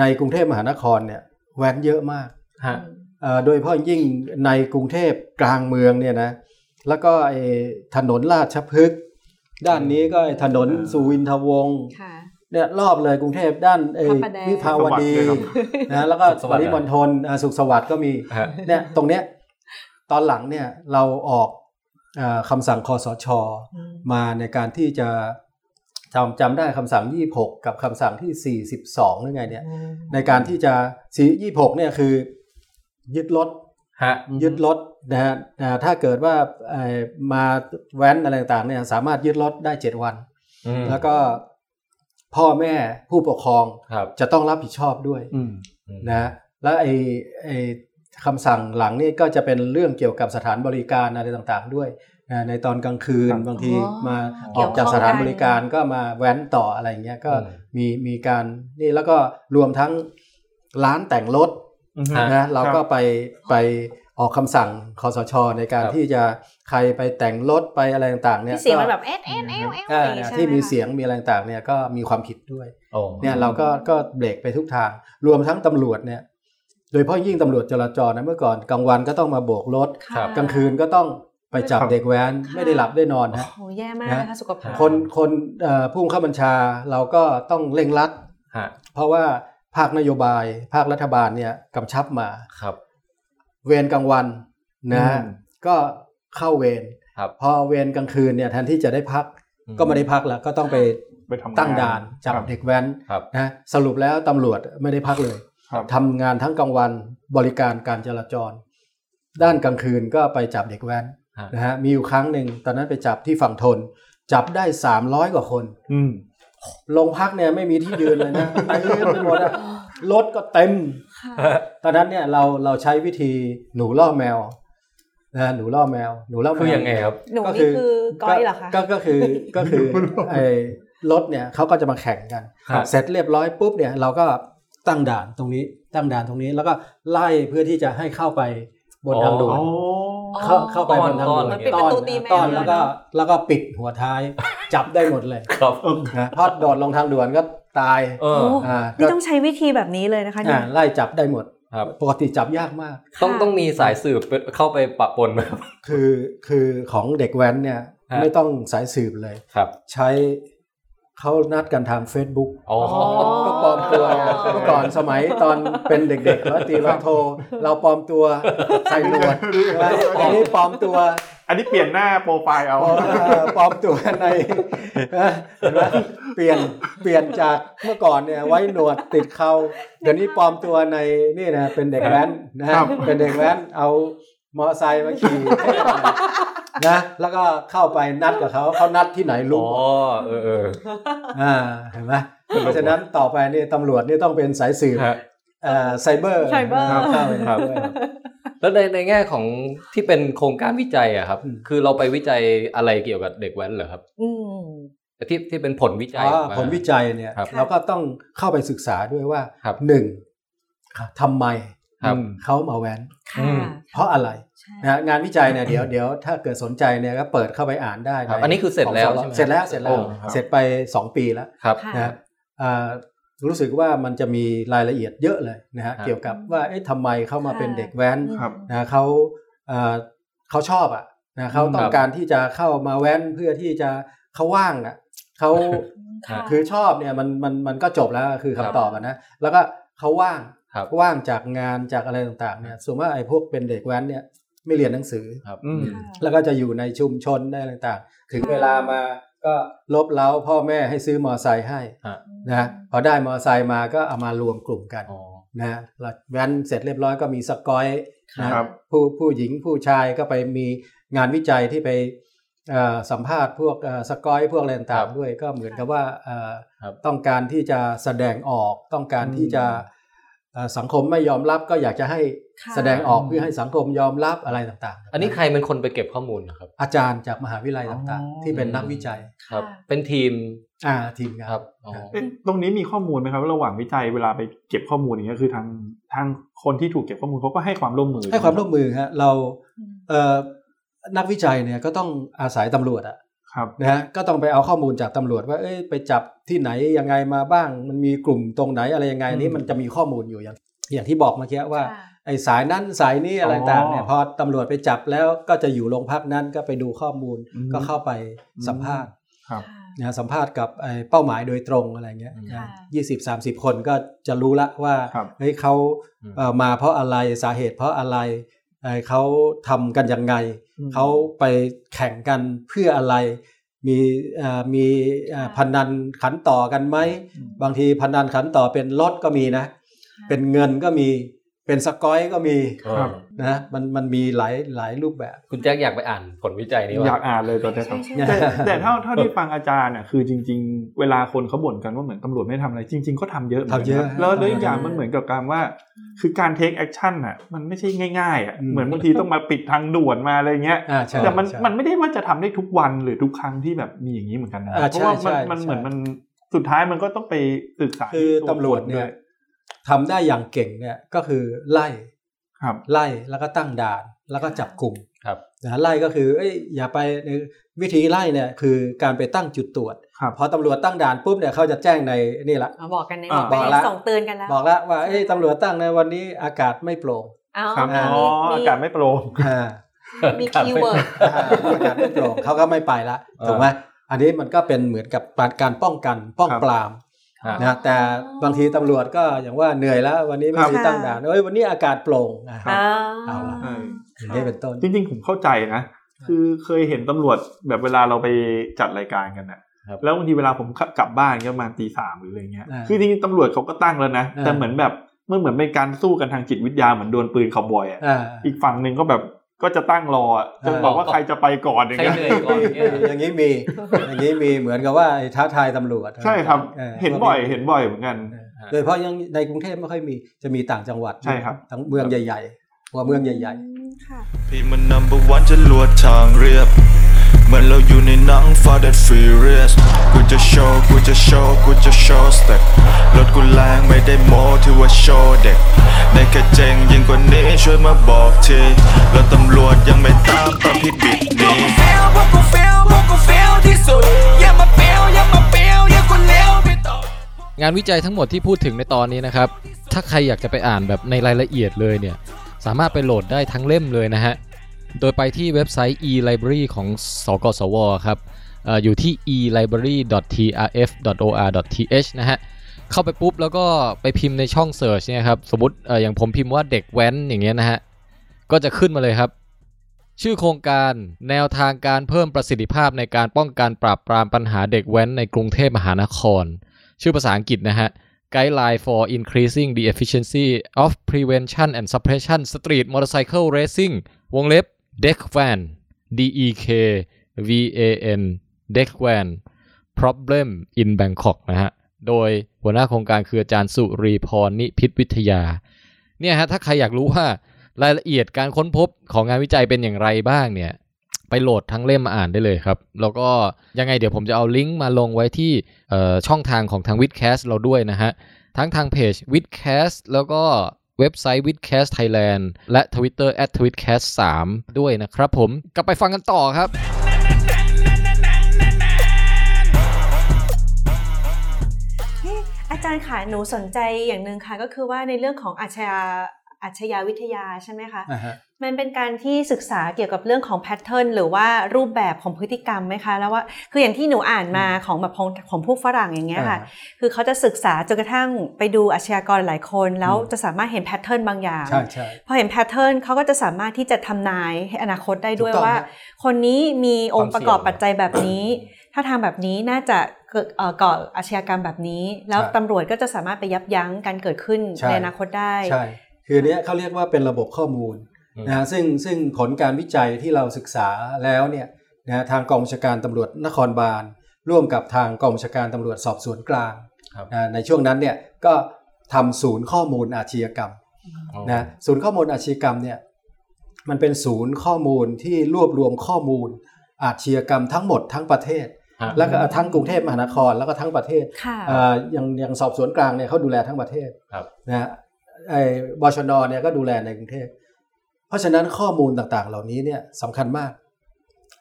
S2: ในกรุงเทพมหานครเนี่ยแว้นเยอะมาก
S1: ฮะ
S2: เอ่อโดยเฉพาะยิ่งในกรุงเทพกลางเมืองเนี่ยนะแล้วก็ไอ้ถนนราชพฤกษ์ด้านนี้ก็ไอ้ถนนสุวินทวงศ์
S3: ค่ะ
S2: เนี่ยรอบเลยกรุงเทพด้านไอ้
S3: พระประแดง
S2: วิภาวดี
S5: สุขสวัสดิ์ด้วย
S1: *laughs*
S2: นะแล้วก็
S1: สุขส
S2: ป
S1: วัสดิ์
S2: ริมณฑลอ่าสุขสวัสดิ์
S1: *laughs*
S2: ก็มี
S1: ฮะ
S2: เนี่ยตรงเนี้ยตอนหลังเนี่ยเราออกเอ่อคำสั่งคอสช
S3: อืม
S2: มาในการที่จะจำจำได้คำสั่ง 26 กับคำสั่งที่ 42หรือไงเนี่ยในการที่จะ4 26เนี่ยคือยึดรถ
S1: ฮะ
S2: ยึดรถนะฮะอ่าถ้าเกิดว่าเอ่อมาแว้นอะไรต่างๆเนี่ยสามารถยึดรถได้ 7 วัน
S1: อืม
S2: แล้วก็พ่อแม่ผู้ปกครอง
S1: ครับ
S2: จะต้องรับผิดชอบด้วย
S5: อืม
S2: นะฮะและไอ้ไอ้คำสั่งหลังนี่ก็จะเป็นเรื่องเกี่ยวกับสถานบริการอะไรต่างๆ ด้วยนะในตอนกลางคืน
S5: ครับ
S2: บางทีมา
S3: เ
S2: ออกจากสถานบริการก็มาแว้นต่ออะไรอย่างเงี้ยก็
S1: อืม
S2: มีมีการนี่แล้วก็รวมทั้งร้านแต่งรถ
S5: อืม
S1: ฮะ
S2: นะเรา
S5: ครับ
S2: ก็ไปไปออกคำสั่งคอสช ในการ
S1: ครับ
S2: ที่จะใครไปแต่งรถไปอะไรต่างๆเนี่ย
S3: ที่เสียงมัน
S2: ก็
S3: แบบเอ๊ะเอ๊ะเอ๊ะเอ๊ะอะ
S2: อ่า
S3: ไรอย่างงี้ใช่ไห
S2: ที่มี
S3: คะ
S2: เสียงมีอะไรต่างๆเนี่ยก็มีความผิดด้วย
S1: โอ้
S2: เนี่ยเราก็ก็เบรกไปทุกทาง รวมทั้งตำรวจเนี่ยโดยเฉพาะยิ่งตำรวจจราจรนะเมื่อก่อนกลางวันก็ต้องมาโบกรถ
S3: ค่ะ
S2: กลางคืนก็ต้องไปจับ
S5: ครับ
S2: เด็กแว้นไม่ได้หลับได้นอนนะ
S3: โหแย่มากนะคะสุขภาพ
S2: คนคนเอ่อผู้ข้าบัญชาเราก็ต้องเร่งรัด
S1: ฮะ
S2: เพราะว่าภาคนโยบายภาครัฐบาลเนี่ยกำชับมา
S1: ครับ
S2: เวรกลางวันนะฮะ
S5: อืม
S2: ก็เข้าเวร
S1: ครับ
S2: พอเวรกลางคืนเนี่ยแทนที่จะได้พักก็ไม่ได้พักแล้วก็ต้องไป
S5: ไปทำง
S2: ตั้งด่านจับ
S5: ครับ
S2: เด็กแว้น
S1: ครับ
S2: นะสรุปแล้วตำรวจไม่ได้พักเลย
S5: ครับ
S2: ทำงานทั้งกลางวันบริการการจราจร ด้านกลางคืนก็ไปจับเด็กแว้น
S1: ฮะ
S2: นะฮะมีอยู่ครั้งหนึ่งตอนนั้นไปจับที่ฝั่งทน จับได้ 300 กว่าคน
S5: อืม
S2: ลงพักเนี่ยไม่มีที่ยืนเลยนะ *laughs* เต็มไปหมดอะรถก็เต็ม
S3: ค่ะ
S2: ตอนนั้นเนี่ยเราเราใช้วิธีหนูล่อแมวนะหนูล่อแมว หนูล่อแมว
S1: คือยังไงครับ
S3: หนูนี่คือก้อยเหรอคะ
S2: ก็ก็คือก็คือไอ้รถเนี่ยเขาก็จะมาแข่งกัน
S1: ครับ
S2: เสร็จเรียบร้อยปุ๊บเนี่ยเราก็ตั้งด่านตรงนี้ ตั้งด่านตรงนี้แล้วก็ไล่เพื่อที่จะให้เข้าไปบนทางด่วน
S5: โอ้
S2: เข้าเข้าไปบนทางด่ว
S1: ต้อนเหมือน
S2: น
S3: ปิดประตูตีแมว
S2: ต้อนแล้วก็แล้วก็ปิดหัวท้ายจับได้หมดเลย
S1: ครับ
S2: นะพอโดดลงทางด่วนก็ตาย
S1: เออ
S3: โอ้
S2: อ่า
S3: นี่
S2: ก็
S3: ต้องใช้วิธีแบบนี้เลยนะคะเนี่
S2: อ่าย ไล่จับได้หมด
S1: ครับ
S2: ปกติจับยากมาก
S1: ต้องต้องมีสายสืบเข้าไปปะปนไหมครับ
S2: คือคือของเด็กแว้นเนี่ย
S1: ฮะ
S2: ไม่ต้องสายสืบเลย
S1: ครับ
S2: ใช้เขานัดกันทาง Facebook
S1: อ๋อ
S3: อ๋อ
S2: ก็ปลอมตัวไง
S1: อ๋อ
S2: เมื่อก่อนสมัยตอนเป็นเด็กๆร้อยตีร้อยโท เราปลอมตัวใส่หนวด
S5: เรียก
S2: อันนี้ปลอมตัว
S5: อันนี้เปลี่ยนหน้าโปรไฟล์เอา
S2: ปลอมเอ่อปลอมตัวในเห็นไหมเปลี่ยนเปลี่ยนจากเมื่อก่อนเนี่ยไว้หนวดติดเขาเดี๋ยวนี้ปลอมตัวในนี่นะเป็นเด็กแว้นนะเป็นเด็กแว้นเอามอไซค์มาขี่ นะแล้วก็เข้าไปนัดกับเขาเขานัดที่ไหน
S1: อ๋
S2: รู้
S1: อเออเออ
S2: อ่าเห็นไหมเพราะฉะนั้นต่อไปนี่ตำรวจนี่ต้องเป็นสายสืบ
S1: ฮะ
S2: เอ่อไซเบอร์
S3: ไซเบอร์
S2: นะเข้าไป
S1: ครับ
S2: ด้วย
S1: แล้วในในแง่ของที่เป็นโครงการวิจัยอะครับ
S2: อืม
S1: คือเราไปวิจัยอะไรเกี่ยวกับเด็กแว้นเหรอครับ
S3: อืม
S1: ที่ที่เป็นผลวิจัย
S2: อ๋อ
S1: ออกมา
S2: ผลวิจัยเนี่ย
S1: ครับ
S2: เราก็ต้องเข้าไปศึกษาด้วยว่า
S1: ครับ
S2: หนึ่งทำไม
S1: ครับ
S2: เขามาแว้น
S1: อืม
S3: ค่ะ
S2: เพราะอะไร
S3: ใช่
S2: นะงานวิจัยเนี่ยเดี๋ยวเดี๋ยวถ้าเกิดสนใจเนี่ยก็เปิดเข้าไปอ่านได้
S1: ครับ
S2: ใ
S1: อันนี้คือเสร็จแล้ว
S2: ขง
S1: ใช่ไหม
S2: เสร็จแล้วเสร็จแล้ว
S1: โอ้ครับ
S2: เสร็จไป 2 ปีแล้ว
S1: ครับ
S3: ค่ะ
S2: นะอ่ารู้สึกว่ามันจะมีรายละเอียดเยอะเลยนะฮะ
S1: ครับ
S2: เกี่ยวกับว่าเอ๊ะทำไมเขามา
S3: ค่ะ
S2: เป็นเด็กแว้น
S3: อืม
S5: ครับ
S2: นะเขาเอ่อเขาชอบอ่ *laughs* ะนะเขาต้องการที่จะเข้ามาแว้นเพื่อที่จะเขาว่างอ่ะเขา
S6: ครับ
S2: คือชอบเนี่ยมันมันมันก็จบแล้วคือคำตอบอะนะแล้วก็เขาว่าง
S6: ครับ
S2: ว่างจากงานจากอะไรต่างๆเนี่ยส่วนมากไอ้พวกเป็นเด็กแว้นเนี่ยไม่เรียนหนังสือ
S6: ครับ
S5: อืม
S2: แล้วก็จะอยู่ในชุมชนได้อะไรต่างๆ ถึงเวลามาก็ลบเล้าพ่อแม่ให้ซื้อมอไซค์ให้นะพอได้มอไซค์มาก็เอามารวมกลุ่มกัน
S6: อ๋อ
S2: นะแล้วแว้นเสร็จเรียบร้อยก็มีสกอยนะครับ ผู้ผู้หญิงผู้ชายก็ไปมีงานวิจัยที่ไปเอ่อสัมภาษณ์พวกเอ่อสกอยพวกอะไร
S6: ครั
S2: ต่า
S6: บ
S2: งๆด้วยก็เหมือนกับว่าเอ่อ
S6: ครับ
S2: ต้องการที่จะแสดงออกต้องการที่จะเอ่อสังคมไม่ยอมรับก็อยากจะให้
S3: ค่ะ
S2: แสดงออกเพื่อให้สังคมยอมรับอะไรต่างๆ
S6: อันนี้ใครเป็นคนไปเก็บข้อมูลนะครับ
S2: อาจารย์จากมหาวิทยาลัยต่าง
S5: อ๋อ
S2: ๆ ที่เป็นนักวิจัย
S6: ครับ เป็นทีม
S2: อ่าทีมงาน
S6: ครับอ๋อ
S5: เอ๊ะตรงนี้มีข้อมูลไหมครับว่าระหว่างวิจัยเวลาไปเก็บข้อมูลอย่างเงี้ยคือทางทางคนที่ถูกเก็บข้อมูลเขาก็ให้ความร่วมมือ
S2: ให้ความร่วมมือฮะเรา
S3: อืม
S2: เอ่อนักวิจัยเนี่ยก็ต้องอาศัยตำรวจอะ
S5: ครับ
S2: นะฮะก็ต้องไปเอาข้อมูลจากตำรวจว่าเอ้ยไปจับที่ไหนยังไงมาบ้าง มันมีกลุ่มตรงไหนอะไรยังไงอันนี้
S5: อืม
S2: มันจะมีข้อมูลอยู่อย่างอย่างที่บอกเมื่อกี้ว่า
S3: ค่ะ
S2: ไอ้สายนั้นสายนี้อะไร
S5: อ๋อ
S2: ต่างเนี่ยพอตำรวจไปจับแล้วก็จะอยู่โรงพักนั้นก็ไปดูข้อมูล
S5: อืม
S2: ก็เข้าไปสัมภาษณ์
S5: ครับ
S2: นะสัมภาษณ์กับไอ้เป้าหมายโดยตรงอะไรเงี้ย
S3: ค่ะ
S2: ยี่สิบสามสิบคนก็จะรู้ละว่า
S5: ครับ
S2: เฮ้ยเขาเอ่อมาเพราะอะไรสาเหตุเพราะอะไรเอ่อเขาทำกันยังไง
S5: อืม
S2: เขาไปแข่งกันเพื่ออะไร มีเอ่อมีเอ่อพนันขันต่อกันไหม บางทีพนันขันต่อเป็นรถก็มีนะ เป็นเงินก็มีเป็นสกอยก็มี
S5: ครับ
S2: นะมันมันมีหลายหลายรูปแบบ
S6: คุณแจ็คอยากไปอ่านผลวิจัยนี้
S5: อยา
S6: ว่า
S5: กอ่านเลยตอนเนี้ยครับ
S3: ใช่
S2: เนี่ย
S3: ใช่
S5: แต่แต่เท่าเท่าที่ฟังอาจารย์อ่ะคือจริง ๆ เวลาคนเขาบ่นกันว่าเหมือนตำรวจไม่ทำอะไร จริง ๆ ก็ทำเยอะหมืนกัน
S2: ทำเยอะ
S5: นแล้วแล้วอีกอย่าง
S2: ทำเยอะ
S5: มันเหมือนกับการว่า คือการ take action อ่ะมันไม่ใช่ง่ายๆอ่ะ
S2: อืม
S5: เหมือนบางทีต้องมาปิดทางด่วนมาอะไรเงี้ย
S2: อ่าใช่
S5: แต่มัน
S2: ใช่
S5: มันไม่ได้ว่าจะทำได้ทุกวันหรือทุกครั้งที่แบบมีอย่างนี้เหมือนกันนะ
S2: อ่า
S5: เพราะว่า
S2: ใช่
S5: มัน
S2: ใช่
S5: มัน
S2: ใช่
S5: เหมือนมันสุดท้ายมันก็ต้องไปศึกษา
S2: คือ
S5: ที่
S2: ตำรวจเนี่
S5: ด้
S2: ย
S5: ย
S2: ทำได้อย่างเก่งเนี่ยก็คือไล่
S5: ครับ
S2: ไล่แล้วก็ตั้งด่านแล้วก็จับกลุ่ม
S6: ครับ
S2: นะไล่ก็คือเอ้ยอย่าไปในวิธีไล่เนี่ยคือการไปตั้งจุดตรวจ
S5: ครับ
S2: พอตำรวจตั้งด่านปุ๊บเนี่ยเขาจะแจ้งในนี่ละ
S3: เอาบอกกันใน
S5: อ่า
S3: ไป
S2: บอกละ
S3: ส่งเตือนกันแล้ว
S2: บอกแล้วว่าเอ้ยตำรวจตั้งในวันนี้อากาศไม่โปร่ง
S3: เอา
S5: ครับ
S3: มี
S5: อ๋ออากาศไม่โปร่ง
S2: อ่า
S3: มีคีย์เวิร์ด
S2: อ่าอากาศไม่โปร่งเขาก็ไม่ไปละถูกไหมอันนี้มันก็เป็นเหมือนกับการป้องกันป้อง
S5: ครับ
S2: ปราม
S6: อ่าน
S2: นะแต่บางทีตำรวจก็อย่างว่าเหนื่อยแล้ว วันนี้ไม่
S5: ครับ
S2: มีตั้งด่านเอ้ยวันนี้อากาศโปร่งอ่ะ
S3: อ่า
S2: เอาละ
S5: ใช่
S2: อย่างนี้เป็นต้น
S5: จริงๆ ผมเข้าใจนะ คือเคยเห็นตำรวจแบบเวลาเราไปจัดรายการกันนะครับ แล้วบางทีเวลาผมกลับบ้านก็ประมาณตีสามหรืออะไรเงี้ย
S2: อ่า
S5: คือจริงๆตำรวจเขาก็ตั้งแล้วนะ
S2: อ่า
S5: แต่เหมือนแบบมันเหมือนเป็นการสู้กันทางจิตวิทยาเหมือนดวลปืนคาวบอยอ่ะ
S2: อ่า
S5: อีกฝั่งหนึ่งก็แบบก็จะตั้งรออะจนบอกว่า
S6: อ่า
S5: ใครจะไปก่อนอย่าง
S6: ใคร
S5: เงี้
S6: เหนื่อย
S5: ย
S6: ก่อนเนี่ย
S2: อย่างนี้มีอย่างนี้มีเหมือนกับว่าไอ้ท้าทายตำรวจ
S5: ใช่ครับ
S2: ออ
S5: เห็นบ่อยเห็นบ่อยเหมือนกัน
S2: โดยเฉพาะยังในกรุงเทพไม่ค่อยมีจะมีต่างจังหวัด
S5: ใช่ครับ
S2: ต่างเมืองใหญ่ๆหัวเมืองใหญ่
S7: พี่มัน number one จะลวดทางเรียบ เหมือนเราอยู่ในหนัง Fast and Furious กูจะโชว์ กูจะโชว์ กูจะโชว์สเต็ปรถกูแรงไม่ได้โมที่ว่าโชว์เด็ก ในแค่เจ๋งยิ่งกว่านี้ช่วยมาบอกทีแล้วตำรวจยังไม่ตามตอนพี่บิดหนี้
S1: งานวิจัยทั้งหมดที่พูดถึงในตอนนี้นะครับ ถ้าใครอยากจะไปอ่านแบบในรายละเอียดเลยเนี่ย สามารถไปโหลดได้ทั้งเล่มเลยนะฮะ โดยไปที่เว็บไซต์ e-library ของสกสวครับเอออยู่ที่ e-library.trf.or.th นะฮะ เข้าไปปุ๊บแล้วก็ไปพิมพ์ในช่องเ e ิร์ชเนี่ยครับ สมมติเอ่ออย่างผมพิมพ์ว่าเด็กแว้นอย่างเงี้ยนะฮะ ก็จะขึ้นมาเลยครับ ชื่อโครงการแนวทางการเพิ่มประสิทธิภาพในการป้องกันปราบปรามปัญหาเด็กแว้นในกรุงเทพมหานคร ชื่อภาษาอังกฤษนะฮะ Guideline for Increasing the Efficiency of Prevention and Suppression Street Motorcycle Racing วงเล็บ DECVAN D E K V A N DECVAN Problem in Bangkok นะฮะ โดยหัวหน้าโครงการคืออาจารย์สุรีพรนิพิษวิทยา เนี่ยฮะ ถ้าใครอยากรู้ว่ารายละเอียดการค้นพบของงานวิจัยเป็นอย่างไรบ้างเนี่ย ไปโหลดทั้งเล่มมาอ่านได้เลยครับ แล้วก็ยังไงเดี๋ยวผมจะเอาลิงก์มาลงไว้ที่เอ่อช่องทางของทางวิดแคสเราด้วยนะฮะ ทั้งทางเพจวิดแคสแล้วก็เว็บไซต์วิดแคสไทยแลนด์และ Twitter at w i d c a s t 3ด้วยนะครับผมกลับไปฟังกันต่อครับ
S3: อาจารย์ค่ะหนูสนใจอย่างหนึ่งค่ะก็คือว่าในเรื่องของอาชญา อาชญาวิทยาใช่ไหมคะ
S2: อ่าฮะ
S3: มันเป็นการที่ศึกษาเกี่ยวกับเรื่องของแพทเทิร์นหรือว่ารูปแบบของพฤติกรรมไหมคะ แล้วว่าคืออย่างที่หนูอ่านมาของแบบของของพวกฝรั่งอย่างเงี้ยค่ะ คือเขาจะศึกษาจนกระทั่งไปดูอาชญากรหลายคน แล้ว
S2: อืม
S3: จะสามารถเห็นแพทเทิร์นบางอย่าง
S2: ใช่ใช่
S3: พอเห็นแพทเทิร์นเขาก็จะสามารถที่จะทำนายให้อนาคตได้ด้วย
S2: ถูกต้อง
S3: ว่า
S2: ฮะ
S3: คนนี้มีองค์ประกอบ
S1: ความเสี่ยง
S3: ปัจจัยแบบนี้ ถ้าทางแบบนี้น่าจะเกิดเอ่อก่ออาชญากรรมแบบนี้ แล้วตำรวจก็จะสามารถไปยับยั้งการเกิดขึ้น
S2: ใช่
S3: ในอนาคตได้
S2: ใช่ คือเนี้ยเขาเรียกว่าเป็นระบบข้อมูล
S1: อืม
S2: นะฮะซึ่งซึ่งผลการวิจัยที่เราศึกษาแล้วเนี่ยนะฮะทางกองบัญชาการตำรวจนครบาล ร่วมกับทางกองบัญชาการตำรวจสอบสวนกลาง
S1: ครับ
S2: นะฮะในช่วงนั้นเนี่ยก็ทำศูนย์ข้อมูลอาชญากรรม
S1: อ๋อ
S2: นะศูนย์ข้อมูลอาชญากรรมเนี่ยมันเป็นศูนย์ข้อมูลที่รวบรวมข้อมูลอาชญากรรมทั้งหมดทั้งประเทศ
S1: ฮะ
S2: แล้วก็ทั้งกรุงเทพมหานครแล้วก็ทั้งประเทศ
S3: ค่ะ
S2: เอ่ออย่างอย่างสอบสวนกลางเนี่ยเขาดูแลทั้งประเทศ
S1: ครับ
S2: นะฮะไอ้บชนเนี่ยก็ดูแลในกรุงเทพ เพราะฉะนั้นข้อมูลต่างๆ เหล่านี้เนี่ยสำคัญมาก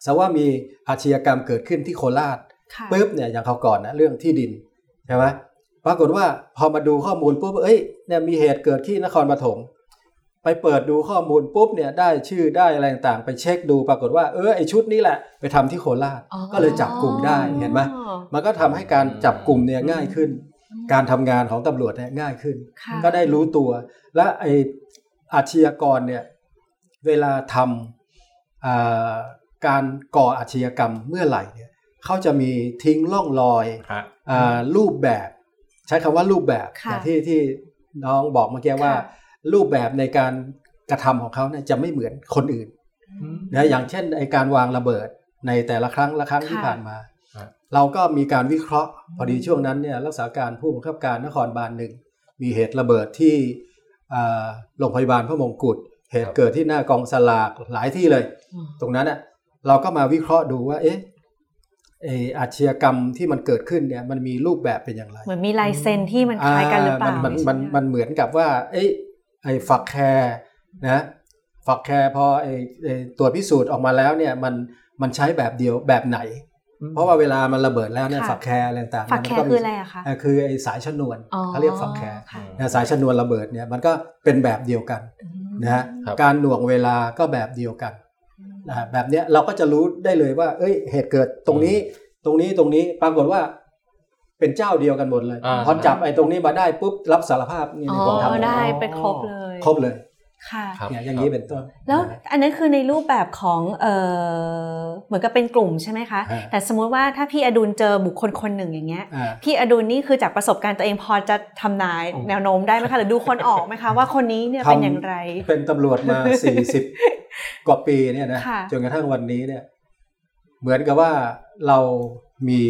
S2: แต่ว่ามีอาชญากรรมเกิดขึ้นที่โคราช
S3: ค่ะ
S2: ปุ๊บเนี่ยอย่างเขาวก่อนนะเรื่องที่ดินใช่ไหมปรากฏว่าพอมาดูข้อมูลปุ๊บเอ้ยเนี่ยมีเหตุเกิดที่นครปฐมไปเปิดดูข้อมูลปุ๊บเนี่ยได้ชื่อได้อะไรต่างๆ ไปเช็คดูปรากฏว่าเออไอชุดนี้แหละไปทำที่โคราช
S3: อ๋อ
S2: ก็เลยจับกลุ่มได้เห็นไหม มันก็ทำให้การจับกลุ่มเนี่ยง่ายขึ้น การทำงานของตำรวจเนี่ยง่ายขึ้น
S3: ค่ะ
S2: ก็ได้รู้ตัว และไออาชญากรเนี่ยเวลาทำอ่าการก่ออาชญากรรมเมื่อไหร่เนี่ยเขาจะมีทิ้งล่องรอย
S1: ฮะ
S2: อ่ารูปแบบ ใช้คำว่ารูปแบบ
S3: ค่ะ
S2: อย่างที่ที่น้องบอกเมื่อกี้ว่า
S3: ค่ะ
S2: รูปแบบในการกระทำของเขาเนี่ยจะไม่เหมือนคนอื่น นะอย่างเช่นไอการวางระเบิดในแต่ละครั้งละครั้ง
S3: ค่ะ
S2: ที่ผ่านมา
S1: ครับ
S2: เราก็มีการวิเคราะห์ พอดีช่วงนั้นเนี่ยรักษาการผู้บังคับการนครบาลหนึ่งมีเหตุระเบิดที่อ่าโรงพยาบาลพระมงกุฎเหตุเกิดที่หน้ากองสลากหลายที่เลย ตรงนั้นน่ะเราก็มาวิเคราะห์ดูว่าเอ๊ะไออาชญากรรมที่มันเกิดขึ้นเนี่ยมันมีรูปแบบเป็นอย่างไร
S3: เหมือนมีลายเซ็นที่มันคล้ายกันหรือเปล่า
S2: มันมันมันมันเหมือนกับว่าไอ้ไอ้ฝักแคร์นะฝักแคร์พอไอ้ไอ้ตัวจพิสูจน์ออกมาแล้วเนี่ยมันมันใช้แบบเดียวแบบไหน เพราะว่าเวลามันระเบิดแล้วเนี่ย
S3: ค่ะ
S2: ฝักแคร์อะไรต่างๆ
S3: ฝัก
S2: มั
S3: แค
S2: ก็
S3: ร์
S2: มี
S3: คืออะไรอะคะ
S2: เอ่อคือไอ้สายชนวน
S3: อ๋อ
S2: เขาเรียกฝักแคร์
S3: ะ
S2: นะสายชนวนระเบิดเนี่ยมันก็เป็นแบบเดียวกัน
S3: อืม
S2: นะฮะ
S1: ครับ
S2: การหน่วงเวลาก็แบบเดียวกันนะฮะแบบเนี้ยเราก็จะรู้ได้เลยว่า เอ้ยเหตุเกิดตรงนี้ตรงนี้ตรงนี้ปรากฏว่าเป็นเจ้าเดียวกันหมดเลย
S1: อ่า
S2: พอจับไอ้ตรงนี้มาได้ปุ๊บรับสารภาพนี่
S3: อ๋
S2: ในกองทัพ
S3: อได้
S5: อ๋อ
S3: ไปครบเลย
S2: ครบเลย
S3: ค่ะ
S1: ครับ
S2: เนี่ยอย่างนี้เป็นต้น
S3: แล้ว
S2: นะ
S3: อันนั้นคือในรูปแบบของเออเหมือนกับเป็นกลุ่มใช่ไหมคะ
S2: ฮะ
S3: แต่สมมุติว่าถ้าพี่อดุลเจอบุคคลคนหนึ่งอย่างเงี้ย
S2: อ่า
S3: พี่อดุลนี่คือจากประสบการณ์ตัวเองพอจะทำนายแนวโน้มได้ไหมคะ หรือดูคนออกไหมคะ ว่าคนนี้เนี่ยเป็นอย่างไร
S2: เป็นตำรวจ
S3: *laughs*
S2: มา 40 กว่าปีเนี่ยนะ
S3: ค่ะ
S2: จนกระทั่งวันนี้เนี่ย เหมือนกับว่าเรามี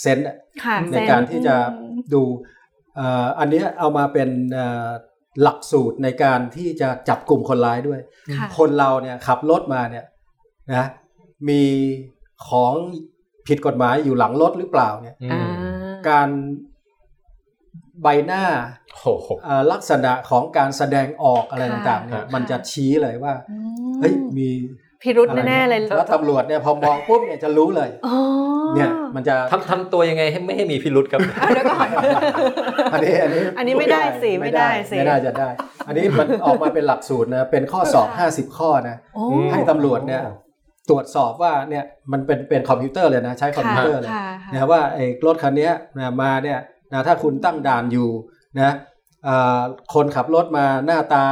S2: เซนส์อะ
S3: ค่ะ
S2: ในการที่จะดูเอ่ออันเนี้ยเอามาเป็นเอ่อหลักสูตรในการที่จะจับกลุ่มคนร้ายด้วย
S3: ค่ะ
S2: คนเราเนี่ยขับรถมาเนี่ยนะมีของผิดกฎหมายอยู่หลังรถหรือเปล่าเนี่ย
S1: อืม
S3: อ่า
S2: การใบหน้า
S1: โอ้โห
S2: เอ่อลักษณะของการแสดงออกอะไรต่างๆเนี่ย
S1: ค่ะ
S2: มันจะชี้เลยว่า
S3: อืม
S2: เฮ้ยมี
S3: พิรุษ
S2: อะไร
S3: แน่ๆเลย
S2: แล้วตำรวจเนี่ยพอมองปุ๊บเนี่ยจะรู้เลย
S3: อ๋อ
S2: เนี่ยมันจะ
S1: ทำทำตัวยังไงให้ไม่ให้มีพิรุษครับ *laughs*
S3: เอาเดี๋ยวก่อน
S2: อันนี้อันนี้
S3: อันนี้ไม่ได้สิไม่ได้สิ
S2: ไม่น่าจะได้ อันนี้มัน ออกมาเป็นหลักสูตรนะเป็นข้อสอบ
S3: ค่ะ
S2: 50 ข้อนะ
S3: โอ้
S2: ให้ตำรวจเนี่ยตรวจสอบว่าเนี่ยมันเป็นเป็นคอมพิวเตอร์เลยนะใช้คอมพิวเตอร์เลย
S3: ค่ะค่ะ
S2: นะว่าไอ้รถคันเนี้ยนะมาเนี่ยนะถ้าคุณตั้งด่านอยู่นะอ่าคนขับรถมาหน้าตา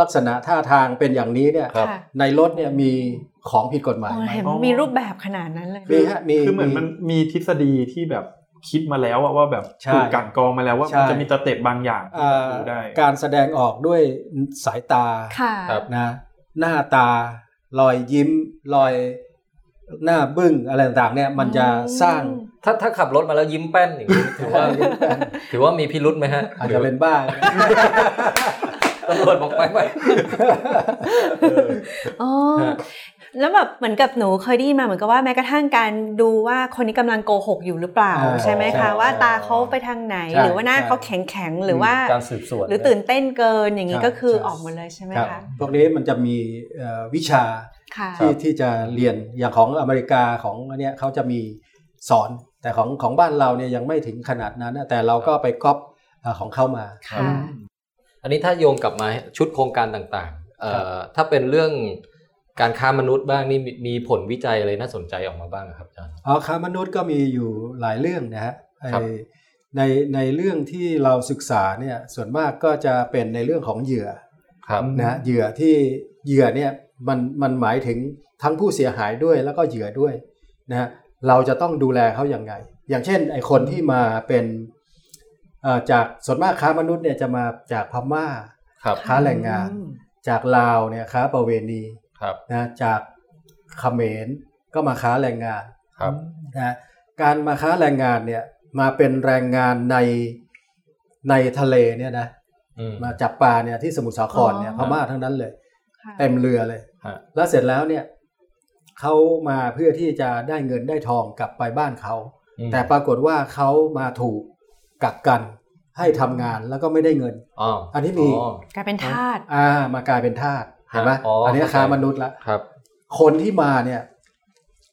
S2: ลักษณะท่าทางเป็นอย่างนี้เนี่ย
S1: ครับ
S3: ค่ะ
S2: ในรถเนี่ยมีของผิดกฎหมาย
S3: โอ้
S2: ไหม
S3: เห็นมีรูปแบบขนาดนั้นเลย
S2: มีฮะมี
S5: คือเหมือนมันมีทฤษฎีที่แบบคิดมาแล้วอะว่าแบบถูก
S2: ใช่
S5: กลันกรองมาแล้วว่า
S2: ใช่
S5: มันจะมีสเต็ปบางอย่างที่
S2: อ่า
S5: ดูได้
S2: การแสดงออกด้วยสายตา
S3: ค่ะ
S1: ครับ
S2: นะหน้าตา รอยยิ้ม รอยหน้าบึ้งอะไรต่างๆเนี่ยมันจะสร้าง
S1: ถ้าถ้าขับรถมาแล้วยิ้มแป้นอย่าง
S2: *laughs*
S1: นี้ถือว่า ถือว่ามีพิรุษไหมฮะ
S2: อาจจะเป็นบ้า
S1: ตำรวจบอกไปไป
S3: อ๋อ
S1: ฮะ
S3: แล้วแบบเหมือนกับหนูเคยได้ยินมาเหมือนกับว่าแม้กระทั่งการดูว่าคนนี้กำลังโกหกอยู่หรือเปล่า
S2: อ่า
S3: ใช่ไหม
S2: ใช่
S3: คะว่าตาเขาไปทางไหน
S2: ใช่
S3: หรือว่าหน้า
S2: ใช่
S3: เขาแข็งแข็งๆหรือว่า
S1: การสืบสวน
S3: หรือตื่นเต้นเกินอย่างนี้
S2: ใช่
S3: ก็คือ
S2: ใช่
S3: ออกหมดเลยใช่ไหม
S2: ครับ
S3: คะ
S2: พวกนี้มันจะมีเอ่อวิชา
S3: ค่ะ
S2: ที่ที่จะเรียนอย่างของอเมริกาของอันเนี้ยเขาจะมีสอนแต่ของของบ้านเราเนี่ยยังไม่ถึงขนาดนั้นนะแต่เราก็ไปก๊อปเอ่อของเข้ามา
S3: ค่ะ
S1: อันนี้ถ้าโยงกลับมาชุดโครงการต่างๆเอ่อถ้าเป็นเรื่องการค้ามนุษย์บ้างนี่มีมีผลวิจัยอะไรน่าสนใจออกมาบ้างครับอาจารย์
S2: อ๋อค้ามนุษย์ก็มีอยู่หลายเรื่องนะฮะไอ้
S1: ครับ
S2: ในในเรื่องที่เราศึกษาเนี่ยส่วนมากก็จะเป็นในเรื่องของเหยื่อ
S1: ครับ
S2: นะฮะเหยื่อที่เหยื่อเนี่ยมันมันหมายถึงทั้งผู้เสียหายด้วยแล้วก็เหยื่อด้วยนะฮะเราจะต้องดูแลเขาอย่างไง อย่างเช่นไอ้คนที่มาเป็นเอ่อจากส่วนมากค้ามนุษย์เนี่ยจะมาจากพม่า
S1: ครับ
S2: ค้าแรงงาน จากลาวเนี่ยค้าประเวณี
S1: ครับ
S2: นะจากเขมรก็มาค้าแรงงาน
S1: ครับ
S2: นะการมาค้าแรงงานเนี่ยมาเป็นแรงงานในในทะเลเนี่ยนะ
S1: อืม
S2: มาจับปลาเนี่ยที่สมุทรสาครเนี่ย
S3: อ๋
S2: พ
S3: อ
S2: ม่าทั้งนั้นเลย
S3: ค่ะ
S2: เต็มเรือเลย
S1: ฮะ
S2: แล้วเสร็จแล้วเนี่ยเขามาเพื่อที่จะได้เงินได้ทองกลับไปบ้านเขา
S1: อืม
S2: แต่ปรากฏว่าเขามาถูกกักกันให้ทำงานแล้วก็ไม่ได้เงิน
S1: อ๋อ
S2: อั
S1: อั
S2: นนี้มี
S3: กลายเป็นทาส
S2: อ่ามากลายเป็นทาสเห็นไหม
S1: ฮะอ๋ออั
S2: อันนี้
S1: เข้าใจ
S2: ค้ามนุษย์ละ
S1: ครับ
S2: คนที่มาเนี่ย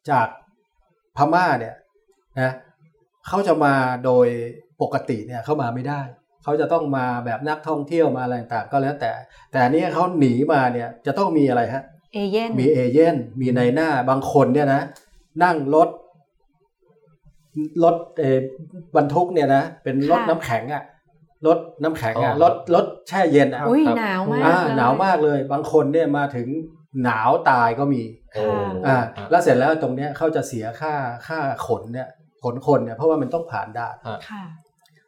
S2: จากพม่าเนี่ยนะเขาจะมาโดยปกติเนี่ยเขามาไม่ได้ เขาจะต้องมาแบบนักท่องเที่ยวมาอะไรต่างๆก็แล้วแต่ แต่อันนี้เขาหนีมาเนี่ยจะต้องมีอะไรฮะ
S3: เอเย่น
S2: มีเอเย่นมีในายหน้าบางคนเนี่ยนะนั่งรถรถเออบรรทุกเนี่ยนะเป็นรถน้ำแข็งอะรถน้ำแข็งอะ
S1: อ๋อ
S2: รถรถแช่เย็นอะ
S3: อุ้ย
S1: ครับ
S3: หนาวมาก
S2: อ่า
S3: เลย
S2: หนาวมากเลย บางคนเนี่ยมาถึงหนาวตายก็มี
S1: โอ้
S2: อ่า
S1: ฮะ
S2: แล้วเสร็จแล้วตรงเนี้ยเขาจะเสียค่าค่าขนเนี่ยขนคนเนี่ยเพราะว่ามันต้องผ่านด่าน
S3: ค่ะ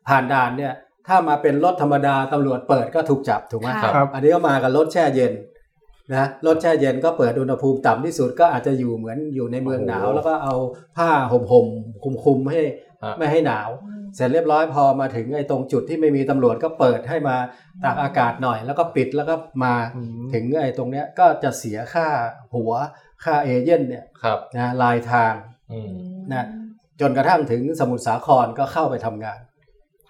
S2: ผ่านด่านเนี่ยถ้ามาเป็นรถธรรมดาตำรวจเปิดก็ถูกจับถูกไหม
S3: ครับ
S5: ครับ
S2: อันนี้ก็มากับรถแช่เย็นนะรถแช่เย็นก็เปิดอุณหภูมิต่ำที่สุดก็อาจจะอยู่เหมือนอยู่ในเมืองหนาว แล้วก็เอาผ้าห่มห่มคุมคุมๆให้
S1: ฮะ
S2: ไม่ให้หนาว เสร็จเรียบร้อยพอมาถึงไอ้ตรงจุดที่ไม่มีตำรวจก็เปิดให้มาตากอากาศหน่อย แล้วก็ปิดแล้วก็มา
S5: อืม
S2: ถึงไอ้ตรงเนี้ยก็จะเสียค่าหัวค่าเอเย่นเนี่ย
S1: ครับ
S2: นะลายทาง
S1: อืม
S2: นะจนกระทั่งถึงสมุทรสาครก็เข้าไปทำงาน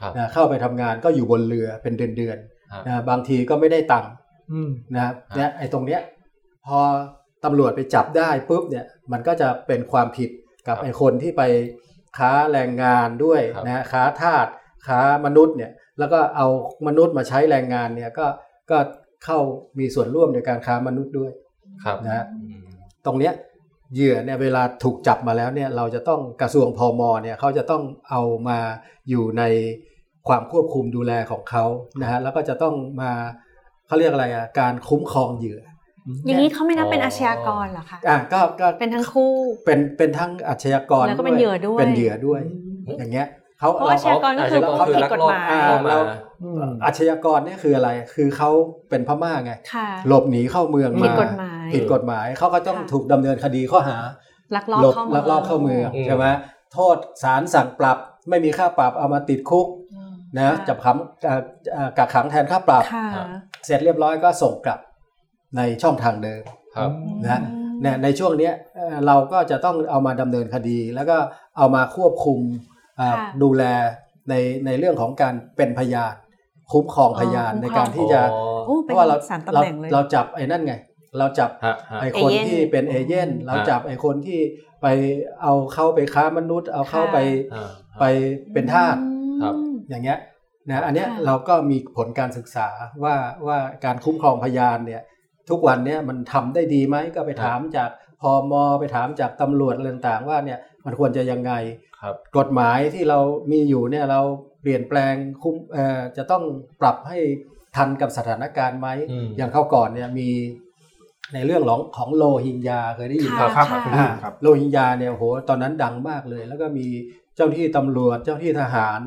S1: ครับ
S2: นะเข้าไปทำงานก็อยู่บนเรือเป็นเดือน
S1: ฮะ
S2: ๆนะบางทีก็ไม่ได้ตังค์
S5: อืม
S2: นะครับเนี่ยไอ้ตรงเนี้ยพอตำรวจไปจับได้ปุ๊บเนี่ยมันก็จะเป็นความผิดกับ
S1: ครับ
S2: ไอ้คนที่ไปค้าแรงงานด้วย
S1: ครับ
S2: นะค้าทาสค้ามนุษย์เนี่ยแล้วก็เอามนุษย์มาใช้แรงงานเนี่ยก็ก็เข้ามีส่วนร่วมในการค้ามนุษย์ด้วย
S1: ครับ
S2: นะฮะ
S1: อืม
S2: ตรงเนี้ยเหยื่อเนี่ยเวลาถูกจับมาแล้วเนี่ยเราจะต้องกระทรวงพมเนี่ยเขาจะต้องเอามาอยู่ในความควบคุมดูแลของเขานะฮะแล้วก็จะต้องมาเขาเรียกอะไรอ่ะการคุ้มครองเหยื่อ
S3: อย่างนี้เขาไม่นับเป็น
S1: อ๋ออ
S3: อาชญากรเหรอคะ
S2: อ่ะก็ก็
S3: เป็นทั้งคู่
S2: เป็นเป็นทั้งอาชญากร
S3: แล้วก็เป็นเหยื่อด้วย
S2: เป็นเหยื่อด้วย อย่างเงี้ยเขา
S3: เพราะอาชญากรก็คือ
S1: เพ
S3: ผู้
S1: ราะอาช
S3: ผิด
S1: ญาก
S3: ก
S1: รคือลัก
S3: ฎ
S1: ลอบ
S3: หมาย
S1: อ่
S2: เราเรา
S5: อืม
S2: อาชญากรเนี่ยคืออะไร คือเขาเป็นพม่าไง
S3: ค่ะ
S2: หลบหนีเข้าเมือง
S3: ผิด
S2: มาก
S3: ฎหมาย
S2: ผิดกฎหมายเขาก็ต้อง
S3: ค่ะ
S2: ถูกดำเนินคดีข้อหา
S3: ลักลอบ
S2: หลบ
S3: เข้าเมือง
S2: ลักลอบเข้าเมือง
S1: อืม
S2: ใช่ไหมโทษสารสั่งปรับไม่มีค่าปรับเอามาติดคุก
S3: อืม
S2: นะ
S3: ค่
S2: จับขังเอ่อเอ่อกักขังแทนค่าปรับ
S3: ค่ะ
S2: เสร็จเรียบร้อยก็ส่งกลับในช่องทางเดิม
S1: ครับ
S2: นะ
S3: อืม
S2: เนี่ยในช่วงเนี้ยเอ่อเราก็จะต้องเอามาดำเนินคดี แล้วก็เอามาควบคุมเอ่อ
S3: ค่ะ
S2: ดูแลในในเรื่องของการเป็นพยานคุ้มครองพยานในการที่จะ
S1: อ๋อ
S3: โอ้
S2: เพ
S3: เป็น
S2: ราะว่าเรา
S3: สามตำ
S2: เรา
S3: แหน่งเลย
S2: เราจับไอ้นั่นไง เราจับ
S1: ฮะฮะ
S2: ไอคน
S3: เอเย่น
S2: ที่เป็นเอเย่น
S3: อืม
S2: เราจับไอคนที่ไปเอาเข้าไปค้ามนุษย์ เอาเข้าไป
S1: อ่า
S2: ไปเป็นทาส
S1: ครับ
S3: อืม
S2: อย่างเงี้ยนะอันเนี้ย
S3: ค่ะ
S2: เราก็มีผลการศึกษาว่าว่าการคุ้มครองพยานเนี่ยทุกวันเนี่ยมันทำได้ดีไหมก็ไปถามจากพมไปถามจากตำรวจอะไรต่างๆว่าเนี่ยมันควรจะยังไง
S1: ครับ
S2: กฎหมายที่เรามีอยู่เนี่ยเราเปลี่ยนแปลงคุ้มเอ่อจะต้องปรับให้ทันกับสถานการณ์ไหม
S1: อืม
S2: อย่างเข้าวก่อนเนี่ยมีในเรื่องของของโลหิงญาเคยได้ยิน
S5: ค
S3: ค
S5: รั
S3: รั
S5: บบ ครับ
S3: ค่ะ
S2: อ่า
S5: ครับ
S2: โลหิงญาเนี่ยโหตอนนั้นดังมากเลย แล้วก็มีเจ้าที่ตำรวจเจ้าที่ทหาร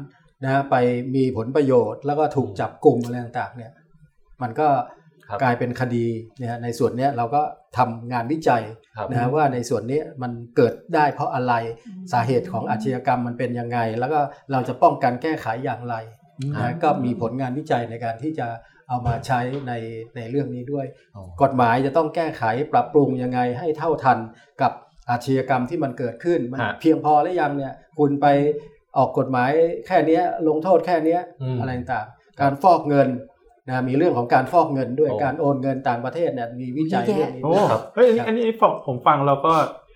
S2: นะฮะไปมีผลประโยชน์ แล้วก็ถูกจับกลุ่มอะไรต่างๆเนี่ยมันก็
S1: ครับ
S2: กลายเป็นคดีนะฮะในส่วนเนี้ยเราก็ทำงานวิจัย
S1: ครับ
S2: นะฮะว่าในส่วนนี้มันเกิดได้เพราะอะไรสาเหตุของอาชญากรรมมันเป็นยังไง แล้วก็เราจะป้องกันแก้ไขอย่างไร
S1: ครับ
S2: นะก็มีผลงานวิจัยในการที่จะเอามาใช้ในในเรื่องนี้ด้วย
S1: อ๋อก
S2: ฎหมายจะต้องแก้ไขปรับปรุงยังไงให้เท่าทันกับอาชญากรรมที่มันเกิดขึ้นมัน
S1: ฮะ
S2: เพียงพอหรือยังเนี่ยคุณไปออกกฎหมายแค่เนี้ยลงโทษแค่เนี้ย
S1: อืม
S2: อะไรต่างๆการฟอกเงินนะมีเรื่องของการฟอกเงินด้วย
S1: โอ้
S2: การโอนเงินต่างประเทศเนี่ยมีวิจัยเรื่องนี้
S5: โอ้
S2: ด้วย
S5: เฮ้ยอันนี้อันนี้ผมผมฟังเราก็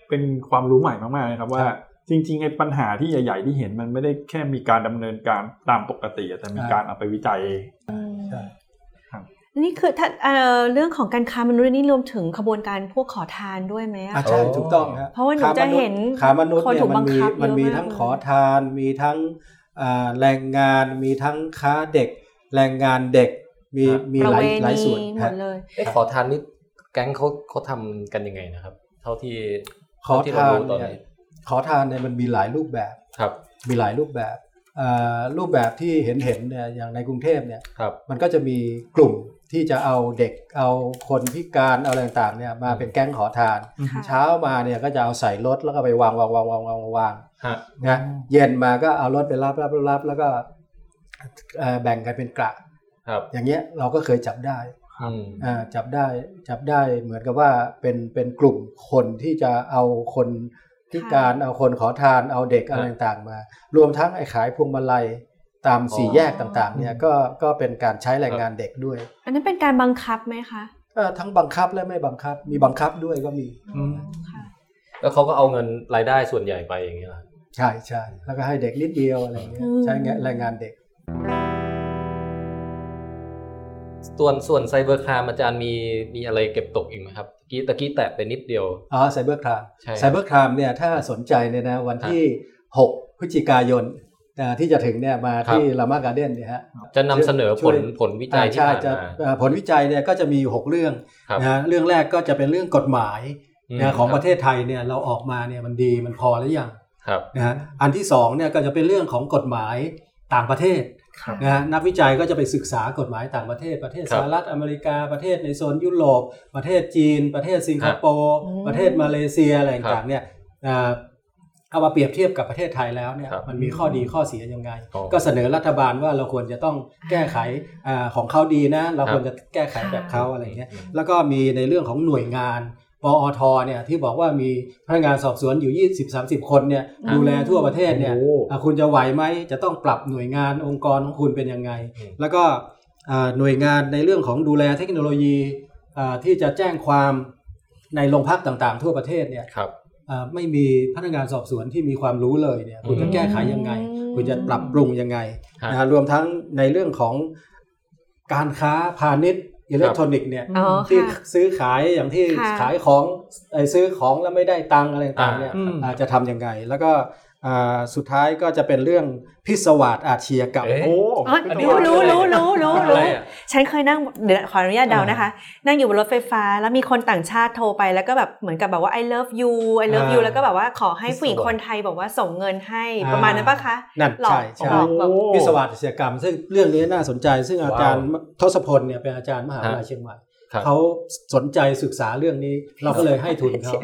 S5: เป็นความรู้ใหม่มากๆเลยครับว่า จริงๆไอ้ปัญหาที่ใหญ่ ๆ ที่เห็นมันไม่ได้แค่มีการดำเนินการตามปกติอะแต่มีการเอาไปวิจัยเอง
S3: นี่คือถ้าเอ่อเรื่องของการค้ามนุษย์นี่รวมถึงขบวนการพวกขอทานด้วยไหมอะ
S2: อ่ะใช่ถูกต้องฮะ
S3: เพราะว่าหนูจะเห็น
S2: ขามนุษย์
S3: คน
S2: เนี่ย
S3: ถูก
S2: มันมี
S3: บังคับเยอะ
S2: มันมี
S3: มาก
S2: ทั้ง
S3: เลย
S2: ขอทานมีทั้งอ่าแรงงานมีทั้งค้าเด็ก แรงงานเด็กมี
S5: ครับ
S2: มี
S3: ประ
S2: หลา
S3: เวย
S2: หลาย
S3: ณี
S2: ส่วน
S3: หม
S2: ฮะ
S3: ดเลย
S1: เอ๊ะขอทานนี่แก๊งเขาเขาทำกันยังไงนะครับ เท่าที่
S2: ขอ
S1: เท่าที่เรา
S2: ทาน
S1: รู้ตอน
S2: เนี่ย
S1: นี้
S2: ขอทานเนี่ยมันมีหลายรูปแบบ
S1: ครับ
S2: มีหลายรูปแบบเอ่อรูปแบบที่เห็นเห็นๆเนี่ยอย่างในกรุงเทพเนี่ย
S1: ครับ
S2: มันก็จะมีกลุ่มที่จะเอาเด็กเอาคนพิการเอาอะไรต่างๆเนี่ยมาเป็นแก๊งขอทาน
S3: ค่ะ
S2: เช้ามาเนี่ยก็จะเอาใส่รถแล้วก็ไปวางวางวางวางวางวาง
S1: ฮะ
S2: นะเย็นมาก็เอารถไปรับรับรับรับแล้วก็เอ่อแบ่งกันเป็นกระ
S1: ครับ
S2: อย่างเงี้ยเราก็เคยจับได้
S1: อืม
S2: อ่าจับได้จับได้เหมือนกับว่าเป็นเป็นกลุ่มคนที่จะเอาคนพิการเอาคนขอทานเอาเด็กอะไรต่างๆมา รวมทั้งไอ้ขายพวงมาลัยตามสี่แยกต่างๆเนี่ยก็ก็เป็นการใช้แรงงานเด็กด้วย
S3: อันนั้นเป็นการบังคับไหมคะ
S2: เอ่อทั้งบังคับและไม่บังคับมีบังคับด้วยก็มี
S5: อืม
S3: ค่ะ
S1: แล้วเขาก็เอาเงินรายได้ส่วนใหญ่ไปอย่างเงี้ยเหรอ
S2: ใช่ใช่แล้วก็ให้เด็กนิดเดียวอะไรเงี้ยใช้แรงงานเด็ก
S1: ส่วนส่วนไซเบอร์ครามอาจารย์มีมีอะไรเก็บตกอีกไหมครับตะกี้ตะกี้แตะไปนิดเดียว
S2: อ๋อไซเบอร์คราม
S1: ใช่
S2: ไซเบอร์ครามเนี่ยถ้าสนใจเนี่ยนะวันที่ 6 พฤศจิกายนอ่าที่จะถึงเนี่ยมา
S1: ครับ
S2: ที่ลามาการ์เด้นเนี่ยฮะ
S1: จะนำเสนอผล
S2: ช่วย
S1: ผลวิจัยที่ผ่าน
S2: จะ
S1: มา
S2: เอ่อผลวิจัยเนี่ยก็จะมีอยู่ 6 เรื่อง
S1: ครับ
S2: นะฮะเรื่องแรกก็จะเป็นเรื่องกฎหมาย
S1: ม
S2: นะของประเทศไทยเนี่ยเราออกมาเนี่ยมันดีมันพอหรือยัง
S1: ครับ
S2: นะฮะอันที่2เนี่ยก็จะเป็นเรื่องของกฎหมายต่างประเทศ
S5: ครับ
S2: นะฮะนักวิจัยก็จะไปศึกษากฎหมายต่างประเทศ ประเทศ
S1: ครั
S2: ส
S1: บ
S2: หรัฐอเมริกาประเทศในโซนยุโรปประเทศจีน ประเทศสิงคโปร์
S3: อืม
S2: ประเทศมาเลเซียอะไร
S1: ครั
S2: ต่า
S1: บ
S2: งๆเนี่ยเอ่อเอามาเปรียบเทียบกับประเทศไทยแล้วเนี่ย
S1: ครับ
S2: มันมีข้อดีข้อเสียยังไง
S1: อ๋อ
S2: ก็เสนอรัฐบาลว่าเราควรจะต้องแก้ไขอ่าของเขาดีนะ เราควรจะแก้ไขแบบเขาอะไรอย่างเงี้ย แล้วก็มีในเรื่องของหน่วยงาน ปอทเนี่ยที่บอกว่ามีพนักงานสอบสวนอยู่ 20-30 คนเนี่ย
S3: อ่า
S2: ดูแลทั่วประเทศเนี่ย
S1: โอ้
S2: อ่ะคุณจะไหวไหมจะต้องปรับหน่วยงานองค์กรของคุณเป็นยังไง
S1: อืม
S2: แล้วก็อ่าหน่วยงานในเรื่องของดูแลเทคโนโลยีอ่าที่จะแจ้งความในโรงพักต่างๆ ทั่วประเทศเนี่ย
S1: ครับ
S2: เอ่อไม่มีพนักงานสอบสวนที่มีความรู้เลยเนี่ยคุณจะ
S1: อืม
S2: แก้ไขยังไง
S3: อืม
S2: คุณจะปรับปรุงยังไง
S1: ครับ
S2: นะฮะรวมทั้งในเรื่องของการค้าพาณิชย์อิเล็กทรอนิกส์เนี่ย
S3: อ๋อ
S2: ที่
S3: ค่ะ
S2: ซื้อขายอย่างที่
S3: ค่ะ
S2: ขายของเอ่อซื้อของแล้วไม่ได้ตังค์อะไรต่างๆเนี่ย
S5: อ่าอืม
S2: อ่าจะทำยังไง แล้วก็อ่าสุดท้ายก็จะเป็นเรื่องพิศวาสอาชญากรรม
S1: เอ๊ะ
S5: โอ้
S3: อ๋อ
S5: พี่ตะ
S3: รู้
S5: วัน
S3: รู้รู้รู้รู้
S1: อะ
S3: รู้
S1: ไรอ่ะ
S3: ฉันเคยนั่งเดี๋ยวขออนุญาตเดานะคะ นั่งอยู่บนรถไฟฟ้าแล้วมีคนต่างชาติโทรไปแล้วก็แบบเหมือนกับแบบว่า I love you I love you
S2: อ่า
S3: แล้วก็แบบว่าขอให้ผู้หญิง
S1: ส่ง
S3: คนไทยบอกว่าส่งเงินให้
S2: อ่า
S3: ประมาณนั้นปะคะ
S2: นั่น
S3: หลอก
S2: ใช่
S3: หล
S2: ใช่
S3: อก
S5: โอ้
S2: พิศวาสอาชญากรรม ซึ่งเรื่องนี้น่าสนใจ ซึ่งอาจารย์ทศพลเนี่ยเป็นอาจารย์มหาวิทยาลัยเชียงใหม่
S1: ครับ
S2: เขาสนใจศึกษาเรื่องนี้เราก็เลยให้ทุนเขา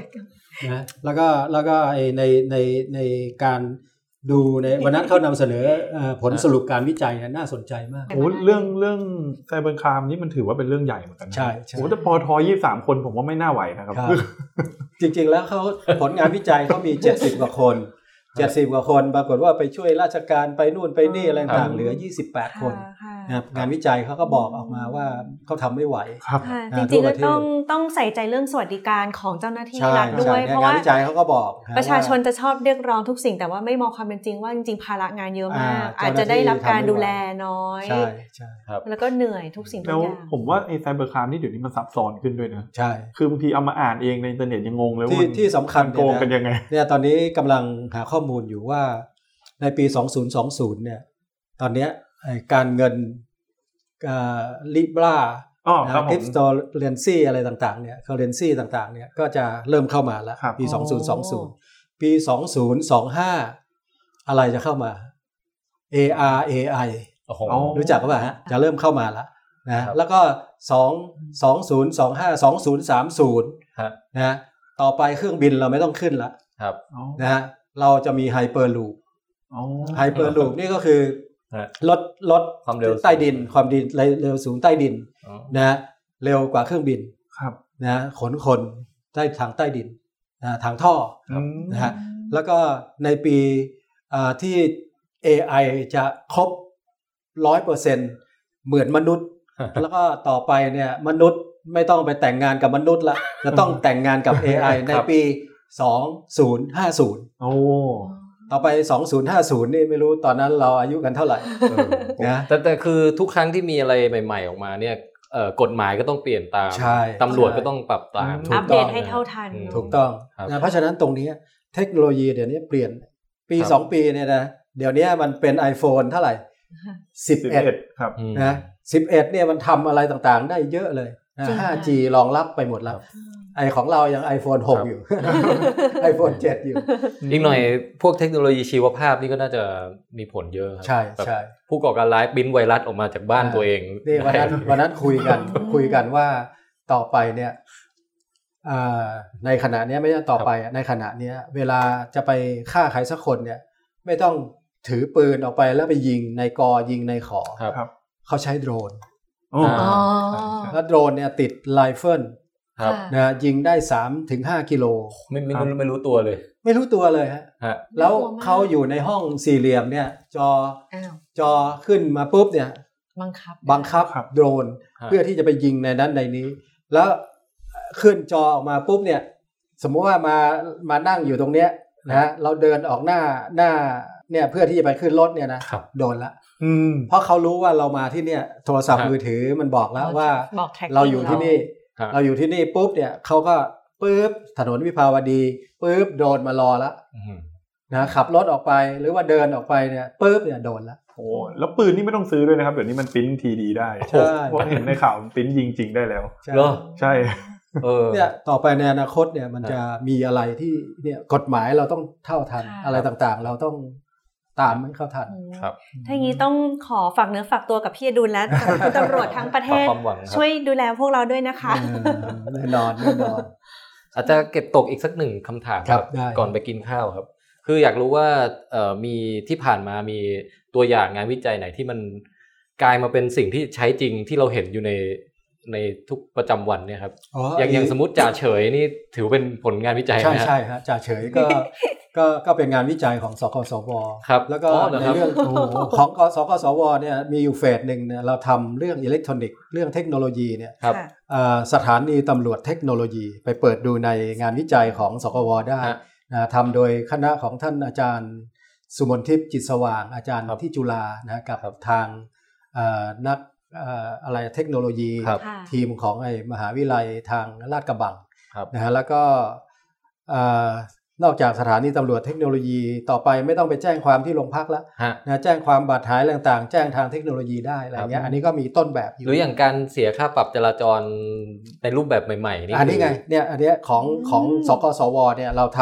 S2: นะแล้วก็แล้วก็ไอ้ในในในการดูในวันนั้นเขานำเสนอเอ่อผล
S1: ฮะ
S2: สรุปการวิจัยนะน่าสนใจมาก
S5: โอ้เรื่องเรื่องไซเบอร์ครามนี่มันถือว่าเป็นเรื่องใหญ่เหมือนกันนะ
S2: ใช่ใช่
S5: โอ้แต่พอทอยี่สามคนผมว่าไม่น่าไหวนะครับ
S2: จริงๆแล้วเขาผลงานวิจัยเขามี 70 กว่าคน 70 กว่าคนปรากฏว่าไปช่วยราชการไปนู่นไปนี่อะไรต่างๆเหลือ 28 คน
S3: ค่ะ
S2: นะครับงานวิจัยเขาก็บอกออกมาว่าเขาทำไม่ไหว
S5: ครับ
S3: ค่ะ
S2: อ่า
S3: จ
S2: ทั่วป
S3: ริงๆก็
S2: ระเทศ
S3: ต้องต้องใส่ใจเรื่องสวัสดิการของเจ้าหน้าที่
S2: ใช่
S3: รัฐด้
S2: ใช่
S3: วย
S2: เนี่
S3: เพ
S2: ย
S3: ราะ
S2: งาน
S3: ว่า
S2: วิจัยเขาก็บอกฮ
S3: ประชาชน
S2: ว่
S3: จะชอบเรียกร้องทุกสิ่งแต่ว่าไม่มองความเป็นจริงว่าจริงๆภาระงานเยอะมาก
S2: อ่า
S3: อาจจะได้รับการ
S2: เจ้าหน้าที่ทำไม่ไหว
S3: ดูแลน้อย
S2: ใช่ใช่
S3: แล้วก็เหนื่อยทุกสิ่งทุ
S5: แล้
S3: กอ
S5: ว
S3: ย่าง
S5: ผมว่าไอ้ไซเบอร์ครามนี่เดี๋ยวนี้มันซับซ้อนขึ้นด้วยนะ
S2: ใช่
S5: คือบางทีเอามาอ่านเองในอินเทอร์เน็ตยังงงเลยว่า
S2: ที่
S5: มัน
S2: ที่สำคัญ
S5: มัน
S2: เย
S5: โกง
S2: ะ
S5: กันยังไง
S2: เนี่ยตอนนี้กำลังหาข้อมูลอยู่ว่าในปี 2020 เนี่ย ตอนเนี้ยไอ้การเงินลิบรา
S5: อ๋อครับผม
S2: คริปโตเรนซีอะไรต่างๆเนี่ยเคอเรนซีต่างๆเนี่ยก็จะเริ่มเข้ามาแล้ว
S5: ครับ
S2: ปี
S3: อ๋อ
S2: 2020 ปี 2025 อะไรจะเข้ามา AR AI
S1: โอ้โห
S5: อ๋อ
S2: รู้จักก็ป่ะฮะจะเริ่มเข้ามาแล้ว
S1: ครั
S2: นะ
S1: บ
S2: แล้วก็2 2 0 2 5 2 0 3
S1: ฮะ
S2: 0นะต่อไปเครื่องบินเราไม่ต้องขึ้นละ
S1: ครับ
S5: อ๋อ
S2: นะฮะเราจะมีไฮเปอร์ลูป
S5: อ๋อ
S2: ไฮเปอร์ลูปนี่ก็คือ
S1: ฮะ
S2: รถรถ
S1: ความเร็วสูง
S2: ใต้ดิน ความดินเร็วสูงใต้ดิน
S1: อ๋อ
S2: นะฮะเร็วกว่าเครื่องบิน
S5: ครับ
S2: นะฮะขนคนใต้ทางใต้ดินนะทางท่อ
S5: อืม
S2: นะฮะแล้วก็ในปีอ่าที่ AI จะครบร้อยเปอร์เซ็นเหมือนมนุษย์
S1: *laughs*
S2: แล้วก็ต่อไปเนี่ยมนุษย์ไม่ต้องไปแต่งงานกับมนุษย์ละจะต้องแต่งงานกับ AI ใน
S1: ครับ
S2: ปี 2050
S5: โอ้
S2: ต่อไป 2050 นี่ไม่รู้
S1: *laughs*
S2: ตอนนั้นเราอายุกันเท่าไหร่
S1: เออ
S2: นะ
S1: แต่แต่คือทุกครั้งที่มีอะไรใหม่ ๆ ออกมาเนี่ย เอ่อกฎหมายก็ต้องเปลี่ยนตาม
S2: ใช่
S1: ตำรวจ
S2: ใช่
S1: ก็ต้องปรับตาม
S2: ถู
S3: อั
S2: ก
S3: ป
S2: ต้
S3: เด
S2: อง
S3: ตให้เท่าทัน
S1: อืม
S2: ถูกต้อง
S1: ครับ
S2: นะเพราะฉะนั้นตรงนี้เทคโนโลยีเดี๋ยวนี้เปลี่ยนปี
S4: ครับ
S2: สองปีเนี่ยนะเดี๋ยวนี้มันเป็น iPhone เท่าไหร่สิบ
S5: สิบ
S2: เอ็ด
S5: เอ็ดครับ
S1: อืม
S2: นะสิบเอ็ดเนี่ยมันทำอะไรต่างๆ ได้เยอะเลยนะ
S3: จริงค่ะ
S2: 5G รองรับไปหมดแล้ว ไอของเรายัง iPhone
S1: ครั
S2: 6
S1: บ
S2: อยู่ *laughs* iPhone 7 อยู่
S1: อีกหน่อยพวกเทคโนโลยีชีวภาพนี่ก็น่าจะมีผลเยอะครับ
S2: ใช่
S1: แบบ
S2: ใช่
S1: ผู้ก่อการร้ายปริ้นไวรัสออกมาจากบ้านตัวเอง
S2: นี่วัน
S1: *laughs*
S2: นั้นวันนั้นคุยกัน
S3: อืม
S2: คุยกันว่าต่อไปเนี่ยอ่าในขณะเนี้ยไม่ใช่ต่อไปอะในขณะเนี้ย เวลาจะไปฆ่าใครสักคนเนี่ย ไม่ต้องถือปืนออกไปแล้วไปยิงในกอยิงในขอ
S1: ครับ
S5: ครับ
S2: เขาใช้โดรน
S5: โอ้
S1: อ่า
S3: อ๋อ
S2: แล้วโดรนเนี่ยติดไรเฟิล
S1: ครับ
S2: นะยิงได้3ถึง5กิโล
S1: ไม่ไม่รู้ไม่รู้ตัวเลย
S2: ไม่รู้ตัวเลยฮะ
S1: ฮะ
S2: แล้วเขาอยู่ในห้องสี่เหลี่ยมเนี่ย จอ
S3: อ้าว
S2: จอขึ้นมาปุ๊บเนี่ย
S3: บังคับ
S2: บังคับโดรน
S1: ครับ
S2: เพื่อที่จะไปยิงในนั้นในนี้ แล้วขึ้นจอออกมาปุ๊บเนี่ย สมมุติว่ามามานั่งอยู่ตรงเนี้ยนะฮะเราเดินออกหน้าหน้าเนี่ยเพื่อที่จะไปขึ้นรถเนี่ยนะครับ โดนละ
S5: อืม
S2: เพราะเขารู้ว่าเรามาที่เนี่ยโทรศัพ
S1: ค
S2: ท์
S1: รับ
S2: มือถือมันบอกแล้วว่า
S3: บอก tracking
S2: เราอยู่ที่นี่
S1: ฮะ
S2: เราอยู่ที่นี่ปุ๊บเนี่ยเขาก็ปุ๊บถนนวิภาวดีปุ๊บโดรนมารอละ
S1: อืม
S2: นะขับรถออกไปหรือว่าเดินออกไปเนี่ยปุ๊บเนี่ยโดนแล้ว
S5: โอ้แล้วปืนนี่ไม่ต้องซื้อด้วยนะครับเดี๋ยวนี้มันปริ้นทีดีได้
S2: ใช่
S5: เพราะเห็นในข่าวมันปริ้นยิงจริงได้แล้ว
S2: ใช่
S1: เหรอ
S5: ใช่
S1: เออ
S2: เนี่ยต่อไปในอนาคตเนี่ยมันจะมีอะไรที่เนี่ยกฎหมายเราต้องเท่าทัน
S3: ค่ะ
S2: อะไรต่างๆ เราต้องตามให้เข้าทัน
S3: อืม
S1: ครับ
S3: ถ้าอย่างนี้ต้องขอฝากเนื้อฝากตัวกับพี่อดุลและกับคุณตำรวจทั้งประเทศ
S1: ฝากความหวังครับ
S3: ช่วยดูแลพวกเราด้วยนะคะ
S2: แน่นอนแน่นอน
S1: อาจจะเก็บตกอีกสักหนึ่งคำถาม
S2: ค
S1: ค
S2: รั
S1: รั
S2: บบ ได้
S1: ก่อนไปกินข้าวครับ คืออยากรู้ว่าเอ่อมีที่ผ่านมามีตัวอย่างงานวิจัยไหนที่มันกลายมาเป็นสิ่งที่ใช้จริงที่เราเห็นอยู่ในในทุกประจำวันเนี่ยครับ
S2: อ๋
S1: อย่างอย่างสมมติจ่าเฉยนี่ถือเป็นผลงานวิจัย
S2: ใช่
S1: นะฮะ
S2: ใช่ฮะจ่าเฉยก็ก็ก็เป็นงานวิจัยของสกสว
S1: ครับ
S2: แล้วก็
S1: อ๋อเหรอ
S2: ใน
S1: ครับ
S2: เรื่องของกสกสวเนี่ยมีอยู่เฟสหนึ่งเนี่ยเราทำเรื่องอิเล็กทรอนิกส์เรื่องเทคโนโลยีเนี่ย
S1: ครับ
S3: ค่ะ
S2: อ่าสถานีตำรวจเทคโนโลยีไปเปิดดูในงานวิจัยของสกวได้
S1: ฮะ
S2: นะทำโดยคณะของท่านอาจารย์ สุมนทิพย์จิตสว่างอาจารย์
S1: ครับ
S2: ที่จุฬานะกับ
S1: ครับ
S2: ทางอ่านักอ่าอะไรเทคโนโลยี
S1: ครับ
S3: ค่ะ
S2: ทีมของไอ้มหาวิทยาลัยทางลาดกระบัง
S1: ครับ
S2: นะฮะแล้วก็อ่านอกจากสถานีตำรวจเทคโนโลยีต่อไปไม่ต้องไปแจ้งความที่โรงพักแล้ว
S1: ฮะ
S2: นะแจ้งความบาดหายอะไรต่างๆ แจ้งทางเทคโนโลยีได้อะไรเงี้ยอันนี้ก็มีต้นแบบ
S1: หรืออย่างการเสียค่าปรับจราจรในรูปแบบใหม่ๆนี่
S2: อันนี้ไงเนี่ยอันเนี้ยของของ
S3: อืม
S2: สกสวเนี่ยเราท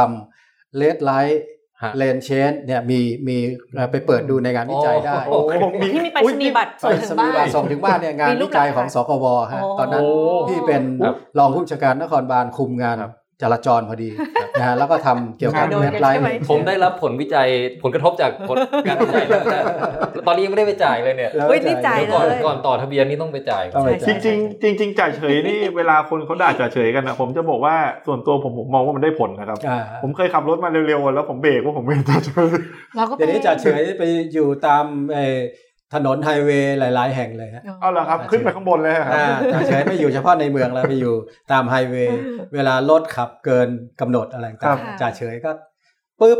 S2: ำเลดไลท์
S1: ฮะ
S2: เลนเชนเนี่ยมีมีเอ่อไปเปิดดูในงานวิจัยได้
S1: โอ้
S5: หมี
S3: ที่มีไปรษณีย์บัตรส่งถึง
S2: สมี
S3: บ้า
S2: บัต
S3: น
S2: รส่งถึงบ้านเนี่ยงาน
S3: มีรู
S2: วิ
S3: ปหลั
S2: จั
S3: ก
S2: ยของ
S3: ฐาน
S2: สกวฮะ
S3: โอ้
S2: ตอนนั้นที่เป็น
S1: ครับ
S2: รองผู้บัญชาการนครบาลคุมงาน
S1: ครับ
S2: จราจรพอดีนะฮะแล้วก็ทำเกี่ยวกับ
S3: โดน
S2: เล
S3: กัน
S2: ดไล
S3: ใช่
S2: ท์
S3: ไหม
S1: ผมได้รับผลวิจัยผลกระทบจาก *laughs* ผลการวิจัยนั้นนะตอนนี้ยังไม่ได้ไปจ่ายเลยเนี่ย
S3: เฮ้ยนี่จ่าย
S1: เดี๋ยวก่
S3: เล
S1: อน
S3: ย
S1: ก่อนต่อทะเบียนนี่ต้องไปจ่ายก่อน
S3: ใช่
S5: จริงจริงๆจริงๆจ่าเฉยนี่ *laughs* เวลาคนเขาด่าจ่าเฉยกันนะผมจะบอกว่าส่วนตัวผมผมมองว่ามันได้ผลนะครับ
S2: อ่า
S5: ผมเคยขับรถมาเร็วๆ แล้วผมเบรกว่าผมเป็นจ่าเฉย *laughs*
S3: เราก็ไป
S2: เดี๋ยวนี้จ่าเฉยไปอยู่ตามเอ่อถนนไฮเวย์หลาย ๆ แห่งเลยฮะ
S5: เอาละครับ ขึ้นไปข้างบนเลยครับ
S2: อ่าแต่เฉยไม่อยู่เฉพาะในเมืองแล้วไปอยู่ตามไฮเวย์เวลารถขับเกินกำหนดอะไร
S5: ครั
S2: ต่าง
S5: บ
S2: ๆจ่าเฉยก็ปุ๊บ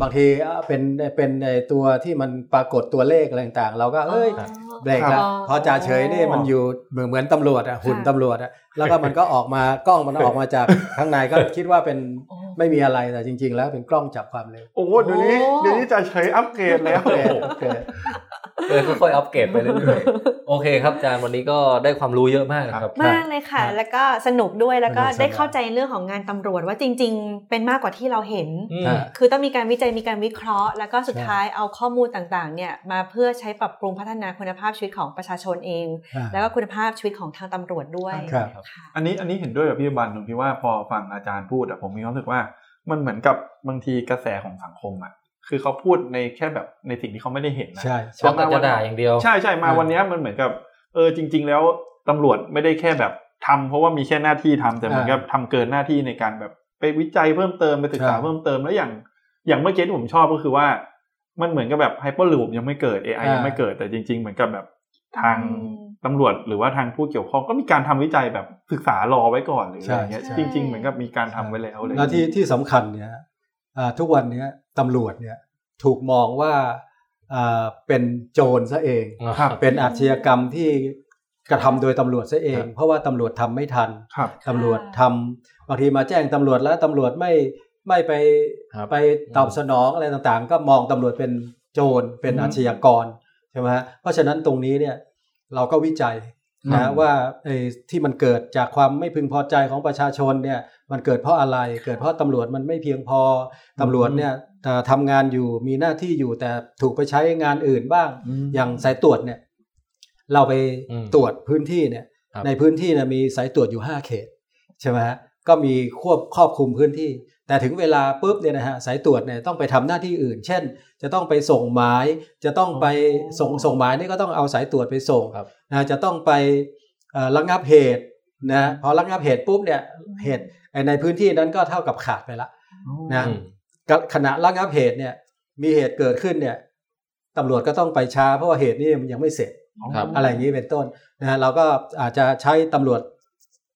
S2: บางทีเป็นเป็นไอ้ตัวที่มันปรากฏตัวเลขอะไรต่างๆ เราก็เอ้ย
S3: อ๋อ
S2: เบรกแล้ว
S3: อ๋อ
S2: พอจ่าเฉยนี่มันอยู่เหมือนเหมือนตำรวจอะหุ่นตำรวจอะแล้วก็มันก็ออกมากล้องมันออกมาจากข้างในก็คิดว่าเป็น
S3: อ๋อ
S2: ไม่มีอะไรแต่จริง ๆ แล้วเป็นกล้องจับความเร็ว
S5: โอ้โหเดี๋ยวนี้เดี๋ยวนี้จ่าเฉยอัปเกรดแล้ว
S2: โอเคโอเค
S1: เออค่อยๆอัปเกรดไปเรื่อยๆ โอเคครับอาจารย์วันนี้ก็ได้ความรู้เยอะมากนะครับ
S3: มากเลยค่ะ
S2: ครับ
S3: แล้วก็สนุกด้วยแล้วก็
S2: สนุกสนาน
S3: ได้เข้าใจเรื่องของงานตำรวจว่าจริง ๆ เป็นมากกว่าที่เราเห็น
S1: อืม
S2: อ่า
S3: คือต้องมีการวิจัยมีการวิเคราะห์ แล้วก็สุด
S2: ใช่
S3: ท้ายเอาข้อมูลต่างๆเนี่ยมาเพื่อใช้ปรับปรุงพัฒนาคุณภาพชีวิตของประชาชนเอง
S2: อ่า
S3: แล้วก็คุณภาพชีวิตของทางตำรวจด้วย
S2: ครับ
S3: ค่ะ
S5: อันนี้อันนี้เห็นด้วยกับพี่บันตรงที่ว่าพอฟังอาจารย์พูดอะผมมีความรู้สึกว่ามันเหมือนกับบางทีกระแสของสังคมอะคือเขาพูดในแค่แบบในสิ่งที่เขาไม่ได้เห็นนะ
S2: ใช่
S1: ช
S2: ใช่
S1: อบแต่จะด่าอย่างเดียว
S5: ใช่ใช่มา
S2: อืม
S5: วันเนี้ยมันเหมือนกับเออจริง ๆ แล้วตำรวจไม่ได้แค่แบบทำเพราะว่ามีแค่หน้าที่ทำแต่เหมือนกับทำเกินหน้าที่ในการแบบไปวิจัยเพิ่มเติมไปศึกษาเพิ่มเติมแล้วอย่างอย่างเมื่อกี้ที่ผมชอบก็คือว่า มันเหมือนกับแบบไฮเปอร์ลูปยังไม่เกิด AI ยังไม่เกิดแต่จริง ๆ เหมือนกับแบบทาง
S3: อืม
S5: ตำรวจหรือว่าทางผู้เกี่ยวข้องก็มีการทำวิจัยแบบศึกษารอไว้ก่อนหรืออะไรเงี้ย
S3: ใช่
S5: จริง ๆ เหมือนกับมีการทำไว้แล้วอะไร
S2: แล้ว
S5: เงี้ย
S2: ที่ที่สำคัญเนี่ยอ่าทุกวันเนี้ยตำรวจเนี่ยถูกมองว่าอ่าเป็นโจรซะเอง
S1: ครับ
S2: เป็นอาชญากรรมที่ กระทำโดยตำรวจซะเอ
S5: ค
S2: ง
S5: รับ
S2: เพราะว่าตำรวจทำไม่ทัน
S5: ครับ
S2: ตำรวจทำบางทีมาแจ้งตำรวจแล้วตำรวจไม่ไม่ไป
S1: ครับ
S2: ไปตอบสนองอะไรต่างๆ ก็มองตำรวจเป็นโจรเป็น
S5: อืม
S2: อาชญากรใช่ไหมฮะเพราะฉะนั้นตรงนี้เนี่ยเราก็วิจัย
S5: ครั
S2: นะ
S5: บ
S2: ว่าไอ้ที่มันเกิดจากความไม่พึงพอใจของประชาชนเนี่ยมันเกิดเพราะอะไร เกิดเพราะตำรวจมันไม่เพียงพอตำรวจเนี่ยเอ่อทำงานอยู่มีหน้าที่อยู่แต่ถูกไปใช้งานอื่นบ้าง อย่างสายตรวจเนี่ยเราไป
S1: อืม
S2: ตรวจพื้นที่เนี่ย
S1: ครับ
S2: ในพื้นที่เนี่ยมีสายตรวจอยู่ 5 เขตใช่ไหมฮะก็มีควบครอบคลุมพื้นที่ แต่ถึงเวลาปุ๊บเนี่ยนะฮะสายตรวจเนี่ยต้องไปทำหน้าที่อื่น เช่น จะต้องไปส่งหมาย จะต้องไปส่งส่งหมายนี่ก็ต้องเอาสายตรวจไปส่ง
S1: ครับ
S2: นะจะต้องไปเอ่อระงับเหตุนะพอระงับเหตุปุ๊บเนี่ยเหตุไอ้ในพื้นที่นั้นก็เท่ากับขาดไปละนะ
S1: อืม
S2: กะขณะระงับเหตุเนี่ยมีเหตุเกิดขึ้นเนี่ยตำรวจก็ต้องไปช้าเพราะว่าเหตุนี่มันยังไม่เสร็จ
S1: ครับ
S2: อะไรอย่างนี้เป็นต้นนะฮะเราก็อาจจะใช้ตำรวจ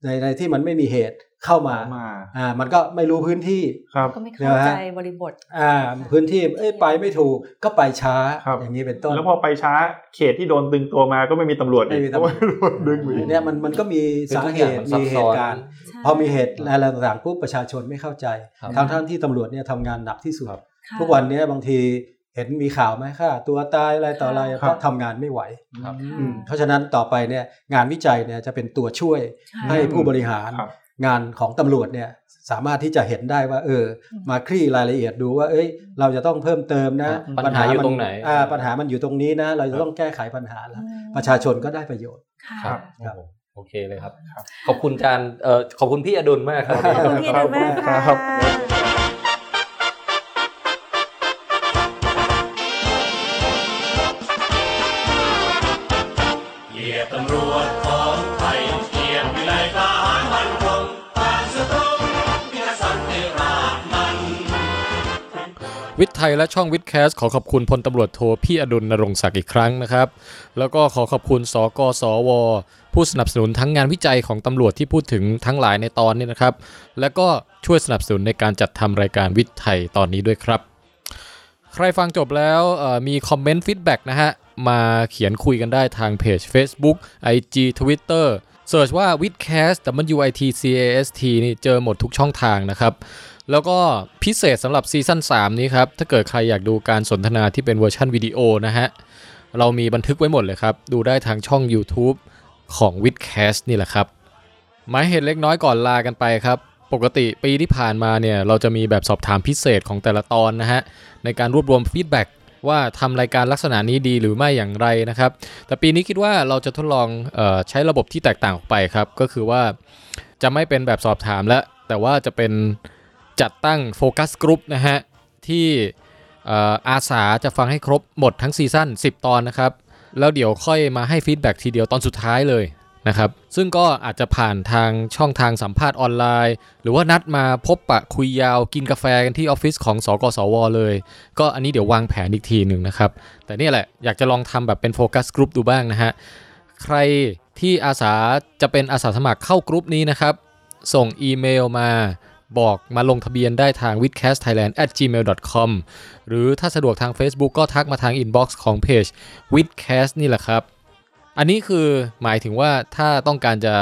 S2: ในในที่มันไม่มีเหตุเข้ามา
S5: มา
S2: อ่ามันก็ไม่รู้พื้นที่
S5: ครับ
S3: ก็ไม่เข้าใจบริบท
S2: อ่าพื้นที่เอ้ยไปไม่ถูกก็ไปช้า
S5: ครับ
S2: อย่างนี้เป็นต้น
S5: แล้วพอไปช้าเขตที่โดนตึงตัวมาก็ไม่มีตำรวจ
S2: ไม่มีตำรวจ
S5: เพาะาโดนดึงไปอีก
S2: เนี่ยมันมันก็มี
S1: คือ
S2: สา
S1: ทุก
S2: เห
S1: อย่าง
S2: ตุ
S1: มันซั
S2: มี
S1: บ
S2: เห
S1: ซ้อน
S2: ตุการณ์ พอมีเหตุอะไรต่างๆปุ๊บประชาชนไม่เข้าใจ
S1: ครับ
S2: ทั้งทั้งๆที่ตำรวจเนี่ยทำงานหนักที่สุด
S1: ครับ
S2: ทุกวันเนี้ยบางทีเห็นมีข่าวไหมค่ะ ตัวตายอะไรต่ออะไร
S3: ครับ
S2: เพราะทำงานไม่ไหว
S1: ครับ
S2: อืมเพราะฉะนั้นต่อไปเนี่ยงานวิจัยเนี่ยจะเป็นตัวช่วย
S3: ค่ะ
S2: ให้ผู้บริหาร
S5: ครับ
S2: งานของตำรวจเนี่ยสามารถที่จะเห็นได้ว่าเออ มาคลี่รายละเอียดดูว่า เอ้ย เราจะต้องเพิ่มเติมนะ
S1: ปัญหาอยู่ตรงไหน
S2: อ่าปัญหามันอยู่ตรงนี้นะ เราจะต้องแก้ไขปัญหาละประชาชนก็ได้ประโยชน์
S3: ค่ะ
S1: ครับ
S2: ครับ
S1: โอ้โหโอเคเลยครับ ขอบคุณอาจารย์เอ่อขอบคุณพี่อดุลมากครับ
S3: ขอบคุณพี่อดุลมากค่ะ
S5: ครับ
S8: เหยียบตำรวจของไทยเหยียบวิไลทหารมันคงทางสตรงมีกษัตริย์ในราชมัน
S4: วิทย์ไทยและช่องวิทย์แคสขอขอบคุณพลตำรวจโทพี่อดุลนรงศักดิ์อีกครั้งนะครับ แล้วก็ขอขอบคุณสกสว ผู้สนับสนุนทั้งงานวิจัยของตำรวจที่พูดถึงทั้งหลายในตอนนี้นะครับ แล้วก็ช่วยสนับสนุนในการจัดทำรายการวิทย์ไทยตอนนี้ด้วยครับ ใครฟังจบแล้วเอ่อมีคอมเมนต์ฟีดแบ็กนะฮะ มาเขียนคุยกันได้ทางเพจ Facebook IG Twitter เสิร์ชว่า w i t c a s t W I T C A S T นี่เจอหมดทุกช่องทางนะครับ แล้วก็พิเศษสำหรับซีซั่น3 นี้ครับ ถ้าเกิดใครอยากดูการสนทนาที่เป็นเวอร์ชันวิดีโอนะฮะ เรามีบันทึกไว้หมดเลยครับ ดูได้ทางช่อง YouTube ของ w i t c a s t นี่แหละครับ หมายเหตุเล็กน้อยก่อนลากันไปครับ ปกติปีที่ผ่านมาเนี่ย เราจะมีแบบสอบถามพิเศษของแต่ละตอนนะฮะ ในการรวบรวมฟีดแบ็กว่าทำรายการลักษณะนี้ดีหรือไม่อย่างไรนะครับ แต่ปีนี้คิดว่าเราจะทดลองเออใช้ระบบที่แตกต่างออกไปครับ ก็คือว่าจะไม่เป็นแบบสอบถามแล้ว แต่ว่าจะเป็นจัดตั้งโฟกัสกรุ๊ปนะฮะ ที่เอ่ออาสาจะฟังให้ครบหมดทั้งซีซั่น10 ตอนนะครับ แล้วเดี๋ยวค่อยมาให้ฟีดแบ็กทีเดียวตอนสุดท้ายเลยนะครับ ซึ่งก็อาจจะผ่านทางช่องทางสัมภาษณ์ออนไลน์ หรือว่านัดมาพบปะคุยยาวกินกาแฟกันที่ออฟฟิศของสกสวเลย ก็อันนี้เดี๋ยววางแผนอีกทีหนึ่งนะครับ แต่เนี่ยแหละอยากจะลองทำแบบเป็นโฟกัสกลุ่มดูบ้างนะฮะ ใครที่อาสาจะเป็นอาสาสมัครเข้ากลุ่มนี้นะครับ ส่งอีเมลมาบอกมาลงทะเบียนได้ทาง w i t c a s t t h a i l a n d at gmail com หรือถ้าสะดวกทาง Facebook ก็ทักมาทาง inbox ของเพจ w i t c a s t นี่แหละครับ อันนี้คือหมายถึงว่าถ้าต้องการจะ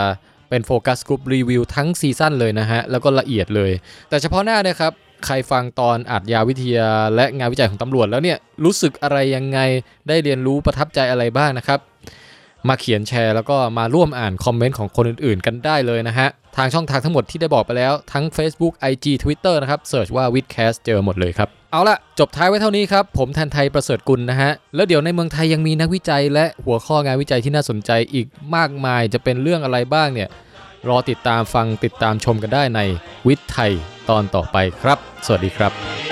S4: เป็นโฟกัสกลุ่มรีวิวทั้งซีซั่นเลยนะฮะ แล้วก็ละเอียดเลย แต่เฉพาะหน้าเนะครับ ใครฟังตอนอาจยาวิทยาและงานวิจัยของตำรวจแล้วเนี่ย รู้สึกอะไรยังไงได้เรียนรู้ประทับใจอะไรบ้างนะครับ มาเขียนแชร์แล้วก็มาร่วมอ่านคอมเมนต์ของคนอื่นๆ กันได้เลยนะฮะ ทางช่องทางทั้งหมดที่ได้บอกไปแล้วทั้ง Facebook IG Twitter นะครับเสิร์ชว่า w i t c a s t เจอหมดเลยครับ เอาละจบท้ายไว้เท่านี้ครับ ผมแทนไทยประเสริฐกุลนะฮะ แล้วเดี๋ยวในเมืองไทยยังมีนักวิจัย และหัวข้องานวิจัยที่น่าสนใจอีกมากมายจะเป็นเรื่องอะไรบ้างเนี่ย รอติดตามฟังติดตามชมกันได้ในวิทย์ไทยตอนต่อไปครับ สวัสดีครับ
S8: เ